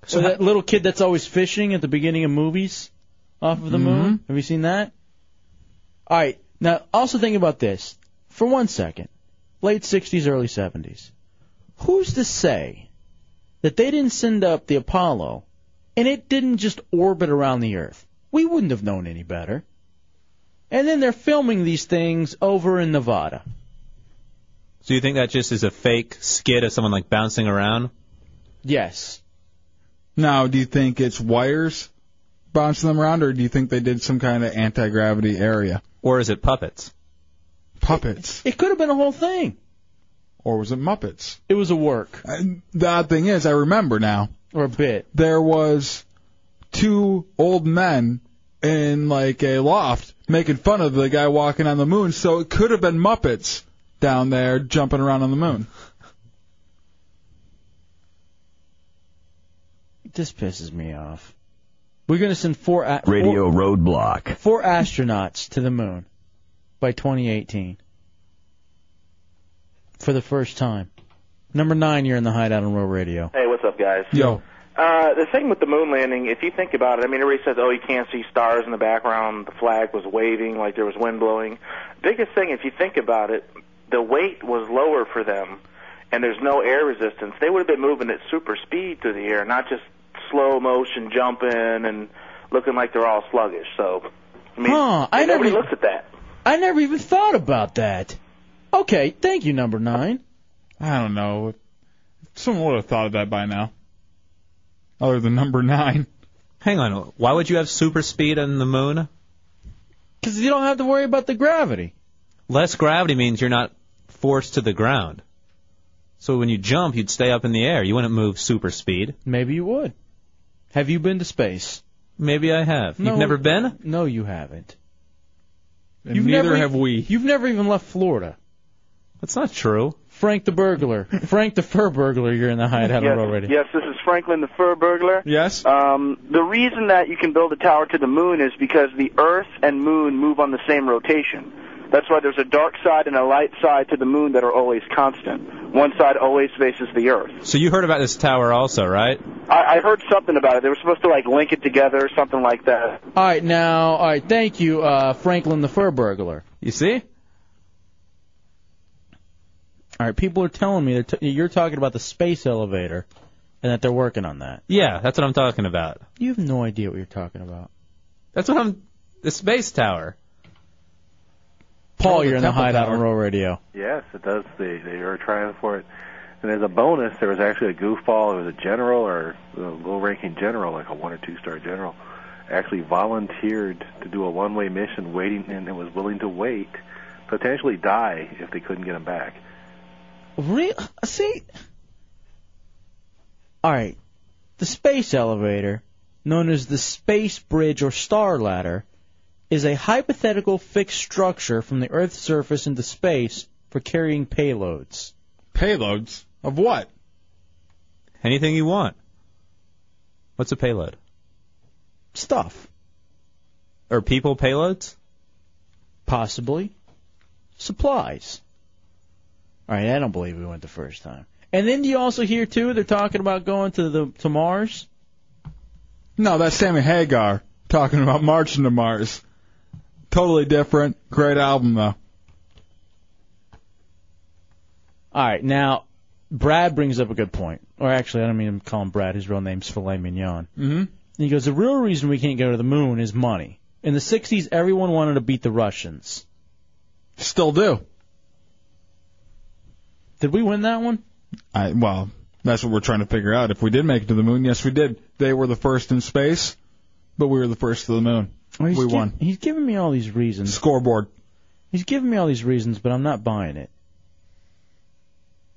[SPEAKER 2] So that little kid that's always fishing at the beginning of movies off of the moon. Have you seen that? All right. Now, also think about this for one second. Late 60s, early 70s. Who's to say that they didn't send up the Apollo and it didn't just orbit around the Earth? We wouldn't have known any better. And then they're filming these things over in Nevada.
[SPEAKER 18] So you think that just is a fake skit of someone like bouncing around?
[SPEAKER 2] Yes.
[SPEAKER 3] Now, do you think it's wires bouncing them around, or do you think they did some kind of anti gravity area?
[SPEAKER 18] Or is it puppets?
[SPEAKER 3] Puppets.
[SPEAKER 2] It could have been a whole thing.
[SPEAKER 3] Or was it Muppets?
[SPEAKER 2] It was a work
[SPEAKER 3] And the odd thing is, I remember now,
[SPEAKER 2] or a bit.
[SPEAKER 3] there was two old men in like a loft making fun of the guy walking on the moon, so it could have been Muppets down there jumping around on the moon.
[SPEAKER 2] This pisses me off. We're going to send four a-
[SPEAKER 25] Radio Roadblock.
[SPEAKER 2] four astronauts to the moon by 2018 for the first time. Number nine, you're in the hideout on Row Radio.
[SPEAKER 16] Hey, what's up, guys?
[SPEAKER 2] Yo.
[SPEAKER 16] Uh, the thing with the moon landing, if you think about it, I mean, everybody says, oh, you can't see stars in the background. The flag was waving like there was wind blowing. Biggest thing, if you think about it, the weight was lower for them, and there's no air resistance. They would have been moving at super speed through the air, not just slow motion jumping and looking like they're all sluggish. So, I mean,
[SPEAKER 2] Huh, I
[SPEAKER 16] nobody
[SPEAKER 2] never-
[SPEAKER 16] looks at that.
[SPEAKER 2] I never even thought about that. Okay, thank you, number nine.
[SPEAKER 3] I don't know. Someone would have thought of that by now. Other than number nine.
[SPEAKER 18] Hang on. Why would you have super speed on the moon?
[SPEAKER 2] Because you don't have to worry about the gravity.
[SPEAKER 18] Less gravity means you're not forced to the ground. So when you jump, you'd stay up in the air. You wouldn't move super speed.
[SPEAKER 2] Maybe you would. Have you been to space?
[SPEAKER 18] Maybe I have.
[SPEAKER 2] No.
[SPEAKER 18] You've never been?
[SPEAKER 2] No, you haven't.
[SPEAKER 3] And neither have we.
[SPEAKER 2] You've never even left Florida.
[SPEAKER 18] That's not true.
[SPEAKER 2] Frank the (laughs) burglar, Frank the fur burglar, you're in the hideout
[SPEAKER 9] yes,
[SPEAKER 2] on Row Radio.
[SPEAKER 9] Yes, this is Franklin the Fur Burglar.
[SPEAKER 3] Yes.
[SPEAKER 9] Um, the reason that you can build a tower to the moon is because the Earth and moon move on the same rotation. That's why there's a dark side and a light side to the moon that are always constant. One side always faces the Earth.
[SPEAKER 18] So you heard about this tower also, right?
[SPEAKER 9] I, I heard something about it. They were supposed to like link it together or something like that.
[SPEAKER 2] All right, now, all right, thank you, uh, Franklin the fur burglar.
[SPEAKER 18] You see?
[SPEAKER 2] All right, people are telling me they're t- you're talking about the space elevator, and that they're working on that.
[SPEAKER 18] Yeah, that's what I'm talking about.
[SPEAKER 2] You have no idea what you're talking about.
[SPEAKER 18] That's what I'm. The space tower.
[SPEAKER 2] Paul, you're in the
[SPEAKER 18] Temple
[SPEAKER 2] hideout
[SPEAKER 18] Tower.
[SPEAKER 2] on Row Radio.
[SPEAKER 26] Yes, it does. They they are trying for it. And as a bonus, there was actually a goofball. It was a general or a low-ranking general, like a one or two-star general, actually volunteered to do a one-way mission, waiting and was willing to wait, potentially die if they couldn't get him back.
[SPEAKER 2] Real see. All right, the space elevator, known as the space bridge or star ladder, is a hypothetical fixed structure from the Earth's surface into space for carrying payloads.
[SPEAKER 3] Payloads of what?
[SPEAKER 18] Anything you want. What's a payload?
[SPEAKER 2] Stuff.
[SPEAKER 18] Or people payloads?
[SPEAKER 2] Possibly. Supplies. All right, I don't believe we went the first time. And then you also hear too they're talking about going to the to Mars.
[SPEAKER 3] No, that's Sammy Hagar talking about Marching to Mars. Totally different. Great album though.
[SPEAKER 2] All right, now Brad brings up a good point. Or actually, I don't mean to call him Brad. His real name's Filet Mignon.
[SPEAKER 3] Mm-hmm.
[SPEAKER 2] And he goes, the real reason we can't go to the moon is money. In the 60s, everyone wanted to beat the Russians.
[SPEAKER 3] Still do.
[SPEAKER 2] Did we win that one?
[SPEAKER 3] I well, that's what we're trying to figure out. If we did make it to the moon, yes, we did. They were the first in space, but we were the first to the moon.
[SPEAKER 2] he's
[SPEAKER 3] we
[SPEAKER 2] gi-
[SPEAKER 3] won.
[SPEAKER 2] He's giving me all these reasons.
[SPEAKER 3] Scoreboard.
[SPEAKER 2] He's giving me all these reasons, but I'm not buying it.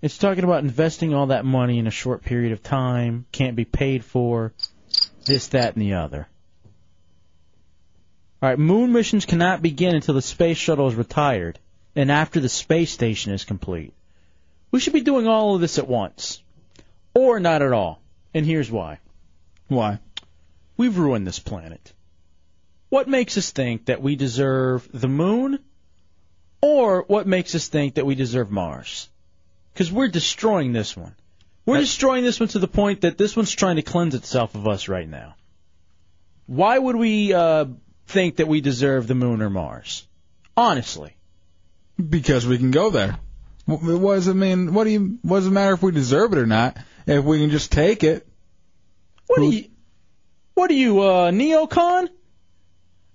[SPEAKER 2] It's talking about investing all that money in a short period of time, can't be paid for, this, that, and the other. All right, moon missions cannot begin until the space shuttle is retired and after the space station is complete. We should be doing all of this at once, or not at all. And here's why.
[SPEAKER 3] Why?
[SPEAKER 2] We've ruined this planet. What makes us think that we deserve the moon, or what makes us think that we deserve Mars? Because we're destroying this one. We're destroying this one to the point that this one's trying to cleanse itself of us right now. Why would we uh, think that we deserve the moon or Mars? Honestly.
[SPEAKER 3] Because we can go there. Wh- What does it mean? What do you? What does it matter if we deserve it or not? If we can just take it.
[SPEAKER 2] What do you? What are you, uh, neocon?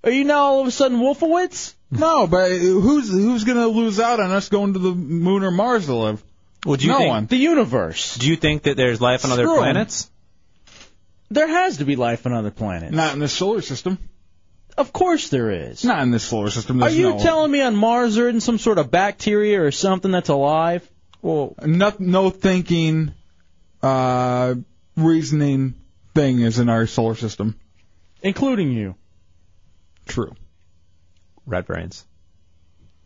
[SPEAKER 2] Are you now all of a sudden Wolfowitz?
[SPEAKER 3] No, but who's who's gonna lose out on us going to the moon or Mars to live?
[SPEAKER 18] Would you
[SPEAKER 3] no
[SPEAKER 18] think-
[SPEAKER 3] one.
[SPEAKER 2] The universe.
[SPEAKER 18] Do you think that there's life on other
[SPEAKER 3] Screw 'em.
[SPEAKER 18] planets?
[SPEAKER 2] There has to be life on other planets.
[SPEAKER 3] Not in this solar system.
[SPEAKER 2] Of course there is.
[SPEAKER 3] Not in this solar system.
[SPEAKER 2] Are
[SPEAKER 3] There's
[SPEAKER 2] you
[SPEAKER 3] no,
[SPEAKER 2] telling me on Mars there isn't some sort of bacteria or something that's alive?
[SPEAKER 3] Well, no, no thinking, uh, reasoning thing is in our solar system.
[SPEAKER 2] Including you.
[SPEAKER 3] True.
[SPEAKER 18] Red brains.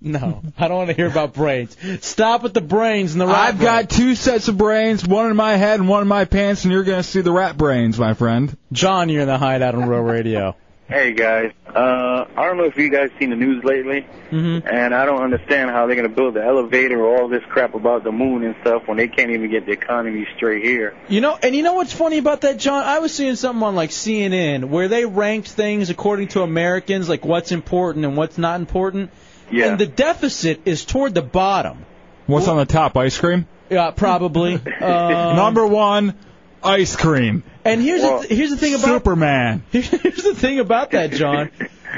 [SPEAKER 2] No, (laughs) I don't want to hear about brains. Stop with the brains and the rat
[SPEAKER 3] I've got two sets of brains, one in my head and one in my pants, and you're going to see the rat brains, my friend.
[SPEAKER 2] John, you're in the hideout on Real Radio.
[SPEAKER 7] Hey guys, uh, I don't know if you guys seen the news lately,
[SPEAKER 2] Mm-hmm.
[SPEAKER 7] and I don't understand how they're gonna build the elevator or all this crap about the moon and stuff when they can't even get the economy straight here.
[SPEAKER 2] You know, and you know what's funny about that, John? I was seeing something on like CNN where they ranked things according to Americans, like what's important and what's not important.
[SPEAKER 7] Yeah.
[SPEAKER 2] And the deficit is toward the bottom.
[SPEAKER 3] (laughs) What's on the top? Ice cream?
[SPEAKER 2] Yeah, probably. Um,
[SPEAKER 3] Number one, ice cream.
[SPEAKER 2] And here's the th- here's the thing about
[SPEAKER 3] Superman.
[SPEAKER 2] (laughs) here's the thing about that, John.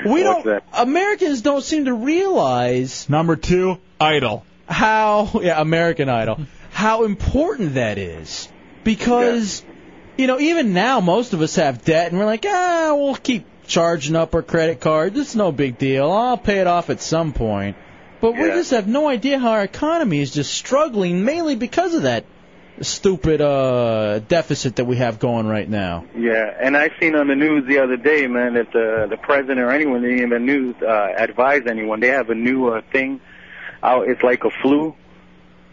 [SPEAKER 2] We don't Americans don't seem to realize
[SPEAKER 3] number two idol
[SPEAKER 2] how (laughs) yeah American Idol how important that is because you know even now most of us have debt and we're like ah we'll keep charging up our credit card it's no big deal I'll pay it off at some point but we just have no idea how our economy is just struggling mainly because of that stupid uh deficit that we have going right now.
[SPEAKER 7] Yeah, and I seen on the news the other day, man, that the the president or anyone in the news uh, advise anyone. They have a new uh, thing out. It's like a flu.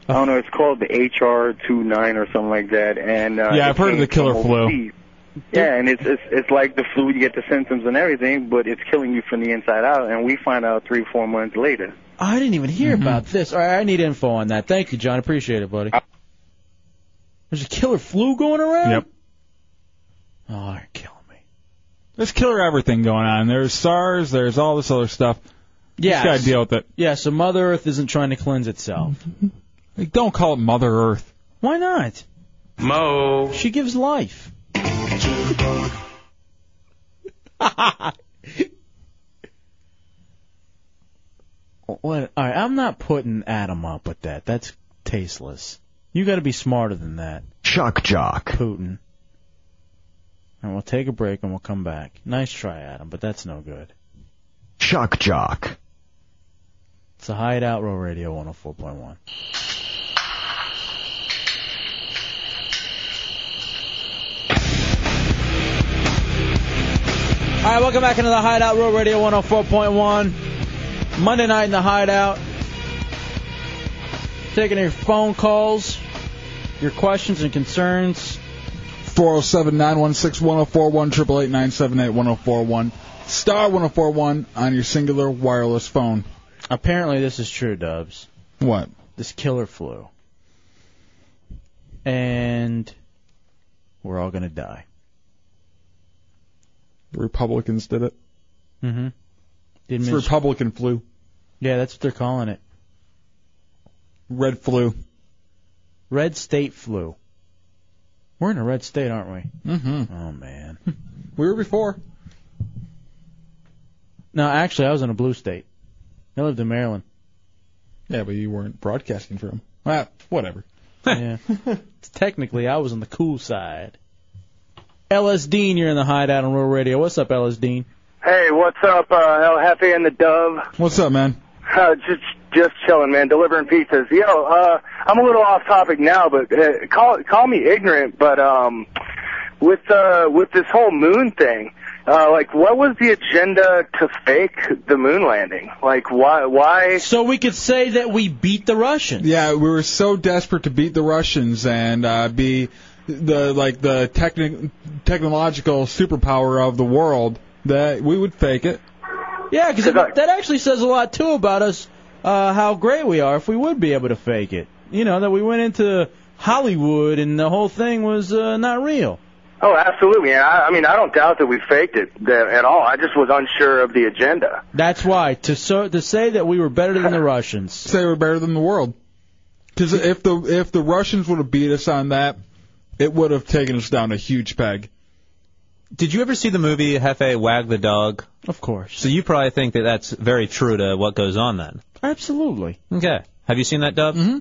[SPEAKER 7] I don't know. It's called the HR two nine or something like that. And uh,
[SPEAKER 3] yeah,
[SPEAKER 7] it
[SPEAKER 3] I've heard of
[SPEAKER 7] came
[SPEAKER 3] the killer
[SPEAKER 7] from
[SPEAKER 3] flu.
[SPEAKER 7] overseas. Yeah, and it's it's it's like the flu. You get the symptoms and everything, but it's killing you from the inside out. And we find out three four months later.
[SPEAKER 2] I didn't even hear about this. All right, I need info on that. Thank you, John. Appreciate it, buddy. There's a killer flu going around.
[SPEAKER 3] Yep.
[SPEAKER 2] Oh, you're killing
[SPEAKER 3] me. There's killer everything going on. There's SARS. There's all this other stuff. You
[SPEAKER 2] Yeah.
[SPEAKER 3] Just gotta deal with it.
[SPEAKER 2] Yeah, so Mother Earth isn't trying to cleanse itself.
[SPEAKER 3] (laughs) Like, don't call it Mother Earth.
[SPEAKER 2] Why not?
[SPEAKER 3] Mo.
[SPEAKER 2] She gives life. (laughs) what? All right, I'm not putting Adam up with that. That's tasteless. You got to be smarter than that.
[SPEAKER 16] Shock jock.
[SPEAKER 2] Putin. And we'll take a break and we'll come back. Nice try, Adam, but that's no good.
[SPEAKER 16] Shock jock.
[SPEAKER 2] It's a Hideout Row Radio 104.1. All right, welcome back into the Hideout Row Radio 104.1. Monday night in the Hideout. Taking your phone calls, your questions and concerns.
[SPEAKER 3] 407 916 1041 888 978 1041 star 1041 on your singular wireless phone.
[SPEAKER 2] Apparently, this is true, Dubs.
[SPEAKER 3] What?
[SPEAKER 2] This killer flu. And we're all going to die.
[SPEAKER 3] The Republicans did it.
[SPEAKER 2] Mm-hmm. The
[SPEAKER 3] It's
[SPEAKER 2] administ-
[SPEAKER 3] Republican flu.
[SPEAKER 2] yeah, that's what they're calling it.
[SPEAKER 3] Red flu.
[SPEAKER 2] Red state flu. We're in a red state, aren't we?
[SPEAKER 3] Mm-hmm.
[SPEAKER 2] Oh, man.
[SPEAKER 3] (laughs) We were before.
[SPEAKER 2] No, actually, I was in a blue state. I lived in Maryland.
[SPEAKER 3] Yeah, but you weren't broadcasting from. Ah, whatever. (laughs)
[SPEAKER 2] yeah. Technically, I was on the cool side. LS Dean, you're in the hideout on Rural Radio. What's up, LS Dean?
[SPEAKER 9] Hey, what's up, uh, El Jefe and the Dove?
[SPEAKER 3] What's up, man?
[SPEAKER 9] Uh, just just chilling, man. Delivering pizzas. Yo, uh, I'm a little off topic now, but uh, call call me ignorant, but um, with uh with this whole moon thing, uh, like what was the agenda to fake the moon landing? Like why why?
[SPEAKER 2] So we could say that we beat the Russians.
[SPEAKER 3] Yeah, we were so desperate to beat the Russians and uh, be the like the techni- technological superpower of the world that we would fake it.
[SPEAKER 2] Yeah, because that actually says a lot too about us, uh, how great we are if we would be able to fake it. You know that we went into Hollywood and the whole thing was uh, not real.
[SPEAKER 9] Oh, absolutely. And I, I mean, I don't doubt that we faked it there at all. I just was unsure of the agenda.
[SPEAKER 2] That's why to so, to say that we were better than the Russians.
[SPEAKER 3] (laughs) Say we're better than the world. Because if the if the Russians would have beat us on that, it would have taken us down a huge peg.
[SPEAKER 18] Did you ever see the movie Hefe Wag the Dog?
[SPEAKER 2] Of course.
[SPEAKER 18] So you probably think that that's very true to what goes on then.
[SPEAKER 2] Absolutely.
[SPEAKER 18] Okay. Have you seen that dub? Mm-hmm.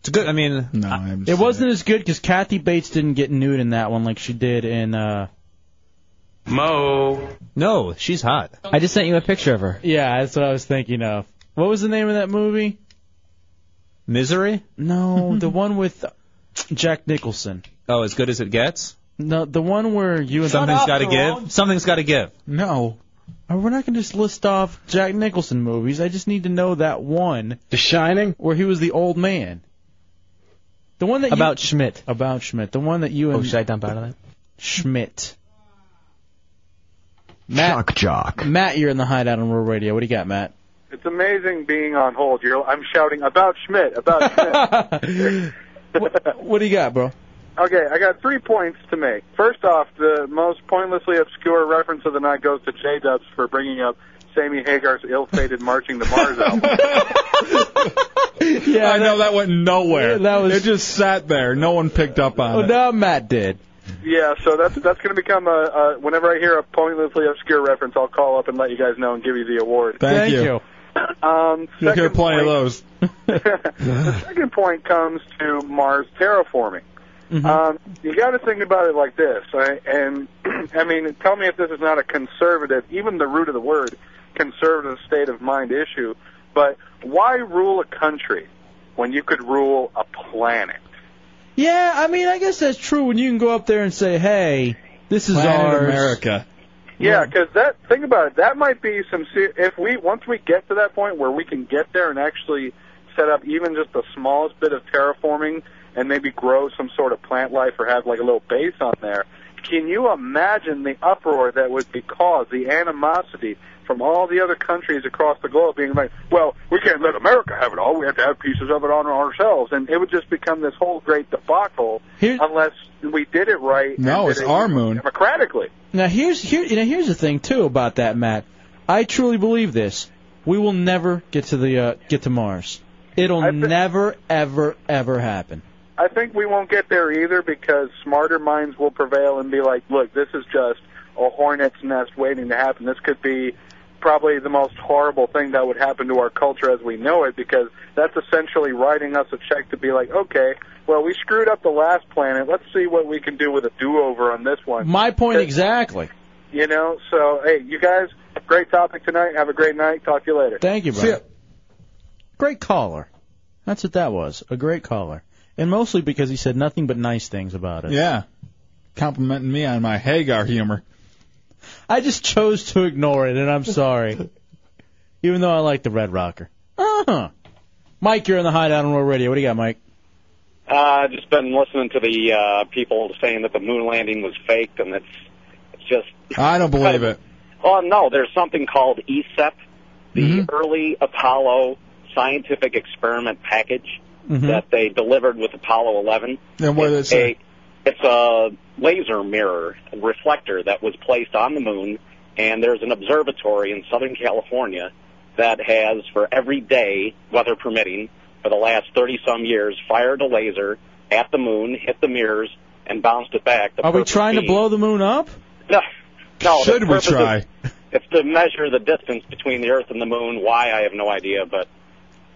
[SPEAKER 18] It's good. I mean,
[SPEAKER 3] no, I haven't
[SPEAKER 2] It wasn't as good because Kathy Bates didn't get nude in that one like she did in. Uh,
[SPEAKER 18] Mo. No, she's hot.
[SPEAKER 4] I just sent you a picture of her.
[SPEAKER 2] yeah, that's what I was thinking of. What was the name of that movie?
[SPEAKER 18] Misery.
[SPEAKER 2] No, the one with Jack Nicholson.
[SPEAKER 18] Oh, as good as it gets.
[SPEAKER 2] No, the one where you and
[SPEAKER 18] Something's got to give. Something's got to give.
[SPEAKER 3] No.
[SPEAKER 2] Uh, We're not going to just list off Jack Nicholson movies. I just need to know that one.
[SPEAKER 8] The Shining,
[SPEAKER 2] where he was the old man. The one that
[SPEAKER 4] About
[SPEAKER 2] you, Schmidt. About Schmidt. The one that you and
[SPEAKER 4] Oh, should I dump out of that?
[SPEAKER 2] Schmidt.
[SPEAKER 16] Shock jock.
[SPEAKER 2] Matt, you're in the hideout on Rural Radio. What do you got, Matt?
[SPEAKER 10] It's amazing being on hold. You're, I'm shouting about Schmidt, about
[SPEAKER 2] (laughs)
[SPEAKER 10] Schmidt.
[SPEAKER 2] what, what do you got, bro?
[SPEAKER 10] okay, I got three points to make. First off, the most pointlessly obscure reference of the night goes to J Dubs for bringing up Sammy Hagar's ill-fated "Marching to
[SPEAKER 2] (laughs)
[SPEAKER 10] Mars" album.
[SPEAKER 2] (laughs) yeah,
[SPEAKER 3] I know that went nowhere.
[SPEAKER 2] That was
[SPEAKER 3] it just sat there. No one picked up on
[SPEAKER 2] Oh,
[SPEAKER 3] it.
[SPEAKER 2] now Matt did.
[SPEAKER 10] yeah, so that's that's going to become a, a. Whenever I hear a pointlessly obscure reference, I'll call up and let you guys know and give you the award.
[SPEAKER 3] Thank, you. (laughs)
[SPEAKER 10] Um,
[SPEAKER 3] You'll hear
[SPEAKER 10] second
[SPEAKER 3] plenty of those.
[SPEAKER 10] the second point comes to Mars terraforming.
[SPEAKER 3] Mm-hmm.
[SPEAKER 10] Um, you got to think about it like this, right? and (clears throat) I mean, tell me if this is not a conservative, even the root of the word, conservative state of mind issue. But why rule a country when you could rule a planet?
[SPEAKER 2] Yeah, I mean, I guess that's true when you can go up there and say, hey, this is
[SPEAKER 10] Planet
[SPEAKER 2] ours.
[SPEAKER 3] America.
[SPEAKER 10] Yeah, because that think about it. That might be some. Ser- if we once we get to that point where we can get there and actually set up even just the smallest bit of terraforming and maybe grow some sort of plant life or have like a little base on there, can you imagine the uproar that would be caused? The animosity from all the other countries across the globe being like, "Well, we can't let America have it all. We have to have pieces of it on ourselves," and it would just become this whole great debacle unless we did it right. and
[SPEAKER 2] No,
[SPEAKER 10] did
[SPEAKER 2] it's
[SPEAKER 10] it
[SPEAKER 2] our moon.
[SPEAKER 10] democratically.
[SPEAKER 2] Now here's here you know here's the thing too about that Matt. I truly believe this. We will never get to the uh, get to Mars. It'll never ever ever happen.
[SPEAKER 10] I think we won't get there either because smarter minds will prevail and be like, look, this is just a hornet's nest waiting to happen. This could be probably the most horrible thing that would happen to our culture as we know it because that's essentially writing us a check to be like, okay, well, we screwed up the last planet. Let's see what we can do with a do-over on this one.
[SPEAKER 2] My point exactly.
[SPEAKER 10] You know, so, hey, you guys, great topic tonight. Have a great night. Talk to you later.
[SPEAKER 2] Thank you, bro. Great caller. That's what that was. A great caller, and mostly because he said nothing but nice things about
[SPEAKER 3] (laughs)
[SPEAKER 2] it.
[SPEAKER 3] Yeah. Complimenting me on my Hagar humor.
[SPEAKER 2] I just chose to ignore it, and I'm sorry. (laughs) Even though I like the Red Rocker. Uh huh. Mike, you're in the hideout on Roll Radio. What do you got, Mike?
[SPEAKER 12] Uh, I've just been listening to the uh, people saying that the moon landing was faked, and it's it's just
[SPEAKER 3] I don't believe it.
[SPEAKER 12] oh no, there's something called E ESEP, the
[SPEAKER 3] Mm-hmm.
[SPEAKER 12] early Apollo scientific experiment package
[SPEAKER 2] Mm-hmm.
[SPEAKER 3] Mm-hmm.
[SPEAKER 12] that they delivered with Apollo 11.
[SPEAKER 3] And what did it say?
[SPEAKER 12] A, it's a laser mirror and reflector that was placed on the moon, and there's an observatory in Southern California that has, for every day, weather permitting, for the last 30 some years, fired a laser at the moon, hit the mirrors, and bounced it back. The
[SPEAKER 2] Are we
[SPEAKER 12] purpose
[SPEAKER 2] trying to
[SPEAKER 12] being-
[SPEAKER 2] blow the moon up?
[SPEAKER 12] No. no the
[SPEAKER 2] Should we
[SPEAKER 12] purpose is-
[SPEAKER 2] try?
[SPEAKER 12] it's to measure the distance between the Earth and the moon. Why, I have no idea, but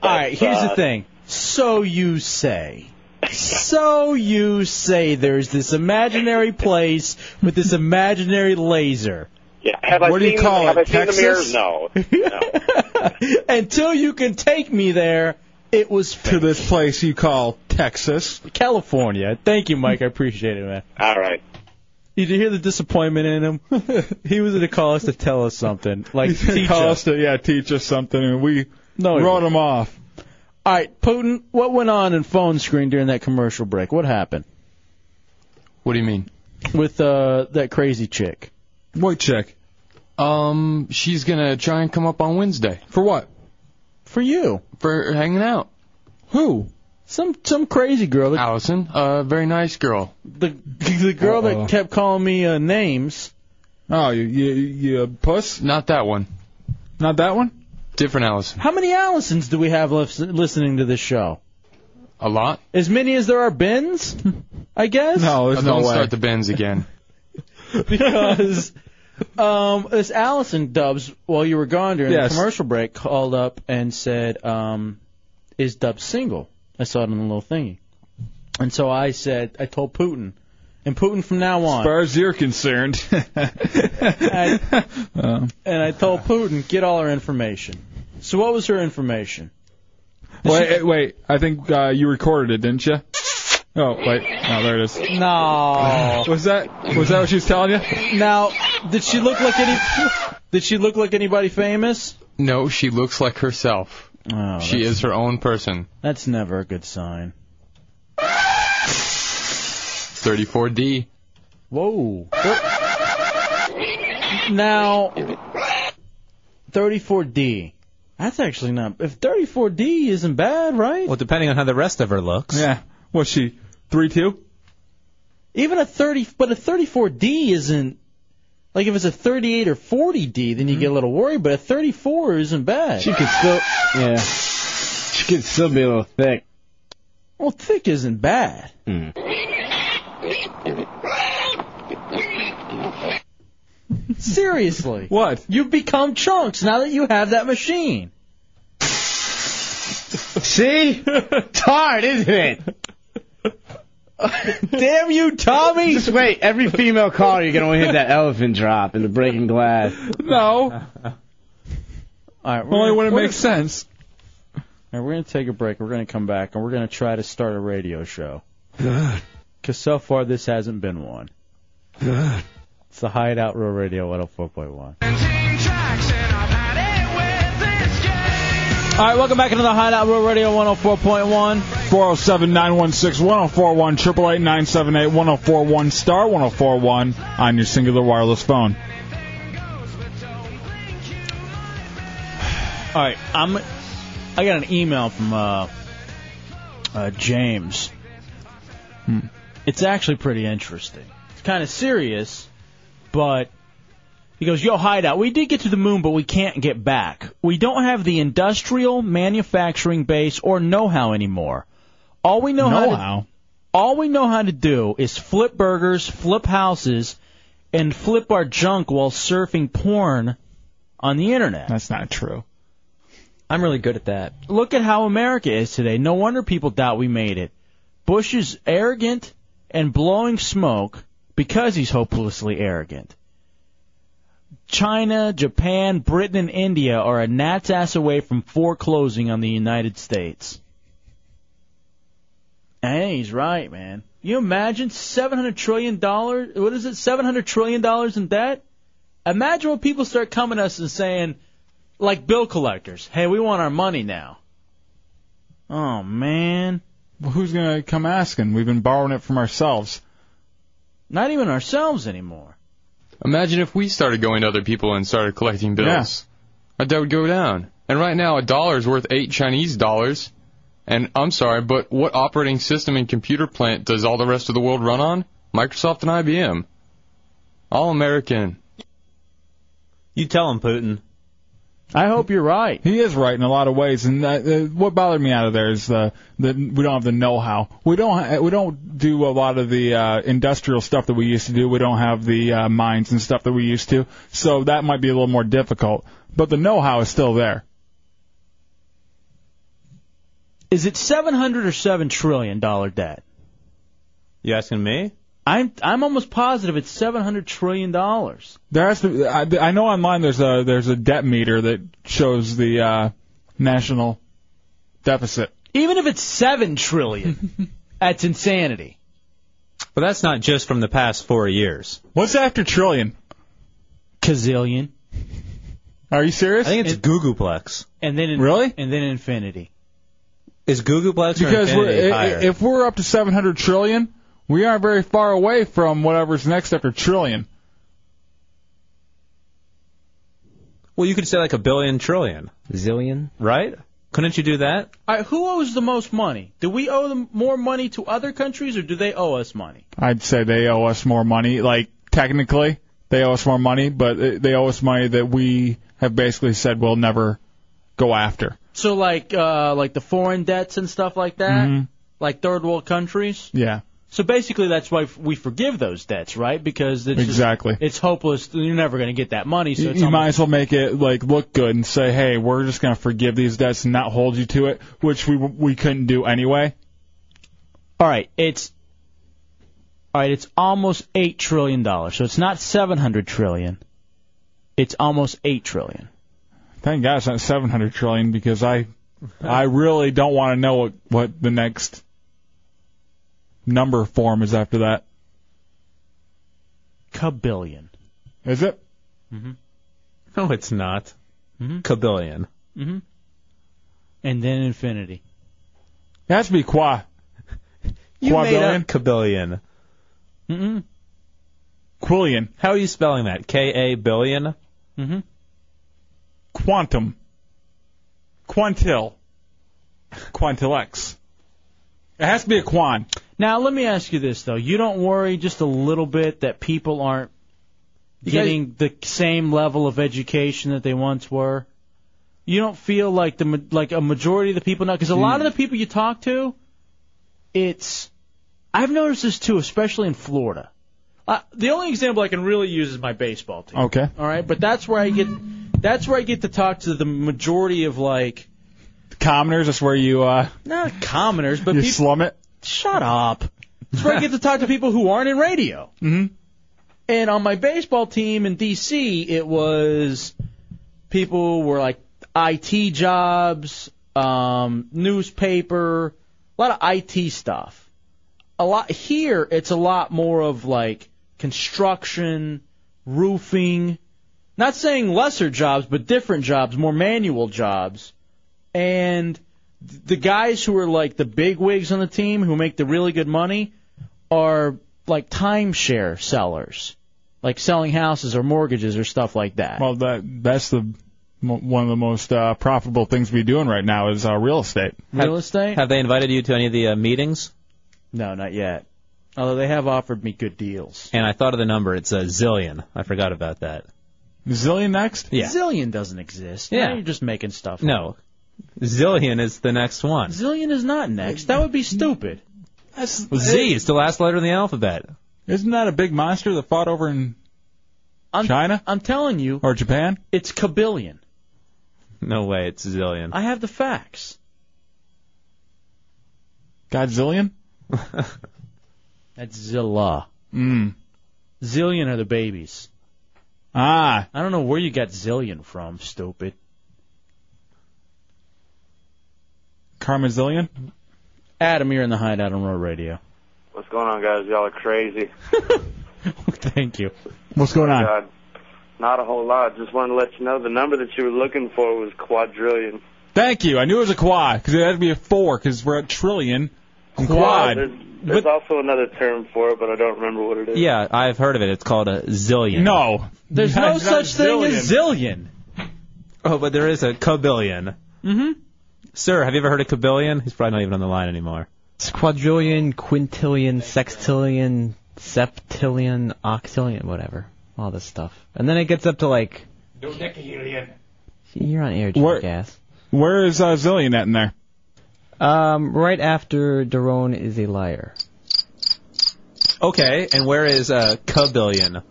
[SPEAKER 2] All right, here's
[SPEAKER 12] uh,
[SPEAKER 2] the thing. So you say. So you say there's this imaginary place with this imaginary laser.
[SPEAKER 12] yeah. Have I
[SPEAKER 2] What do
[SPEAKER 12] seen,
[SPEAKER 2] you call
[SPEAKER 12] have
[SPEAKER 2] it,
[SPEAKER 12] I seen the mirror?
[SPEAKER 2] Texas? (laughs)
[SPEAKER 12] No.
[SPEAKER 2] Until you can take me there, it was
[SPEAKER 3] To this place you call Texas.
[SPEAKER 2] California. Thank you, Mike. I appreciate it, man.
[SPEAKER 12] All right.
[SPEAKER 2] Did you hear the disappointment
[SPEAKER 3] (laughs)
[SPEAKER 2] in him? he was gonna call us to tell us something. Like teach
[SPEAKER 3] Call
[SPEAKER 2] us.
[SPEAKER 3] us to, yeah, teach us something, and we
[SPEAKER 2] No, he
[SPEAKER 3] wrote them off.
[SPEAKER 2] All right, Putin, what went on in phone screen during that commercial break? What happened?
[SPEAKER 5] What do you mean?
[SPEAKER 2] With uh, that crazy chick.
[SPEAKER 3] What chick?
[SPEAKER 5] Um, she's gonna try and come up on Wednesday.
[SPEAKER 3] For what?
[SPEAKER 2] For you.
[SPEAKER 5] For hanging out.
[SPEAKER 2] Who? Some some crazy girl. That,
[SPEAKER 5] Allison, a very nice girl.
[SPEAKER 2] The (laughs) the girl
[SPEAKER 5] Uh-oh.
[SPEAKER 2] that kept calling me uh, names.
[SPEAKER 3] Oh, you you you a puss?
[SPEAKER 5] Not that one.
[SPEAKER 3] Not that one.
[SPEAKER 5] Different Allison.
[SPEAKER 2] How many Allisons do we have lis- listening to this show?
[SPEAKER 5] A lot.
[SPEAKER 2] As many as there are bins, I guess.
[SPEAKER 5] Oh, No, Uh, don't start the
[SPEAKER 2] (laughs)
[SPEAKER 5] bins again.
[SPEAKER 2] because um, this Allison Dubs, while you were gone during
[SPEAKER 5] Yes.
[SPEAKER 2] the commercial break, called up and said, um, "Is Dubs single?" I saw it on the little thingy, and so I said, I told Putin, and Putin from now
[SPEAKER 3] As
[SPEAKER 2] on,
[SPEAKER 3] far as you're concerned. (laughs) uh,
[SPEAKER 2] I-
[SPEAKER 3] Um,
[SPEAKER 2] Oh. and I told Putin, get all her information. So what was her information?
[SPEAKER 3] wait, eh, wait. I think uh, you recorded it, didn't you? Oh, wait. Oh, there it is.
[SPEAKER 2] No.
[SPEAKER 3] Was that was that what she was telling you?
[SPEAKER 2] Now, did she look like any? Did she look like anybody famous?
[SPEAKER 13] No, she looks like herself. she
[SPEAKER 2] Oh, that's-
[SPEAKER 13] is her own person.
[SPEAKER 2] That's never a good sign.
[SPEAKER 13] 34D.
[SPEAKER 2] Whoa. Now, 34D. That's actually not. If 34D isn't bad, right?
[SPEAKER 18] Well, depending on how the rest of her looks.
[SPEAKER 3] Yeah. What's she? Three two.
[SPEAKER 2] Even a 30, but a 34D isn't. Like if it's a 38 or 40D,
[SPEAKER 18] Mm-hmm.
[SPEAKER 2] then you get a little worried. But a 34 isn't bad.
[SPEAKER 8] She could still, yeah. She could still be a little thick. Hmm.
[SPEAKER 2] Well, thick isn't bad.
[SPEAKER 8] (laughs)
[SPEAKER 2] Seriously.
[SPEAKER 3] What?
[SPEAKER 2] You've become chunks now that you have that machine. (laughs)
[SPEAKER 8] See? It's hard, isn't (laughs) it?
[SPEAKER 2] Damn you, Tommy!
[SPEAKER 8] Just wait. Every female caller, you're gonna hit that elephant drop in the breaking glass.
[SPEAKER 3] No.
[SPEAKER 2] All right,
[SPEAKER 3] Only
[SPEAKER 2] we're gonna-
[SPEAKER 3] when it
[SPEAKER 2] we're
[SPEAKER 3] makes
[SPEAKER 2] gonna-
[SPEAKER 3] sense.
[SPEAKER 2] All right, we're going to take a break. We're going to come back, and we're going to try to start a radio show. Because so far, this hasn't been one. It's the Hideout Real Radio 104.1. All right, welcome back into the Hideout Real Radio 104.1.
[SPEAKER 3] 407 916 1041 888 978 1041 star 1041 on your singular wireless phone.
[SPEAKER 2] All right, I'm. I got an email from uh, uh, James. It's actually pretty interesting. It's kind of serious, but he goes, "Yo, hideout. We did get to the moon, but we can't get back. We don't have the industrial manufacturing base or know-how anymore. All we know how to,
[SPEAKER 3] Know-how?
[SPEAKER 2] all we know how to do is flip burgers, flip houses, and flip our junk while surfing porn on the internet.
[SPEAKER 3] That's not true.
[SPEAKER 2] I'm really good at that. Look at how America is today. No wonder people doubt we made it. Bush is arrogant and blowing smoke because he's hopelessly arrogant. China, Japan, Britain, and India are a gnat's ass away from foreclosing on the United States. Hey, he's right, man. You imagine seven hundred trillion dollars? What is it? Seven hundred trillion dollars in debt? Imagine when people start coming to us and saying, like bill collectors, "Hey, we want our money now." Oh man.
[SPEAKER 3] Well, who's gonna come asking? We've been borrowing it from ourselves.
[SPEAKER 2] Not even ourselves anymore.
[SPEAKER 13] Imagine if we started going to other people and started collecting bills. Our debt would go down. And right now, a dollar is worth eight Chinese dollars. And I'm sorry, but what operating system and computer plant does all the rest of the world run on? Microsoft and IBM. All American.
[SPEAKER 18] You tell him, Putin.
[SPEAKER 2] I hope you're right.
[SPEAKER 3] He is right in a lot of ways, and uh, uh, what bothered me out of there is the that we don't have the know-how. We don't ha- we don't do a lot of the uh, industrial stuff that we used to do. We don't have the uh, mines and stuff that we used to, so that might be a little more difficult. But the know-how is still there.
[SPEAKER 2] Is it seven hundred or seven trillion dollar debt?
[SPEAKER 18] You asking me?
[SPEAKER 2] I'm I'm almost positive it's seven hundred trillion dollars.
[SPEAKER 3] There has to. I, I know online there's a there's a debt meter that shows the uh, national deficit.
[SPEAKER 2] Even if it's seven
[SPEAKER 18] (laughs)
[SPEAKER 2] trillion, that's insanity.
[SPEAKER 18] But that's not just from the past four years.
[SPEAKER 3] What's after trillion?
[SPEAKER 2] Kazillion.
[SPEAKER 3] Are you serious?
[SPEAKER 18] I think it's Googleplex.
[SPEAKER 2] And then in,
[SPEAKER 3] Really?
[SPEAKER 2] And then infinity.
[SPEAKER 18] Is Googleplex or
[SPEAKER 3] Because we're,
[SPEAKER 18] Infinity
[SPEAKER 3] i-
[SPEAKER 18] higher?
[SPEAKER 3] i- if we're up to 700 trillion, we aren't very far away from whatever's next after trillion.
[SPEAKER 18] well, you could say like a billion trillion,
[SPEAKER 4] Zillion.
[SPEAKER 18] right? Couldn't you do that?
[SPEAKER 2] All right, who owes the most money? Do we owe them more money to other countries, or do they owe us money?
[SPEAKER 3] I'd say they owe us more money. Like technically, they owe us more money, but uh, they owe us money that we have basically said we'll never go after.
[SPEAKER 2] So like uh, like the foreign debts and stuff like that,
[SPEAKER 18] Mm-hmm.
[SPEAKER 2] like third world countries.
[SPEAKER 3] Yeah,
[SPEAKER 2] So basically, that's why f- we forgive those debts, right? Because it's just-
[SPEAKER 3] Exactly.
[SPEAKER 2] it's hopeless. You're never going to get that money. So
[SPEAKER 3] you,
[SPEAKER 2] it's
[SPEAKER 3] you
[SPEAKER 2] almost-
[SPEAKER 3] might as well make it like look good and say, "Hey, we're just gonna forgive these debts and not hold you to it," which we we couldn't do anyway.
[SPEAKER 2] All right, it's all right. It's almost eight trillion dollars. So it's not seven hundred trillion. It's almost eight trillion.
[SPEAKER 3] Thank God it's not 700 trillion because I I really don't want to know what what the next number form is after that.
[SPEAKER 2] Cabillion. Mm-hmm.
[SPEAKER 3] Is it?
[SPEAKER 18] No, it's not. Kabillion.
[SPEAKER 2] Mm-hmm. And then infinity.
[SPEAKER 3] It has to be qua.
[SPEAKER 18] You made
[SPEAKER 3] Quadrillion?
[SPEAKER 18] up Kabillion.
[SPEAKER 2] Mm-mm.
[SPEAKER 3] Quillion.
[SPEAKER 18] How are you spelling that? K A billion.
[SPEAKER 2] Mm-hmm.
[SPEAKER 3] Quantum. Quantil. Quantilex. It has to be a quan.
[SPEAKER 2] Now let me ask you this though: you don't worry just a little bit that people aren't getting the same level of education that they once were? You don't feel like the ma- like a majority of the people now, because a lot of the
[SPEAKER 3] Mm.
[SPEAKER 2] people you talk to, it's I've noticed this too, especially in Florida. Uh, the only example I can really use is my baseball team.
[SPEAKER 3] Okay.
[SPEAKER 2] All right, but that's where I get that's where I get to talk to the majority of like
[SPEAKER 3] Commoners, that's where you uh
[SPEAKER 2] not commoners, but
[SPEAKER 3] you
[SPEAKER 2] peop-
[SPEAKER 3] slum it.
[SPEAKER 2] Shut up. That's where I get to talk to people who aren't in radio.
[SPEAKER 3] Mm-hmm.
[SPEAKER 2] And on my baseball team in D.C., it was people were like IT jobs, um, newspaper, a lot of IT stuff. A lot here, it's a lot more of like construction, roofing. Not saying lesser jobs, but different jobs, more manual jobs. And the guys who are like the big wigs on the team who make the really good money are like timeshare sellers, like selling houses or mortgages or stuff like that.
[SPEAKER 3] Well, that that's the m- one of the most uh, profitable things we're doing right now is uh, real estate.
[SPEAKER 2] Real estate?
[SPEAKER 18] Have they invited you to any of the uh, meetings?
[SPEAKER 2] No, not yet. Although they have offered me good deals.
[SPEAKER 18] And I thought of the number. It's a zillion. I forgot about that.
[SPEAKER 3] Zillion next?
[SPEAKER 18] Yeah.
[SPEAKER 2] Zillion doesn't exist.
[SPEAKER 18] Yeah.
[SPEAKER 2] Now you're just making stuff. up.
[SPEAKER 18] No. Zillion is the next one.
[SPEAKER 2] Zillion is not next. That would be stupid.
[SPEAKER 18] Z is the last letter in the alphabet.
[SPEAKER 3] Isn't that a big monster that fought over in
[SPEAKER 2] I'm,
[SPEAKER 3] China
[SPEAKER 2] I'm telling you,
[SPEAKER 3] or Japan?
[SPEAKER 2] it's Kabillion.
[SPEAKER 18] No way, it's zillion.
[SPEAKER 2] I have the facts.
[SPEAKER 3] Godzillion?
[SPEAKER 2] (laughs) That's Zilla.
[SPEAKER 3] Mm.
[SPEAKER 2] Zillion are the babies.
[SPEAKER 3] Ah.
[SPEAKER 2] I don't know where you got zillion from, stupid.
[SPEAKER 3] Karmazillion?
[SPEAKER 2] Adam, you're in the hideout on Road Radio. (laughs)
[SPEAKER 11] What's going on, guys? Y'all are crazy.
[SPEAKER 2] Thank you.
[SPEAKER 3] What's going on?
[SPEAKER 11] God, not a whole lot. Just wanted to let you know the number that you were looking for was quadrillion.
[SPEAKER 3] Thank you. I knew it was a quad because it had to be a four because we're at trillion. And quad.
[SPEAKER 11] There's, there's also another term for it, but I don't remember what it is.
[SPEAKER 18] Yeah, I've heard of it. It's called a zillion.
[SPEAKER 3] No.
[SPEAKER 2] There's no such thing as zillion.
[SPEAKER 18] Oh, but there is a cabillion.
[SPEAKER 2] Mm-hmm.
[SPEAKER 18] Sir, have you ever heard of cabillion? He's probably not even on the line anymore.
[SPEAKER 4] It's quadrillion, quintillion, sextillion, septillion, octillion, whatever. All this stuff. And then it gets up to like. You're on air, jackass.
[SPEAKER 3] Where is uh, Zillion at in there?
[SPEAKER 4] Um, right after Daron is a liar.
[SPEAKER 18] Okay, and where is uh, cabillion?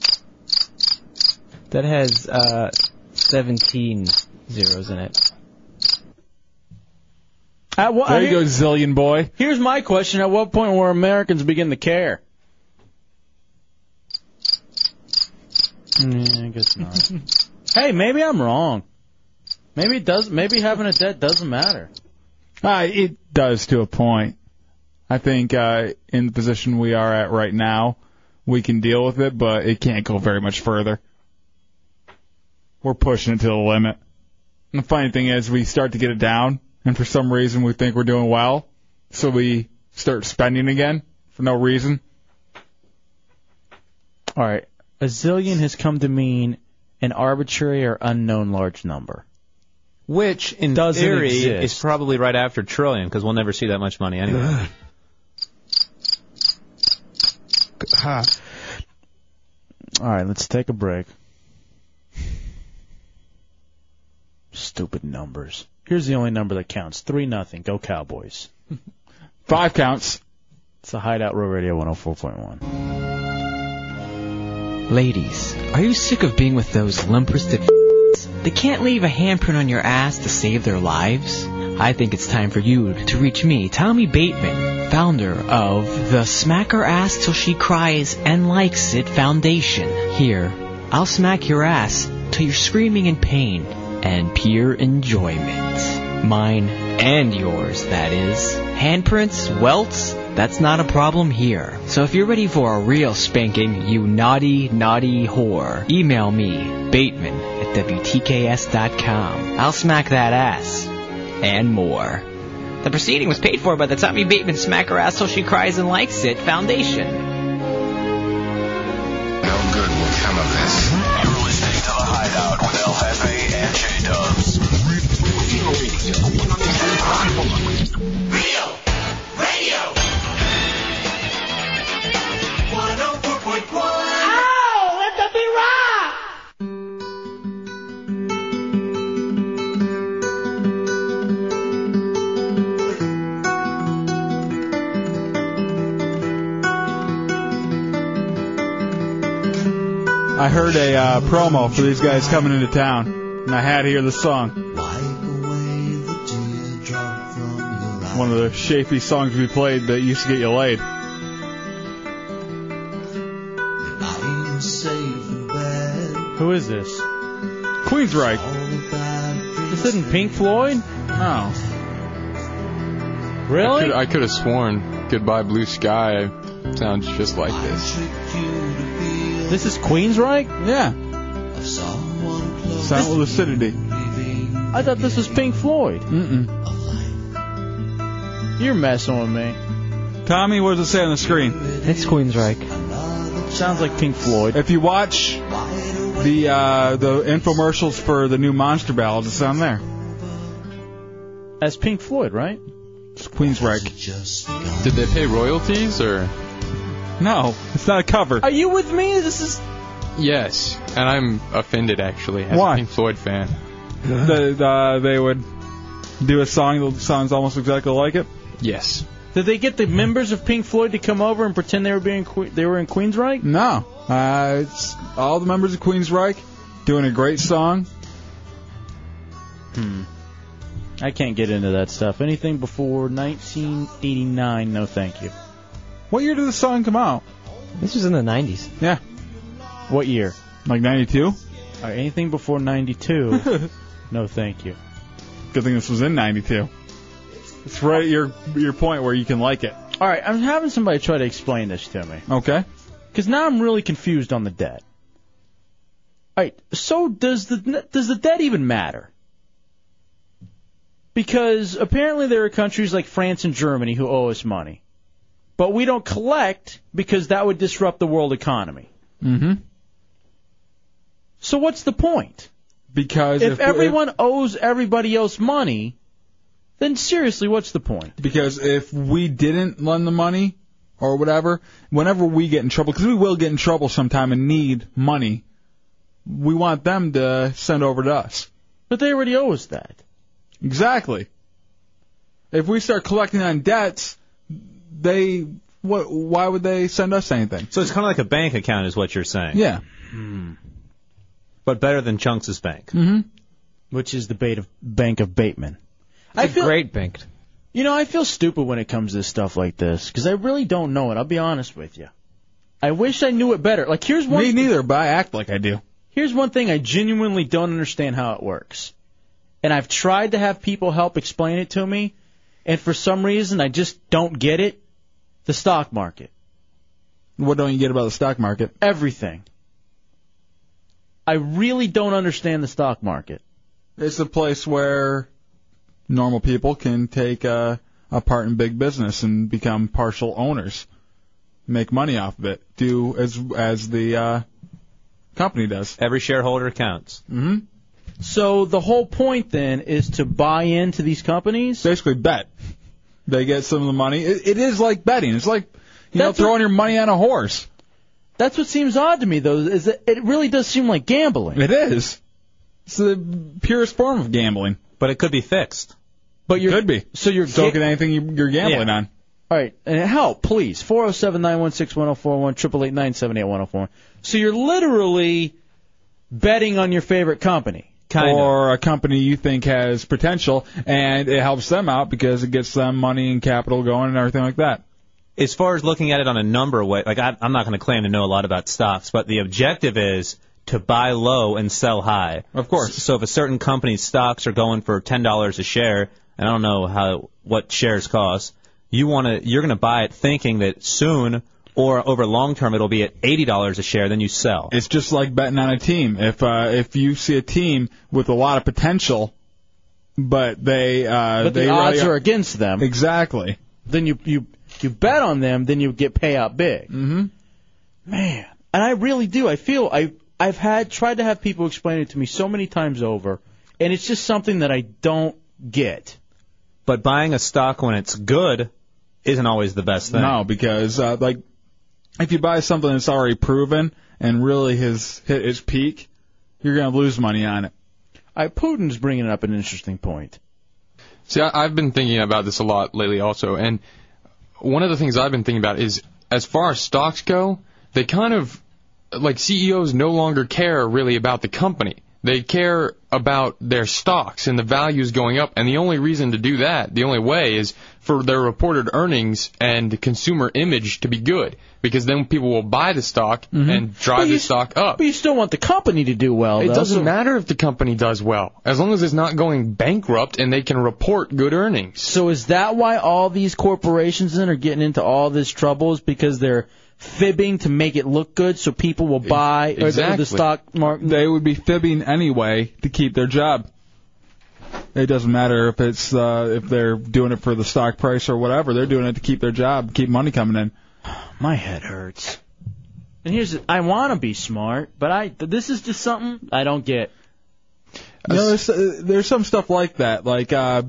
[SPEAKER 4] That has uh, 17 zeros in it.
[SPEAKER 2] At what,
[SPEAKER 3] There you go, Zillion boy.
[SPEAKER 2] Here's my question: At what point were Americans begin to care? Mm, I guess not. (laughs) hey, maybe I'm wrong. Maybe it does. Maybe having a debt doesn't matter.
[SPEAKER 3] Uh, it does to a point. I think uh, in the position we are at right now, we can deal with it, but it can't go very much further. We're pushing it to the limit. And the funny thing is, we start to get it down, and for some reason we think we're doing well, so we start spending again for no reason.
[SPEAKER 2] All right, a zillion has come to mean an arbitrary or unknown large number.
[SPEAKER 18] Which, in
[SPEAKER 2] Doesn't
[SPEAKER 18] theory,
[SPEAKER 2] exist.
[SPEAKER 18] is probably right after trillion because we'll never see that much money anyway.
[SPEAKER 2] All right, let's take a break. Stupid numbers. Here's the only number that counts: three nothing. Go (laughs) Cowboys.
[SPEAKER 3] Five counts.
[SPEAKER 2] It's the Hideout Row Radio 104.1.
[SPEAKER 15] Ladies, are you sick of being with those lumpers that (laughs) f***s? They can't leave a handprint on your ass to save their lives? I think it's time for you to reach me, Tommy Bateman, founder of the Smack Her Ass Till She Cries and Likes It Foundation. Here, I'll smack your ass till you're screaming in pain and pure enjoyment. Mine and yours, that is. Handprints, welts, That's not a problem here. So if you're ready for a real spanking, you naughty, naughty whore, email me, Bateman, at WTKS.com. I'll smack that ass. And more.
[SPEAKER 21] The proceeding was paid for by the Tommy Bateman Smack Her Ass Till She Cries and Likes It Foundation.
[SPEAKER 17] No good will come of this. You're listening to The Hideout with El Jefe and J Dubs. Real Radio 104.1.
[SPEAKER 23] Ow! Let that be rock!
[SPEAKER 3] I heard a uh, promo for these guys coming into town, and I had to hear the song. One of the shapy songs we played that used to get you laid.
[SPEAKER 2] Who is this?
[SPEAKER 3] Queensryche.
[SPEAKER 2] This isn't Pink Floyd?
[SPEAKER 3] No.
[SPEAKER 2] Really?
[SPEAKER 5] I could have sworn Goodbye Blue Sky sounds just like this.
[SPEAKER 2] This is Queensryche?
[SPEAKER 3] Yeah. Silent Lucidity.
[SPEAKER 2] I thought this was Pink Floyd.
[SPEAKER 3] Mm-mm.
[SPEAKER 2] You're messing with me.
[SPEAKER 3] Tommy, what does it say on the screen? It's Queensryche.
[SPEAKER 2] Sounds like Pink Floyd.
[SPEAKER 3] If you watch the uh, the infomercials for the new Monster Ballads, it's on there.
[SPEAKER 2] That's Pink Floyd, right?
[SPEAKER 3] It's Queensryche.
[SPEAKER 5] Did they pay royalties or?
[SPEAKER 3] No, it's not a cover.
[SPEAKER 2] Are you with me? This is.
[SPEAKER 5] Yes, and I'm offended actually. As
[SPEAKER 3] Why?
[SPEAKER 5] a Pink Floyd fan.
[SPEAKER 3] the, uh, they would do a song that sounds almost exactly like it.
[SPEAKER 5] Yes.
[SPEAKER 2] Did they get the members of Pink Floyd to come over and pretend they were being que- they were in Queensryche?
[SPEAKER 3] No, uh, it's all the members of Queensryche doing a great song.
[SPEAKER 2] Hmm. I can't get into that stuff. Anything before 1989, no thank you.
[SPEAKER 3] What year did the song come out?
[SPEAKER 2] This was in the 90s.
[SPEAKER 3] Yeah.
[SPEAKER 2] What year?
[SPEAKER 3] Like 92?
[SPEAKER 2] anything
[SPEAKER 3] (laughs)
[SPEAKER 2] before 92, (laughs) no thank you.
[SPEAKER 3] Good thing this was in '92. It's right at your your point where you can like it.
[SPEAKER 2] All right, I'm having somebody try to explain this to me.
[SPEAKER 3] Okay.
[SPEAKER 2] Because now I'm really confused on the dead. All right, so does the does the dead even matter? Because apparently there are countries like France and Germany who owe us money, but we don't collect because that would disrupt the world economy.
[SPEAKER 3] Mm-hmm.
[SPEAKER 2] So what's the point?
[SPEAKER 3] Because
[SPEAKER 2] If,
[SPEAKER 3] if-
[SPEAKER 2] everyone owes everybody else money, then seriously, what's the point?
[SPEAKER 3] Because if we didn't lend the money or whatever, whenever we get in trouble, because we will get in trouble sometime and need money, we want them to send over to us.
[SPEAKER 2] But they already owe us that.
[SPEAKER 3] Exactly. If we start collecting on debts, they what? Why would they send us anything?
[SPEAKER 18] (sighs) So it's kind of like a bank account, is what you're saying.
[SPEAKER 3] Yeah.
[SPEAKER 2] Hmm.
[SPEAKER 18] But better than Chunks' bank.
[SPEAKER 3] Mm-hmm.
[SPEAKER 2] Which is the bait of Bank of Bateman. I feel,
[SPEAKER 4] great bank.
[SPEAKER 2] You know, I feel stupid when it comes to stuff like this because I really don't know it. I'll be honest with you. I wish I knew it better. Like here's one.
[SPEAKER 3] Me neither, but I act like I do.
[SPEAKER 2] Here's one thing I genuinely don't understand how it works, and I've tried to have people help explain it to me, and for some reason I just don't get it. The stock market,
[SPEAKER 3] What don't you get about the stock market?
[SPEAKER 2] everything. I really don't understand the stock market.
[SPEAKER 3] It's a place where normal people can take a, a part in big business and become partial owners, make money off of it, do as as the uh, company does.
[SPEAKER 18] Every shareholder counts.
[SPEAKER 3] hmm
[SPEAKER 2] So the whole point then is to buy into these companies.
[SPEAKER 3] Basically, bet. They get some of the money. It, it is like betting. It's like you
[SPEAKER 2] That's
[SPEAKER 3] know
[SPEAKER 2] what-
[SPEAKER 3] throwing your money on a horse.
[SPEAKER 2] That's what seems odd to me, though, is that it really does seem like gambling.
[SPEAKER 3] It is. It's the purest form of gambling.
[SPEAKER 18] But it could be fixed.
[SPEAKER 2] But you
[SPEAKER 3] could be.
[SPEAKER 2] So you're
[SPEAKER 3] so
[SPEAKER 2] ga-
[SPEAKER 3] can anything you, you're gambling on.
[SPEAKER 2] All right, and help, please. 407 916 1041, 888 978 1041. So you're literally betting on your favorite company.
[SPEAKER 3] or a company you think has potential, and it helps them out because it gets them money and capital going and everything like that.
[SPEAKER 18] as far as looking at it on a number of way, like I, I'm not going to claim to know a lot about stocks, but the objective is to buy low and sell high.
[SPEAKER 3] Of course.
[SPEAKER 18] So if a certain company's stocks are going for ten dollars a share, and I don't know how what shares cost, you want to you're going to buy it thinking that soon or over long term it'll be at eighty dollars a share. Then you sell.
[SPEAKER 3] It's just like betting on a team. If uh, if you see a team with a lot of potential, but they uh,
[SPEAKER 2] but
[SPEAKER 3] they
[SPEAKER 2] the odds
[SPEAKER 3] really
[SPEAKER 2] are against them.
[SPEAKER 3] Exactly.
[SPEAKER 2] Then you you you bet on them, then you get payout big. Mm-hmm. Man, and I really do. I feel I I've had tried to have people explain it to me so many times over, and it's just something that I don't get.
[SPEAKER 18] But buying a stock when it's good isn't always the best thing.
[SPEAKER 3] No, because uh, like if you buy something that's already proven and really has hit its peak, you're gonna lose money on it.
[SPEAKER 2] I Putin's bringing up an interesting point.
[SPEAKER 13] See, I, I've been thinking about this a lot lately also, and one of the things I've been thinking about is as far as stocks go, they kind of like CEOs no longer care really about the company. They care about their stocks and the values going up, and the only reason to do that, the only way, is for their reported earnings and consumer image to be good, because then people will buy the stock and drive the stock up. But
[SPEAKER 2] Mm-hmm. you still want the company to do well.
[SPEAKER 13] It
[SPEAKER 2] though,
[SPEAKER 13] doesn't
[SPEAKER 2] so-
[SPEAKER 13] matter if the company does well, as long as it's not going bankrupt and they can report good earnings.
[SPEAKER 2] So is that why all these corporations then are getting into all this trouble? Is because they're fibbing to make it look good so people will buy or the-
[SPEAKER 3] E- Exactly.
[SPEAKER 2] the stock market.
[SPEAKER 3] They would be fibbing anyway to keep their job. It doesn't matter if it's uh, if they're doing it for the stock price or whatever. They're doing it to keep their job, keep money coming in.
[SPEAKER 2] My head hurts. And here's the- I want to be smart, but I th- this is just something I don't get.
[SPEAKER 3] You know, there's, uh, there's some stuff like that. Like, uh,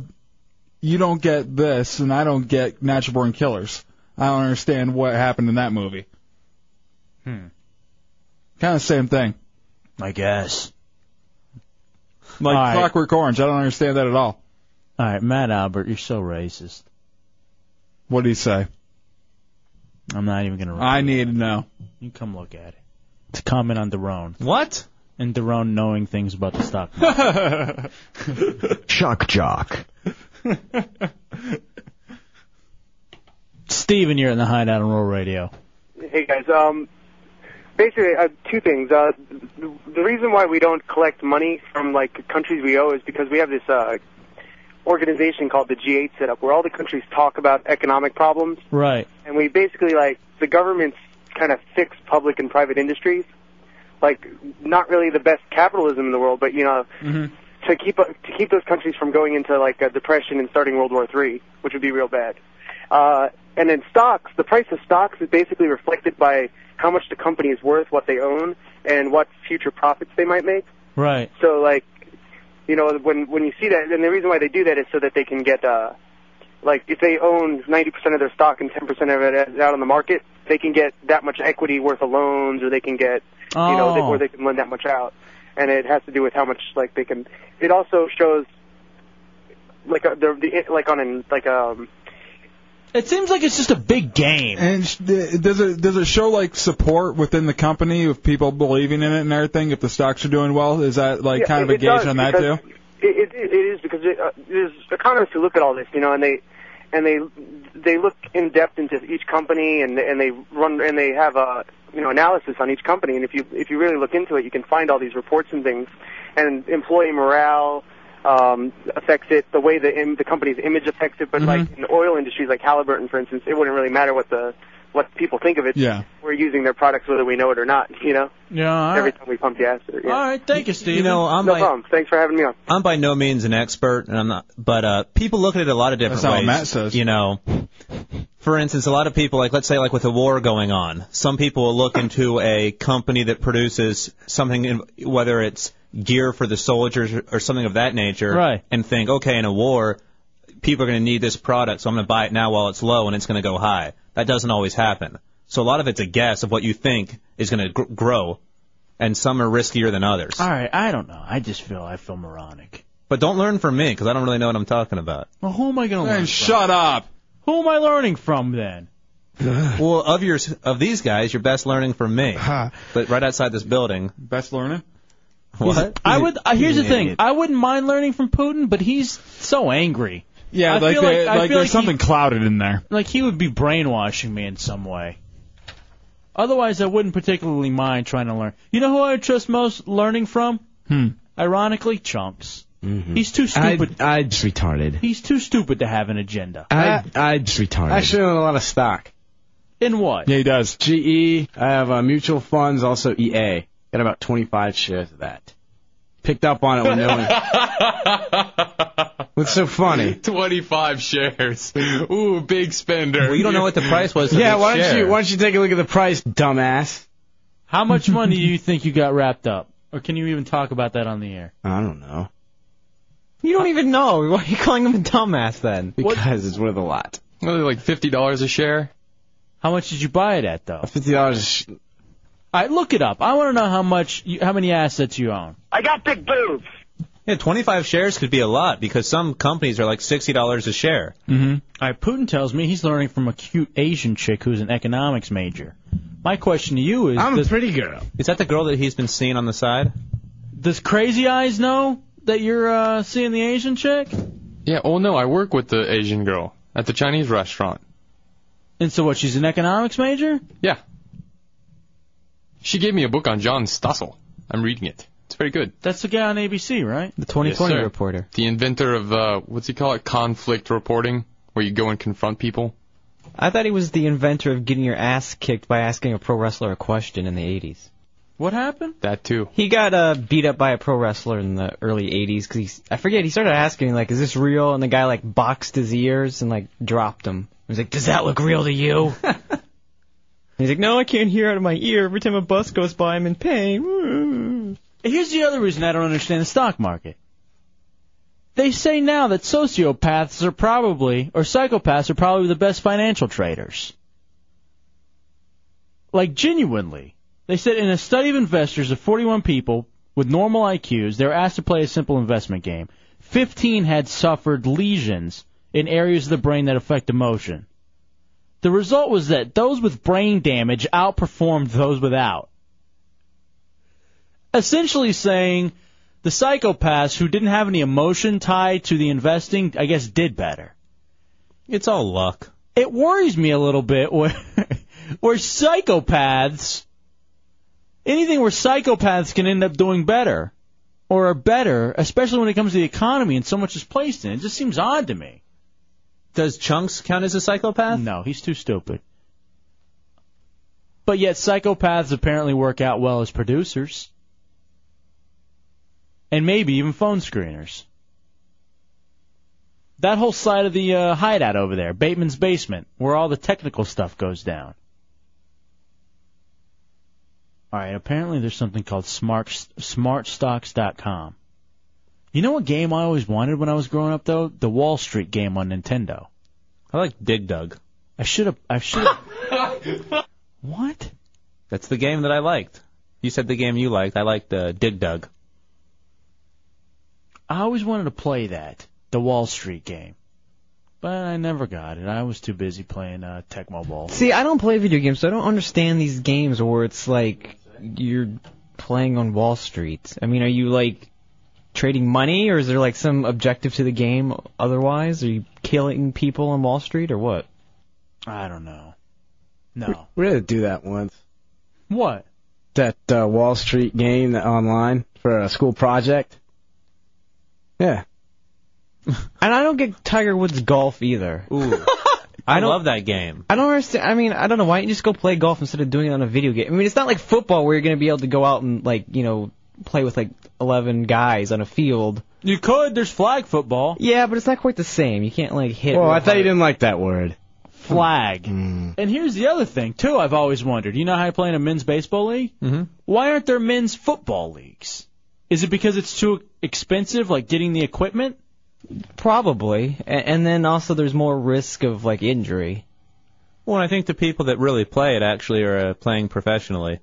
[SPEAKER 3] you don't get this, and I don't get Natural Born Killers. I don't understand what happened in that movie.
[SPEAKER 4] Mm-hmm.
[SPEAKER 2] Hmm.
[SPEAKER 3] Kind of same thing.
[SPEAKER 2] I guess.
[SPEAKER 3] Like
[SPEAKER 2] All right.
[SPEAKER 3] Clockwork Orange. I don't understand that at all.
[SPEAKER 2] All right, Matt Albert, you're so racist.
[SPEAKER 3] What did he say?
[SPEAKER 2] I'm not even gonna.
[SPEAKER 3] I need to know.
[SPEAKER 2] You come look at it. It's a comment on Daron.
[SPEAKER 18] What?
[SPEAKER 2] And Daron knowing things about the stock.
[SPEAKER 3] (laughs)
[SPEAKER 16] Shock jock.
[SPEAKER 2] Steven, you're in the hideout on Rural Radio.
[SPEAKER 1] Hey guys, um, basically uh, two things. Uh, the reason why we don't collect money from like countries we owe is because we have this uh, organization called the G8 set up, where all the countries talk about economic problems,
[SPEAKER 2] Right.
[SPEAKER 1] and we basically like the governments kind of fix public and private industries. Like not really the best capitalism in the world, but you know to keep uh, to keep those countries from going into like a depression and starting World War Three, which would be real bad. Uh, and then stocks, the price of stocks is basically reflected by how much the company is worth, what they own, and what future profits they might make.
[SPEAKER 2] Right.
[SPEAKER 1] So like, you know, when when you see that, and the reason why they do that is so that they can get uh, like if they own 90% of their stock and 10% of it is out on the market, they can get that much equity worth of loans, or they can get you know, they,
[SPEAKER 2] Oh.
[SPEAKER 1] where they can lend that much out. And it has to do with how much like they can. It also shows like a, the, the like on an like um
[SPEAKER 2] It seems like it's just a big game.
[SPEAKER 3] And sh- d- does it does it show like support within the company of people believing in it and everything? If the stocks are doing well, is that like
[SPEAKER 1] Yeah,
[SPEAKER 3] kind of
[SPEAKER 1] it-
[SPEAKER 3] a
[SPEAKER 1] it
[SPEAKER 3] gauge
[SPEAKER 1] does,
[SPEAKER 3] on that
[SPEAKER 1] because
[SPEAKER 3] too?
[SPEAKER 1] It, it, it is because it, uh, there's economists who look at all this, you know, and they and they they look in depth into each company and and they run and they have a you know analysis on each company, and if you if you really look into it, you can find all these reports and things, and employee morale. Um, affects it the way the Im- the company's image affects it, but like in the oil industries, like Halliburton, for instance, it wouldn't really matter what the what people think of it.
[SPEAKER 3] Yeah.
[SPEAKER 1] We're using their products whether we know it or not, you know.
[SPEAKER 2] Yeah.
[SPEAKER 1] Every time we pump the acid. Yeah.
[SPEAKER 2] All right, thank you, Steve.
[SPEAKER 18] You know, I'm
[SPEAKER 1] no
[SPEAKER 18] like-
[SPEAKER 1] problem. Thanks for having me on.
[SPEAKER 18] I'm by no means an expert, and I'm not, but uh, people look at it a lot of different
[SPEAKER 3] That's not what
[SPEAKER 18] ways.
[SPEAKER 3] Matt says.
[SPEAKER 18] You know, for instance, a lot of people, like let's say, like with a war going on, some people will look into a company that produces something, in, whether it's gear for the soldiers or, or something of that nature,
[SPEAKER 2] Right.
[SPEAKER 18] and think, okay, in a war, people are going to need this product, so I'm going to buy it now while it's low and it's going to go high. That doesn't always happen. So a lot of it's a guess of what you think is going to gr- grow, and some are riskier than others.
[SPEAKER 2] All right, I don't know. I just feel I feel moronic.
[SPEAKER 18] But don't learn from me 'cause I don't really know what I'm talking (sighs) about.
[SPEAKER 2] Well, who am I going to learn?
[SPEAKER 18] Man,
[SPEAKER 2] from?
[SPEAKER 18] shut
[SPEAKER 3] up.
[SPEAKER 2] Who am I learning from then?
[SPEAKER 18] well, of your of these guys, you're best learning from me. but right outside this building.
[SPEAKER 3] Best learning.
[SPEAKER 18] What?
[SPEAKER 2] I would. Uh, here's the
[SPEAKER 18] He's an
[SPEAKER 2] thing.
[SPEAKER 18] idiot.
[SPEAKER 2] I wouldn't mind learning from Putin, but he's so angry.
[SPEAKER 3] Yeah,
[SPEAKER 2] I
[SPEAKER 3] like,
[SPEAKER 2] feel
[SPEAKER 3] they-
[SPEAKER 2] I
[SPEAKER 3] like
[SPEAKER 2] feel
[SPEAKER 3] there's something clouded in there.
[SPEAKER 2] He, like he would be brainwashing me in some way. Otherwise, I wouldn't particularly mind trying to learn. You know who I would trust most learning from?
[SPEAKER 3] Hmm.
[SPEAKER 2] Ironically, chunks. He's too stupid.
[SPEAKER 8] I, I just retarded.
[SPEAKER 2] He's too stupid to have an (laughs) agenda.
[SPEAKER 8] I, I just retarded. I Uh, actually own a lot of stock.
[SPEAKER 2] In what?
[SPEAKER 8] Yeah, he does. GE. I have uh, mutual funds, also EA. Got about 25 shares of that. Picked up on it when no one. What's so funny?
[SPEAKER 5] 25 shares. Ooh, big spender. Well,
[SPEAKER 18] you don't know what the price was.
[SPEAKER 8] yeah, why don't you why don't you take a look at the price, dumbass?
[SPEAKER 2] How (laughs) much money do you think you got wrapped up? Or can you even talk about that on the air?
[SPEAKER 8] I don't know.
[SPEAKER 4] You don't even know. Why are you calling him a dumbass then?
[SPEAKER 8] Because it's worth a lot.
[SPEAKER 5] Really, like fifty dollars a share.
[SPEAKER 2] How much did you buy it at though?
[SPEAKER 8] Fifty dollars.
[SPEAKER 2] All right, look it up. I want to know how much, you, how many assets you own.
[SPEAKER 6] I got big boobs.
[SPEAKER 18] Yeah, 25 shares could be a lot because some companies are like $60 a share.
[SPEAKER 2] Mm-hmm. All right, Putin tells me he's learning from a cute Asian chick who's an economics major. My question to you is:
[SPEAKER 18] I'm a
[SPEAKER 2] does,
[SPEAKER 8] pretty girl.
[SPEAKER 18] Is that the girl that he's been seeing on the side?
[SPEAKER 2] does Crazy Eyes know that you're uh, seeing the Asian chick?
[SPEAKER 5] Yeah. Oh no, I work with the Asian girl at the Chinese restaurant.
[SPEAKER 2] And so what? She's an economics major?
[SPEAKER 5] Yeah. She gave me a book on John Stossel. I'm reading it. It's very good.
[SPEAKER 2] That's the guy on ABC, right?
[SPEAKER 5] The
[SPEAKER 2] 2020
[SPEAKER 5] reporter. The inventor of uh, what's he call it? Conflict reporting, where you go and confront people.
[SPEAKER 4] I thought he was the inventor of getting your ass kicked by asking a pro wrestler a question in the 80s.
[SPEAKER 2] What happened?
[SPEAKER 5] That too.
[SPEAKER 4] He got uh, beat up by a pro wrestler in the early 80s because I forget he started asking like, "Is this real?" and the guy like boxed his ears and like dropped him. He was like, "Does that look real to
[SPEAKER 5] (laughs)
[SPEAKER 4] you?" He's like, "No, I can't hear out of my ear. Every time a bus goes by, I'm in pain." (laughs)
[SPEAKER 2] Hmm. Here's the other reason I don't understand the stock market. They say now that sociopaths are probably, or psychopaths are probably the best financial traders. Like, genuinely. They said in a study of investors of 41 people with normal IQs, they were asked to play a simple investment game. 15 had suffered lesions in areas of the brain that affect emotion. The result was that those with brain damage outperformed those without essentially saying the psychopaths who didn't have any emotion tied to the investing, I guess, did better.
[SPEAKER 18] It's all luck.
[SPEAKER 2] It worries me a little bit where, (laughs) where psychopaths, anything where psychopaths can end up doing better or are better, especially when it comes to the economy and so much is placed in it. It just seems odd to me.
[SPEAKER 18] Does Chunks count as a psychopath?
[SPEAKER 2] No, he's too stupid. But yet, psychopaths apparently work out well as producers and maybe even phone screeners. That whole side of the uh, hideout over there, Bateman's basement, where all the technical stuff goes down. All right, apparently there's something called smart smartstocks.com. You know what game I always wanted when I was growing up though? The Wall Street game on Nintendo.
[SPEAKER 18] I like Dig Dug.
[SPEAKER 2] I should have I should have What?
[SPEAKER 18] That's the game that I liked. You said the game you liked. I liked uh, Dig Dug.
[SPEAKER 2] I always wanted to play that, the Wall Street game. But I never got it. I was too busy playing uh, Tecmo Bowl.
[SPEAKER 4] See, I don't play video games, so I don't understand these games where it's like you're playing on Wall Street. I mean, are you like trading money, or is there like some objective to the game otherwise? Are you killing people on Wall Street, or what?
[SPEAKER 2] I don't know. No.
[SPEAKER 8] We had to do that once.
[SPEAKER 2] What?
[SPEAKER 8] That uh, Wall Street game that online for a school project. Yeah.
[SPEAKER 4] And I don't get Tiger Woods golf either.
[SPEAKER 18] Ooh.
[SPEAKER 4] (laughs)
[SPEAKER 18] I, love that game.
[SPEAKER 4] I don't understand. I mean, I don't know why don't you just go play golf instead of doing it on a video game. I mean, it's not like football where you're going to be able to go out and like you know play with like 11 guys on a field.
[SPEAKER 2] You could. There's flag football.
[SPEAKER 4] Yeah, but it's not quite the same. You can't like hit.
[SPEAKER 8] Well,
[SPEAKER 4] real
[SPEAKER 8] I thought
[SPEAKER 4] hard.
[SPEAKER 8] you didn't like that word.
[SPEAKER 2] Flag. And here's the other thing too. I've always wondered. You know how you play in a men's baseball league? Mm-hmm. Why aren't there men's football leagues? Is it because it's too expensive, like getting the equipment?
[SPEAKER 4] Probably, A- and then also there's more risk of like injury.
[SPEAKER 18] Well, I think the people that really play it actually are uh, playing professionally.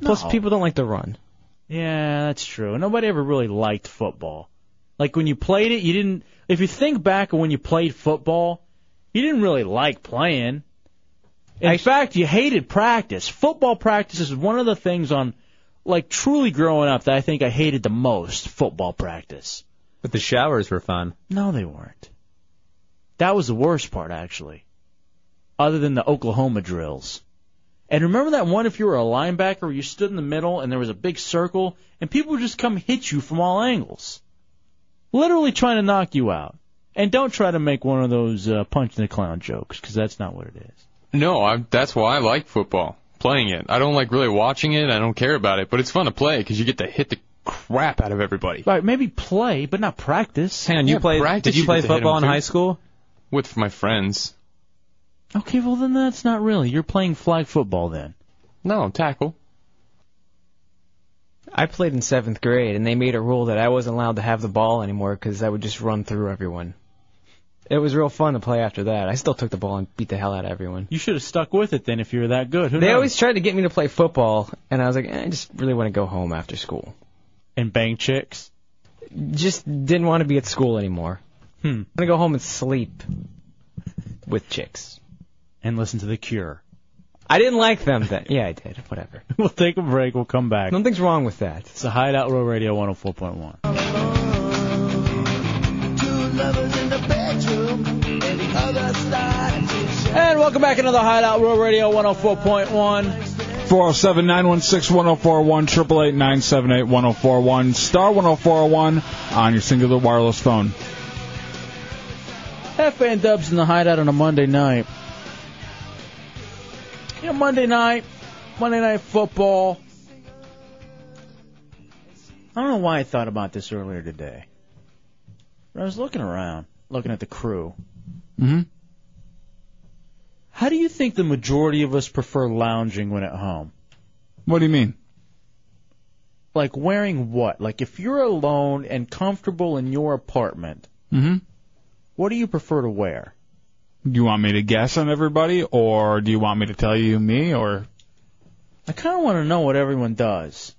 [SPEAKER 4] Plus,
[SPEAKER 2] No.
[SPEAKER 4] people don't like to run.
[SPEAKER 2] Yeah, that's true. Nobody ever really liked football. Like when you played it, you didn't. If you think back when you played football, you didn't really like playing. In fact, you hated practice. Football practice is one of the things on, like, truly growing up that I think I hated the most. Football practice.
[SPEAKER 18] But the showers were fun.
[SPEAKER 2] No, they weren't. That was the worst part, actually. Other than the Oklahoma drills. And remember that one if you were a linebacker where you stood in the middle and there was a big circle and people would just come hit you from all angles. literally trying to knock you out. And don't try to make one of those uh, punch the clown jokes, because that's not what it is.
[SPEAKER 13] No, I, that's why I like football, playing it. I don't like really watching it. I don't care about it, but it's fun to play because you get to hit the crap out of everybody.
[SPEAKER 2] Right, maybe play, but not practice.
[SPEAKER 18] Hang on, you played-
[SPEAKER 13] practice,
[SPEAKER 18] did you play
[SPEAKER 13] get to hit
[SPEAKER 18] football
[SPEAKER 13] 'em
[SPEAKER 18] in
[SPEAKER 13] too.
[SPEAKER 18] high school?
[SPEAKER 13] With my friends.
[SPEAKER 2] Okay, well then that's not really. You're playing flag football then.
[SPEAKER 13] No, tackle.
[SPEAKER 4] I played in seventh grade, and they made a rule that I wasn't allowed to have the ball anymore because I would just run through everyone. It was real fun to play after that. I still took the ball and beat the hell out of everyone.
[SPEAKER 2] You should have stuck with it then if you were that good. Who
[SPEAKER 4] they
[SPEAKER 2] knows?
[SPEAKER 4] always tried to get me to play football, and I was like, eh, I just really want to go home after school.
[SPEAKER 2] And bang chicks?
[SPEAKER 4] Just didn't want to be at school anymore.
[SPEAKER 2] Hmm.
[SPEAKER 4] I'm going to go home and sleep with chicks.
[SPEAKER 2] And listen to The Cure.
[SPEAKER 4] I didn't like them then. Yeah, I did. Whatever.
[SPEAKER 2] (laughs) we'll take a break. We'll come back.
[SPEAKER 4] Nothing's wrong with that.
[SPEAKER 2] It's the Hideout Row Radio 104.1.
[SPEAKER 4] (laughs)
[SPEAKER 2] And welcome back into the Hideout Row Radio 104.1.
[SPEAKER 3] 407 916 1041, 888 978 1041, star 1041 on your singular wireless phone.
[SPEAKER 2] F and Dubs in the Hideout on a Monday night. You know, Monday night, Monday night football. I don't know why I thought about this earlier today. But I was looking around, looking at the crew.
[SPEAKER 3] Mm-hmm.
[SPEAKER 2] How do you think the majority of us prefer lounging when at home?
[SPEAKER 3] What do you mean?
[SPEAKER 2] Like wearing what? Like if you're alone and comfortable in your apartment,
[SPEAKER 3] Mm-hmm.
[SPEAKER 2] what do you prefer to wear?
[SPEAKER 3] Do you want me to guess on everybody, or do you want me to tell you me, or
[SPEAKER 2] I kind of want to know what everyone does.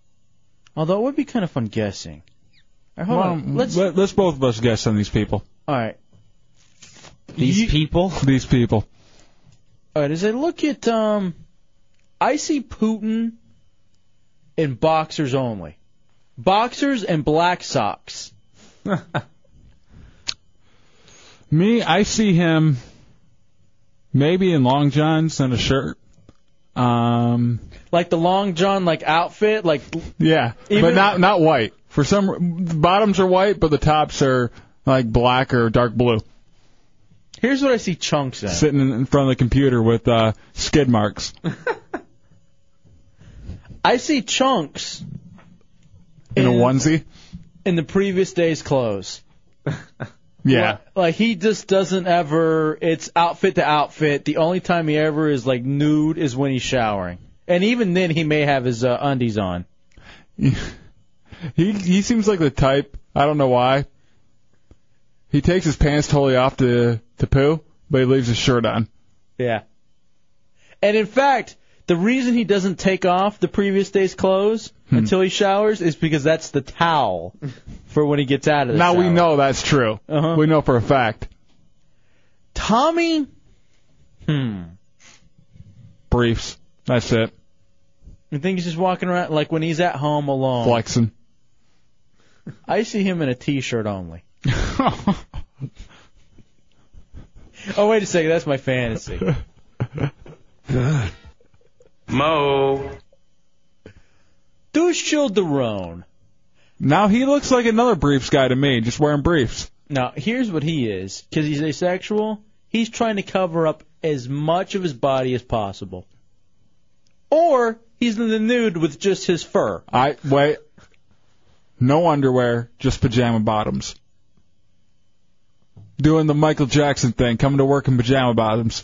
[SPEAKER 2] Although it would be kind of fun guessing. All right, hold
[SPEAKER 3] Well,
[SPEAKER 2] on. Let's.
[SPEAKER 3] let, us both of us guess on these people.
[SPEAKER 2] All right.
[SPEAKER 3] These
[SPEAKER 18] people.
[SPEAKER 3] These people.
[SPEAKER 2] All right. As I look at, um, I see Putin in boxers only, boxers and
[SPEAKER 3] (laughs)
[SPEAKER 2] black socks.
[SPEAKER 3] Me, I see him maybe in long johns and a shirt. Um,
[SPEAKER 2] like the long john like outfit, like
[SPEAKER 3] yeah, but
[SPEAKER 2] Even-
[SPEAKER 3] not not white. For some, the bottoms are white, but the tops are like black or dark blue.
[SPEAKER 2] Here's what I see chunks in.
[SPEAKER 3] Sitting in- in front of the computer with uh, skid
[SPEAKER 2] (laughs)
[SPEAKER 3] marks.
[SPEAKER 2] I see chunks
[SPEAKER 3] in a onesie.
[SPEAKER 2] in the previous day's clothes.
[SPEAKER 3] (laughs) Yeah.
[SPEAKER 2] Like he just doesn't ever. It's outfit to outfit. The only time he ever is like nude is when he's showering, and even then he may have his uh,
[SPEAKER 3] (laughs)
[SPEAKER 2] undies on.
[SPEAKER 3] He he seems like the type. I don't know why. He takes his pants totally off to to poo, but he leaves his shirt on.
[SPEAKER 2] Yeah. And in fact, the reason he doesn't take off the previous day's clothes
[SPEAKER 3] Hmm.
[SPEAKER 2] until he showers is because that's the towel for when he gets out of the
[SPEAKER 3] Now
[SPEAKER 2] shower.
[SPEAKER 3] we know that's true.
[SPEAKER 2] Uh-huh.
[SPEAKER 3] We know for a fact.
[SPEAKER 2] Tommy. Hmm.
[SPEAKER 3] Briefs. That's it.
[SPEAKER 2] You think he's just walking around like when he's at home alone?
[SPEAKER 3] Flexing.
[SPEAKER 2] I see him in a
[SPEAKER 3] (laughs)
[SPEAKER 2] t-shirt only. oh wait a second, that's
[SPEAKER 3] (laughs)
[SPEAKER 2] my fantasy.
[SPEAKER 3] Mo.
[SPEAKER 2] Douche Chill Derone.
[SPEAKER 3] Now he looks like another briefs guy to me, just wearing briefs.
[SPEAKER 2] Now here's what he is, because he's asexual. He's trying to cover up as much of his body as possible, or he's in the nude with just his fur.
[SPEAKER 3] I wait. No underwear, just pajama bottoms. Doing the Michael Jackson thing, coming to work in pajama bottoms.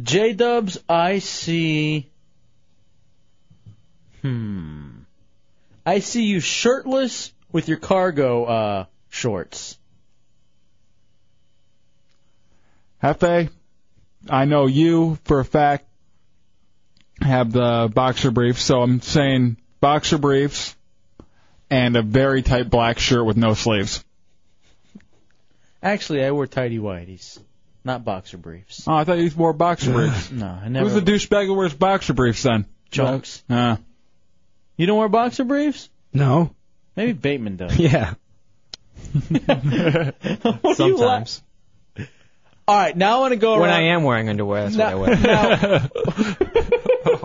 [SPEAKER 2] J Dubs, I see. Hmm. I see you shirtless with your cargo uh, shorts.
[SPEAKER 3] Hefe, I know you for a fact have the boxer briefs, so I'm saying boxer briefs and a very tight black shirt with no sleeves.
[SPEAKER 2] Actually, I wore tidy whities, not boxer briefs.
[SPEAKER 3] Oh, I thought you wore boxer briefs.
[SPEAKER 2] No, I never.
[SPEAKER 3] Who's the douchebag who wears boxer briefs then?
[SPEAKER 2] Chunks.
[SPEAKER 3] Uh,
[SPEAKER 2] You don't wear boxer briefs?
[SPEAKER 3] no.
[SPEAKER 2] Maybe Bateman
[SPEAKER 3] (laughs)
[SPEAKER 2] does. (laughs)
[SPEAKER 3] Yeah.
[SPEAKER 2] Sometimes. All right, now I want to go
[SPEAKER 4] When
[SPEAKER 2] around.
[SPEAKER 4] I am wearing underwear, that's what I
[SPEAKER 2] now,
[SPEAKER 4] wear.
[SPEAKER 2] now,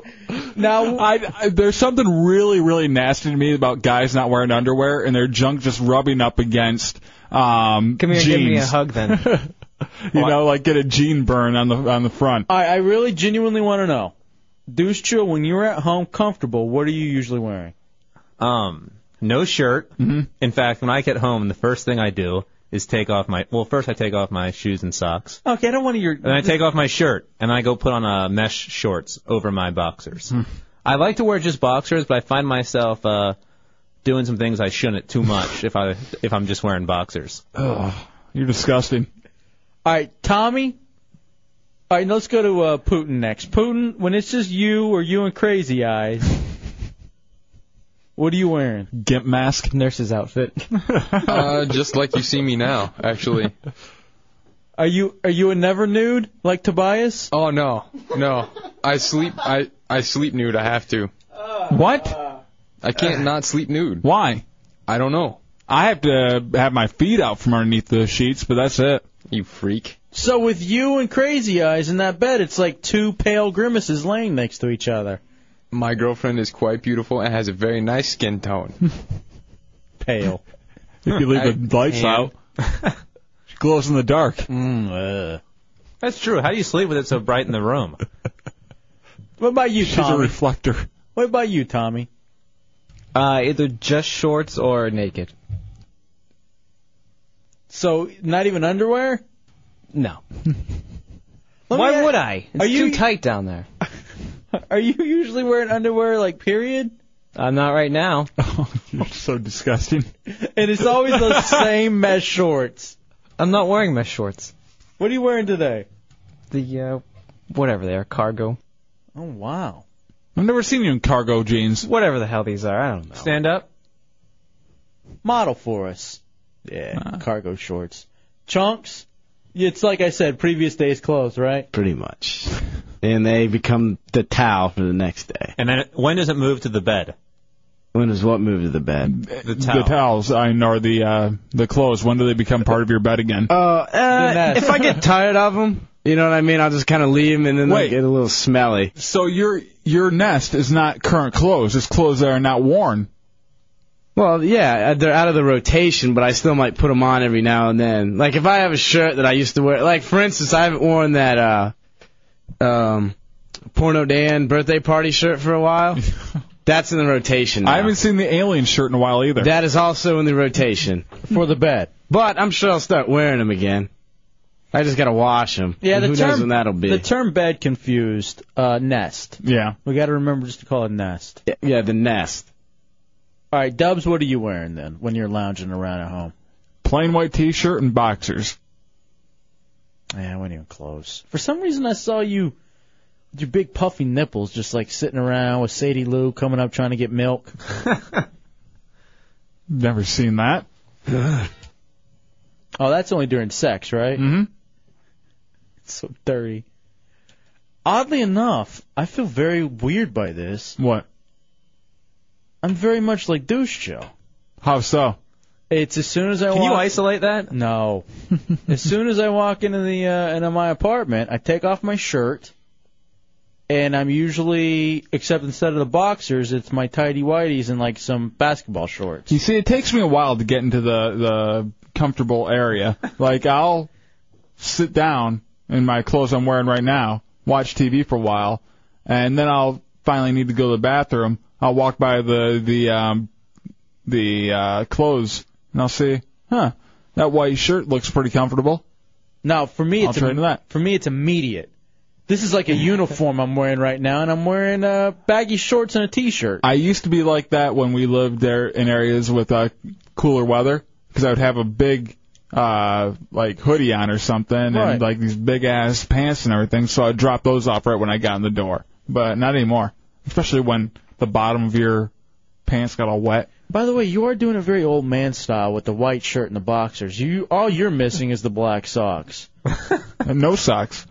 [SPEAKER 3] Now, I, I- there's something really, really nasty to me about guys not wearing underwear and their junk just rubbing up against um,
[SPEAKER 4] Come here
[SPEAKER 3] jeans.
[SPEAKER 4] and give me a hug then.
[SPEAKER 3] (laughs) you know, like get a jean burn on the on the front.
[SPEAKER 2] I, I really genuinely want to know, Deuce Chill, when you're at home comfortable, what are you usually wearing?
[SPEAKER 18] Um, no shirt.
[SPEAKER 3] Mm-hmm.
[SPEAKER 18] In fact, when I get home, the first thing I do is take off my. Well, first I take off my shoes and socks.
[SPEAKER 2] Okay, I don't want to your.
[SPEAKER 18] And I take off my shirt and I go put on uh, mesh shorts over my boxers.
[SPEAKER 3] Hmm.
[SPEAKER 18] I like to wear just boxers, but I find myself uh, doing some things I shouldn't too much if I if I'm just wearing boxers.
[SPEAKER 3] Ugh, you're disgusting.
[SPEAKER 2] All right, Tommy. All right, let's go to uh, Putin next. Putin, when it's just you or you and Crazy Eyes, what are you wearing?
[SPEAKER 3] Gimp mask,
[SPEAKER 4] nurse's outfit.
[SPEAKER 5] (laughs) uh, just like you see me now, actually.
[SPEAKER 2] Are you are you a never nude like Tobias?
[SPEAKER 5] Oh no, no. I sleep. I I sleep nude. I have to.
[SPEAKER 3] What?
[SPEAKER 5] I can't not sleep nude.
[SPEAKER 3] Why?
[SPEAKER 5] I don't know.
[SPEAKER 3] I have to have my feet out from underneath the sheets, but that's it.
[SPEAKER 5] You freak.
[SPEAKER 2] (laughs) So with you and Crazy Eyes in that bed, it's like two pale grimaces laying next to each other.
[SPEAKER 5] My girlfriend is quite beautiful and has a very nice
[SPEAKER 18] (laughs)
[SPEAKER 5] skin tone.
[SPEAKER 2] Pale.
[SPEAKER 3] If you leave the
[SPEAKER 5] (laughs) I
[SPEAKER 3] lights
[SPEAKER 5] can't.
[SPEAKER 3] out, she glows in the dark.
[SPEAKER 18] That's true. How do you sleep with it so bright in the room?
[SPEAKER 2] What about you,
[SPEAKER 3] She's a
[SPEAKER 2] Tommy?
[SPEAKER 3] reflector.
[SPEAKER 2] What about you, Tommy?
[SPEAKER 4] Uh, either just shorts or naked.
[SPEAKER 2] So not even underwear?
[SPEAKER 4] No.
[SPEAKER 2] Let
[SPEAKER 4] Why
[SPEAKER 2] me a-
[SPEAKER 4] would I? It's
[SPEAKER 2] Are you-
[SPEAKER 4] too tight down there.
[SPEAKER 2] (laughs) Are you usually wearing underwear like period?
[SPEAKER 4] I'm Uh, not
[SPEAKER 3] (laughs)
[SPEAKER 4] right now.
[SPEAKER 3] Oh, You're so disgusting.
[SPEAKER 2] (laughs) And it's always those same mesh shorts.
[SPEAKER 4] I'm not wearing mesh shorts.
[SPEAKER 2] What are you wearing today?
[SPEAKER 4] The uh, whatever they are, cargo,
[SPEAKER 2] Oh wow.
[SPEAKER 3] I've never seen you in cargo jeans.
[SPEAKER 4] whatever the hell these are. I don't know.
[SPEAKER 18] Stand up.
[SPEAKER 2] Model for us. Yeah. Cargo shorts. Chunks. It's like I said, previous day's clothes, right?
[SPEAKER 8] Pretty much. And they become the towel for the next day.
[SPEAKER 18] And then when does it move to the bed?
[SPEAKER 8] When does what move to the bed?
[SPEAKER 18] The towel.
[SPEAKER 3] towels, I mean, or the uh, the clothes. When do they become part of your bed again?
[SPEAKER 8] Oh, uh, if I get tired of them, you know what I mean? I'll just kind of leave them and then
[SPEAKER 3] Wait.
[SPEAKER 8] they get a little smelly.
[SPEAKER 3] So your your nest is not current clothes. It's clothes that are not worn.
[SPEAKER 8] Well, yeah, uh, they're out of the rotation, but I still might put them on every now and then. Like if I have a shirt that I used to wear, like for instance, I haven't worn that uh, um, Porno Dan birthday party shirt for a
[SPEAKER 3] (laughs)
[SPEAKER 8] while. That's in the rotation. Now.
[SPEAKER 3] I haven't seen the alien shirt in a while either.
[SPEAKER 8] That is also in the rotation
[SPEAKER 2] for the bed.
[SPEAKER 8] But I'm sure I'll start wearing them again. I just gotta wash them.
[SPEAKER 2] Yeah, the
[SPEAKER 8] who
[SPEAKER 2] term
[SPEAKER 8] knows when that'll be?
[SPEAKER 2] the term bed confused uh, nest.
[SPEAKER 3] yeah.
[SPEAKER 2] We got to remember just to call it nest.
[SPEAKER 8] Yeah, the nest.
[SPEAKER 2] All right, Dubs, what are you wearing then when you're lounging around at home?
[SPEAKER 3] Plain white t-shirt and boxers.
[SPEAKER 2] Yeah, I wasn't even close. For some reason, I saw you with your big puffy nipples just like sitting around with Sadie Lou coming up trying to get milk.
[SPEAKER 3] (laughs) Never seen that.
[SPEAKER 2] Oh, that's only during sex, right?
[SPEAKER 3] Mm-hmm.
[SPEAKER 2] It's so dirty. Oddly enough, I feel very weird by this.
[SPEAKER 3] What?
[SPEAKER 2] I'm very much like douche Joe.
[SPEAKER 3] How so?
[SPEAKER 2] It's as soon as I
[SPEAKER 18] Can
[SPEAKER 2] walk.
[SPEAKER 18] you isolate that?
[SPEAKER 2] No. as soon as I walk into the uh, into my apartment, I take off my shirt, and I'm usually, except instead of the boxers, it's my tidy whities and like some basketball shorts.
[SPEAKER 3] You see, it takes me a while to get into the the comfortable
[SPEAKER 2] (laughs)
[SPEAKER 3] area. like I'll sit down in my clothes I'm wearing right now, watch TV for a while, and then I'll finally need to go to the bathroom. I'll walk by the the um, the uh, clothes and I'll see, huh, that white shirt looks pretty comfortable.
[SPEAKER 2] Now, for me,
[SPEAKER 3] I'll
[SPEAKER 2] it's
[SPEAKER 3] try into that.
[SPEAKER 2] for me it's immediate. This is like a uniform I'm wearing right now, and I'm wearing uh, baggy shorts and a t-shirt.
[SPEAKER 3] I used to be like that when we lived there in areas with uh, cooler weather because I would have a big uh like hoodie on or something
[SPEAKER 2] Right.
[SPEAKER 3] and like these big ass pants and everything so I'd drop those off right when I got in the door but not anymore especially when the bottom of your pants got all wet
[SPEAKER 2] By the way, you are doing a very old man style with the white shirt and the boxers. You all you're missing is the black socks.
[SPEAKER 3] and (laughs) no socks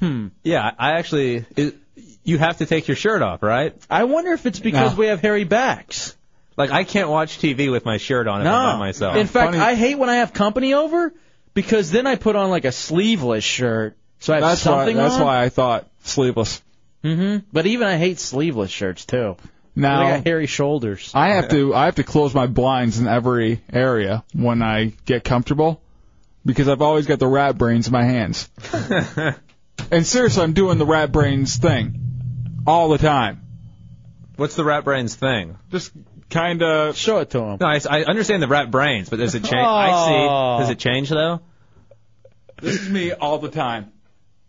[SPEAKER 2] Hmm.
[SPEAKER 18] Yeah, I actually. It, you have to take your shirt off, right?
[SPEAKER 2] I wonder if it's because we have hairy backs.
[SPEAKER 18] Like I can't watch TV with my shirt on if I'm by myself.
[SPEAKER 2] In fact, I hate when I have company over because then I put on like a sleeveless shirt. So I have
[SPEAKER 3] that's
[SPEAKER 2] something
[SPEAKER 3] why that's
[SPEAKER 2] on.
[SPEAKER 3] why I thought sleeveless
[SPEAKER 2] Mm-hmm. But even I hate sleeveless shirts too.
[SPEAKER 3] Now-
[SPEAKER 2] they got
[SPEAKER 3] (laughs)
[SPEAKER 2] hairy shoulders.
[SPEAKER 3] I have to I have to close my blinds in every area when I get comfortable because I've always got the rat brains in my hands. and seriously, I'm doing the rat brains thing all the time.
[SPEAKER 18] What's the rat brains thing?
[SPEAKER 3] Just kind of
[SPEAKER 2] show it to him.
[SPEAKER 18] No, I, I understand the rat brains, but does it change?
[SPEAKER 2] Oh.
[SPEAKER 18] I see. Does it change though?
[SPEAKER 3] This is me all the time.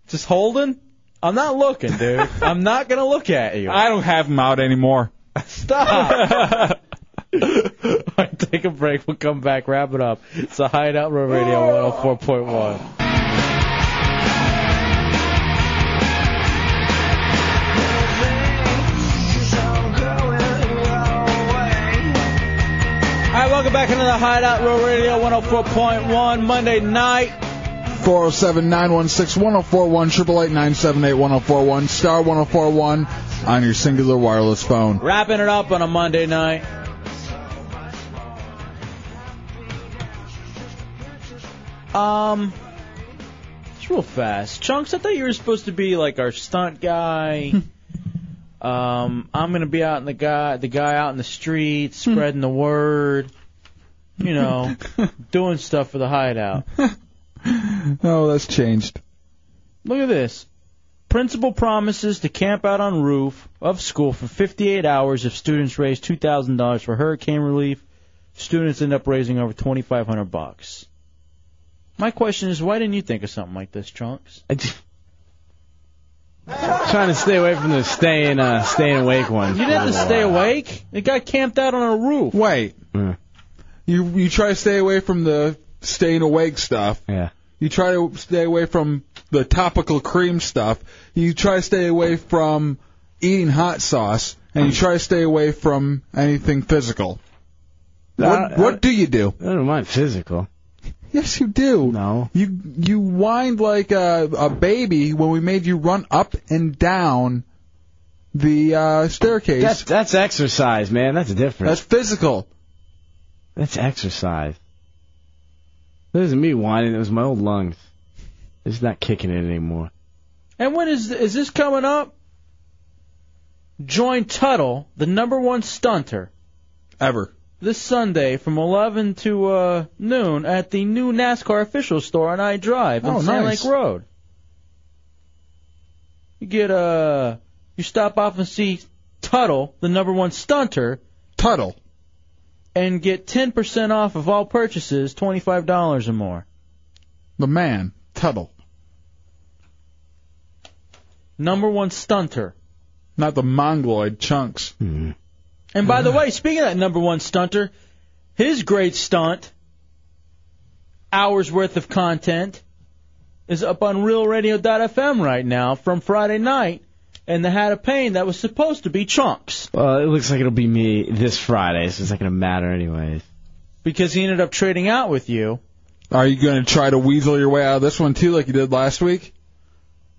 [SPEAKER 2] Just holding? I'm not looking, dude. I'm not gonna look at you.
[SPEAKER 3] I don't have them out anymore.
[SPEAKER 2] Stop. All right, (laughs) take a break. We'll come back. Wrap it up. It's a Hideout Road Radio 104.1. All right, welcome back into the Hideout Road Radio 104.1 Monday night.
[SPEAKER 3] 407 916 1041 978 1041 star 1041 on your singular wireless phone.
[SPEAKER 2] Wrapping it up on a Monday night. Um, it's real fast. Chunks, I thought you were supposed to be like our stunt guy. um, I'm gonna be out in the guy, the guy out in the street, spreading the word. You know, doing stuff for the hideout.
[SPEAKER 3] Oh, that's changed.
[SPEAKER 2] Look at this. Principal promises to camp out on roof of school for 58 hours if students raise $2,000 for hurricane relief. Students end up raising over 2,500 bucks. My question is, why didn't you think of something like this, Trunks?
[SPEAKER 8] Trying to stay away from the staying uh, staying awake one.
[SPEAKER 2] You didn't have to stay awake. The guy camped out on a roof.
[SPEAKER 3] Wait. You you try to stay away from the staying awake stuff.
[SPEAKER 8] Yeah.
[SPEAKER 3] You try to stay away from the topical cream stuff. You try to stay away from eating hot sauce, and you try to stay away from anything physical. What what do you do?
[SPEAKER 8] I don't mind physical.
[SPEAKER 3] Yes, you do.
[SPEAKER 8] No.
[SPEAKER 3] You you whined like a, a baby when we made you run up and down the uh, staircase.
[SPEAKER 8] That's that's exercise, man. That's different.
[SPEAKER 3] That's physical.
[SPEAKER 8] That's exercise. This isn't me whining. It was my old lungs. It's not kicking it anymore.
[SPEAKER 2] And when is is this coming up? Join Tuttle, the number one stunter
[SPEAKER 3] ever,
[SPEAKER 2] this Sunday from 11 to uh, noon at the new NASCAR official store on I Drive on
[SPEAKER 3] Oh,
[SPEAKER 2] Sand
[SPEAKER 3] nice.
[SPEAKER 2] Lake Road. You get uh, you stop off and see Tuttle, the number one stunter.
[SPEAKER 3] Tuttle.
[SPEAKER 2] And get 10% off of all purchases, $25 or more.
[SPEAKER 3] The man, Tuttle.
[SPEAKER 2] Number one stunter.
[SPEAKER 3] Not the mongoloid chunks. Mm-hmm.
[SPEAKER 2] And by the way, speaking of that number one stunter, his great stunt, hours worth of content, is up on RealRadio.fm right now from Friday night, and the Hat of Pain that was supposed to be Chunks
[SPEAKER 8] Well, it looks like it'll be me this Friday, so it's not gonna matter anyways.
[SPEAKER 2] because he ended up trading out with you.
[SPEAKER 3] Are you going to try to weasel your way out of this one too, like you did last week?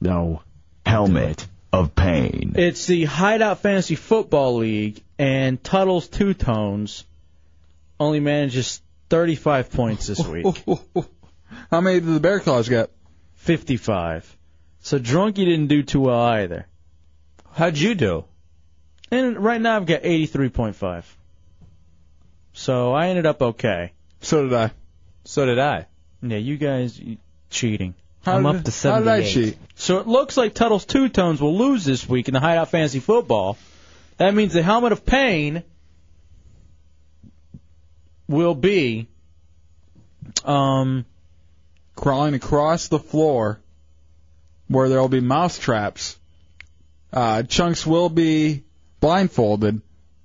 [SPEAKER 8] No.
[SPEAKER 27] Helmet of pain.
[SPEAKER 2] It's the Hideout Fantasy Football League, and Tuttle's Two Tones only manages 35 points this week.
[SPEAKER 3] How many did the Bear Claws get?
[SPEAKER 2] 55. So Drunky didn't do too well either.
[SPEAKER 18] How'd you do?
[SPEAKER 2] And right now I've got 83.5. So I ended up okay.
[SPEAKER 3] So did I.
[SPEAKER 18] So did I.
[SPEAKER 2] Yeah, you guys you- cheating.
[SPEAKER 3] How
[SPEAKER 2] I'm
[SPEAKER 3] did-
[SPEAKER 2] up to
[SPEAKER 3] how
[SPEAKER 2] 78.
[SPEAKER 3] did I cheat?
[SPEAKER 2] So it looks like Tuttle's Two Tones will lose this week in the Hideout Fantasy Football. That means the Helmet of Pain will be um
[SPEAKER 3] Crawling across the floor where there will be mouse traps. Uh, Chunks will be blindfolded,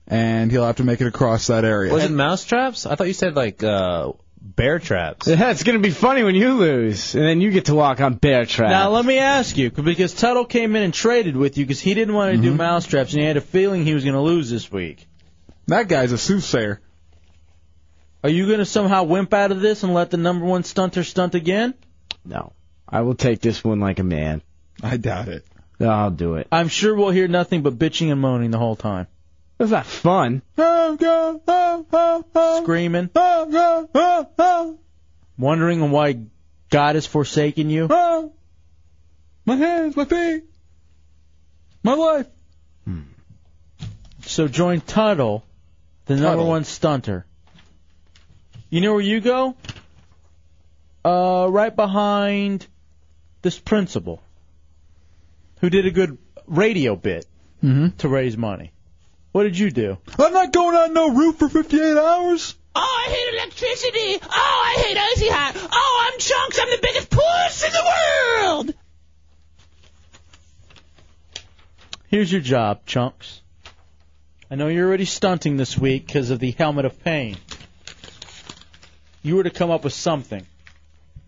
[SPEAKER 3] and he'll have to make it across that area.
[SPEAKER 18] Was it mouse traps? I thought you said like uh, bear traps.
[SPEAKER 8] Yeah, it's gonna be funny when you lose, and then you get to walk on bear traps.
[SPEAKER 2] Now let me ask you, because Tuttle came in and traded with you because he didn't want to
[SPEAKER 3] Mm-hmm.
[SPEAKER 2] do mousetraps and he had a feeling he was going to lose this week.
[SPEAKER 3] That guy's a soothsayer.
[SPEAKER 2] Are you going to somehow wimp out of this and let the number one stunter stunt again?
[SPEAKER 8] No. I will take this one like a man.
[SPEAKER 3] I doubt it.
[SPEAKER 8] I'll do it.
[SPEAKER 2] I'm sure we'll hear nothing but bitching and moaning the whole time.
[SPEAKER 8] That's not fun.
[SPEAKER 2] Screaming. Wondering why God has forsaken you.
[SPEAKER 3] My hands, my feet. My life.
[SPEAKER 2] So join Tuttle, the number one stunter. You know where you go? Uh, right behind this principal, who did a good radio bit to raise money. What did you do?
[SPEAKER 3] Mm-hmm. I'm not going on no roof for 58 hours.
[SPEAKER 23] Oh, I hate electricity. Oh, I hate icy hot. Oh, I'm chunks. I'm the biggest puss in the world.
[SPEAKER 2] Here's your job, Chunks. I know you're already stunting this week because of the helmet of pain. You were to come up with something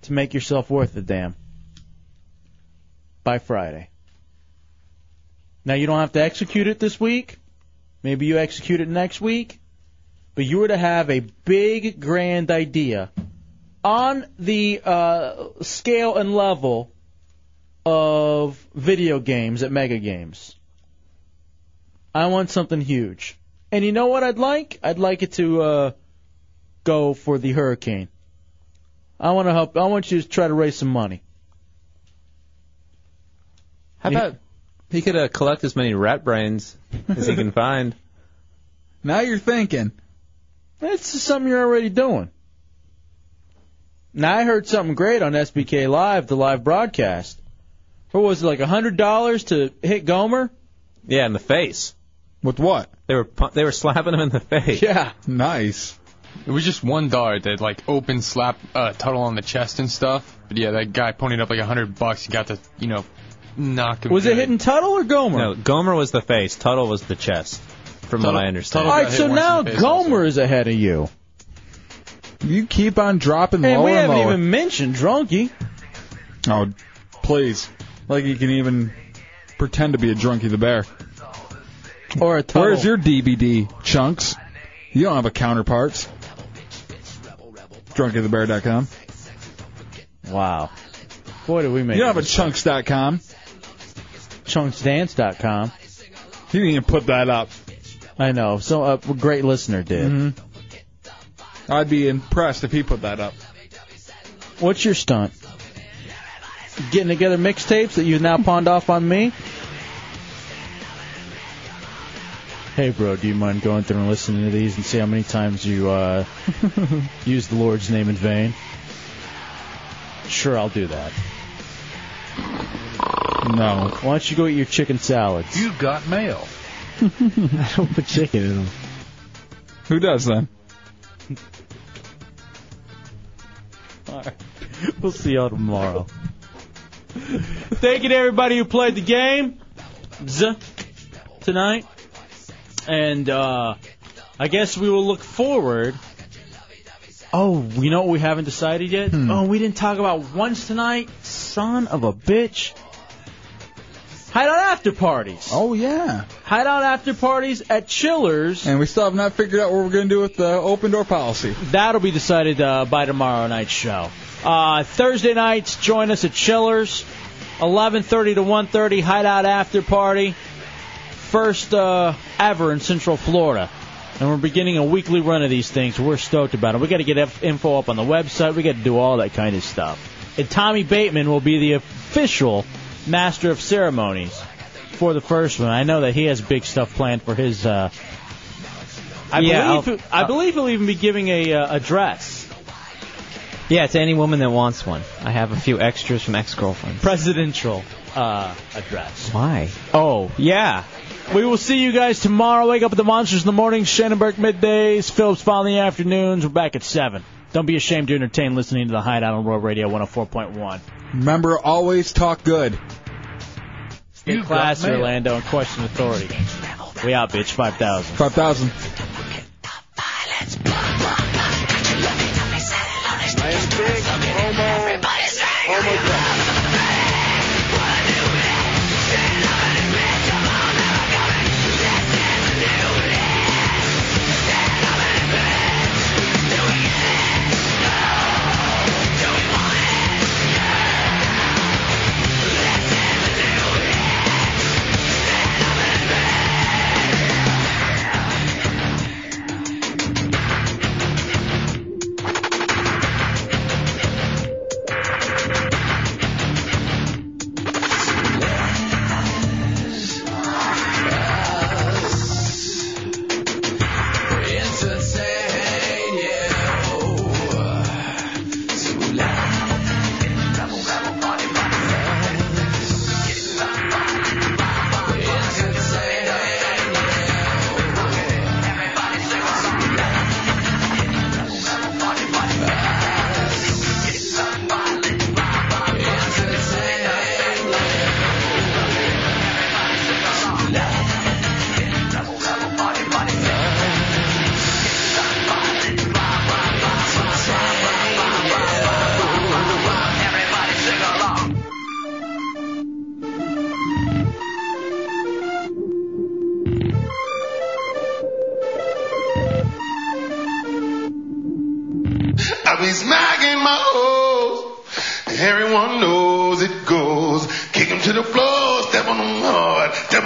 [SPEAKER 2] to make yourself worth the damn by Friday. Now, you don't have to execute it this week. Maybe you execute it next week. But you were to have a big, grand idea on the uh, scale and level of video games at Mega Games. I want something huge. And you know what I'd like? I'd like it to uh, go for the hurricane. I want to help. I want you to try to raise some money.
[SPEAKER 18] How about he could uh, collect as many rat brains as he can find?
[SPEAKER 3] Now you're thinking.
[SPEAKER 2] That's just something you're already doing. Now I heard something great on SBK Live, the live broadcast. What was it like? A hundred dollars to hit Gomer?
[SPEAKER 18] Yeah, in the face.
[SPEAKER 3] With what?
[SPEAKER 18] They were pu- they were slapping him in the face.
[SPEAKER 3] Yeah. Nice.
[SPEAKER 5] It was just one dollar. They like open slap uh, Tuttle on the chest and stuff. But yeah, that guy ponied up like a hundred bucks. He got to you know knock him.
[SPEAKER 2] Was it hitting Tuttle or Gomer?
[SPEAKER 18] No, Gomer was the face. Tuttle was the chest, from what I understand.
[SPEAKER 2] All right, so now Gomer is ahead of you.
[SPEAKER 3] You keep on dropping
[SPEAKER 2] And
[SPEAKER 3] lower
[SPEAKER 2] we
[SPEAKER 3] and
[SPEAKER 2] haven't
[SPEAKER 3] lower.
[SPEAKER 2] even mentioned Drunky.
[SPEAKER 3] Oh, please. Like you can even pretend to be a drunkie the bear.
[SPEAKER 2] Or a Tuttle.
[SPEAKER 3] Where's your DVD, Chunks? You don't have a counterparts. Drunkiethebear.com.
[SPEAKER 2] Wow. What did we make?
[SPEAKER 3] You don't have a chunks.com.
[SPEAKER 2] Chunksdance.com.
[SPEAKER 3] You didn't even put that up. Mm-hmm.
[SPEAKER 2] I know. So a great listener did.
[SPEAKER 3] I'd be impressed if he put that up.
[SPEAKER 2] What's your stunt? Getting together mixtapes that you've now pawned off on me? Hey, bro, do you mind going through and listening to these and see how many times you (laughs) uh, use the Lord's name in vain? Sure, I'll do that.
[SPEAKER 3] No.
[SPEAKER 2] Why don't you go eat your chicken salads?
[SPEAKER 3] You got mail.
[SPEAKER 2] (laughs) I don't put chicken in them.
[SPEAKER 3] Who does then?
[SPEAKER 2] We'll see y'all tomorrow. Thank you to everybody who played the game z- tonight. And uh, I guess we will look forward. Oh, you know what we haven't decided yet?
[SPEAKER 3] Hmm.
[SPEAKER 2] Oh, we didn't talk about once tonight. Son of a bitch. Hideout after parties.
[SPEAKER 3] Oh, yeah.
[SPEAKER 2] Hideout after parties at Chillers.
[SPEAKER 3] And we still have not figured out what we're going to do with the open door policy.
[SPEAKER 2] That'll be decided uh, by tomorrow night's show. Uh, Thursday nights, join us at Chillers, 11:30 to 1:30, Hideout After Party, first uh, ever in Central Florida. And we're beginning a weekly run of these things. We're stoked about it. We got to get f- info up on the website. We got to do all that kind of stuff. And Tommy Bateman will be the official master of ceremonies for the first one. I know that he has big stuff planned for his. Uh, I
[SPEAKER 4] Yeah,
[SPEAKER 2] believe I believe he'll even be giving a uh, address.
[SPEAKER 15] Yeah, to any woman that wants one. I have a few extras from ex-girlfriends.
[SPEAKER 2] Presidential uh, address.
[SPEAKER 15] Why?
[SPEAKER 2] Oh, yeah. We will see you guys tomorrow. Wake up with the monsters in the morning. Shannonburg middays. Phillips fall in the afternoons. We're back at seven. Don't be ashamed to entertain listening to the Hideout on World Radio 104.1.
[SPEAKER 3] Remember, always talk good.
[SPEAKER 2] Stay classy,
[SPEAKER 3] mail.
[SPEAKER 2] Orlando, and question authority. We out, bitch. Five thousand.
[SPEAKER 3] 5,000.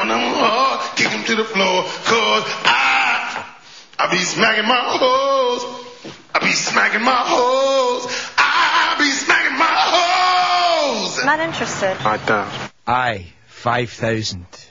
[SPEAKER 17] to the floor, cause I, I be smacking my hoes. I be smacking my hoes. I be smacking my hoes.
[SPEAKER 6] Not interested.
[SPEAKER 17] I don't.
[SPEAKER 14] I, 5,000.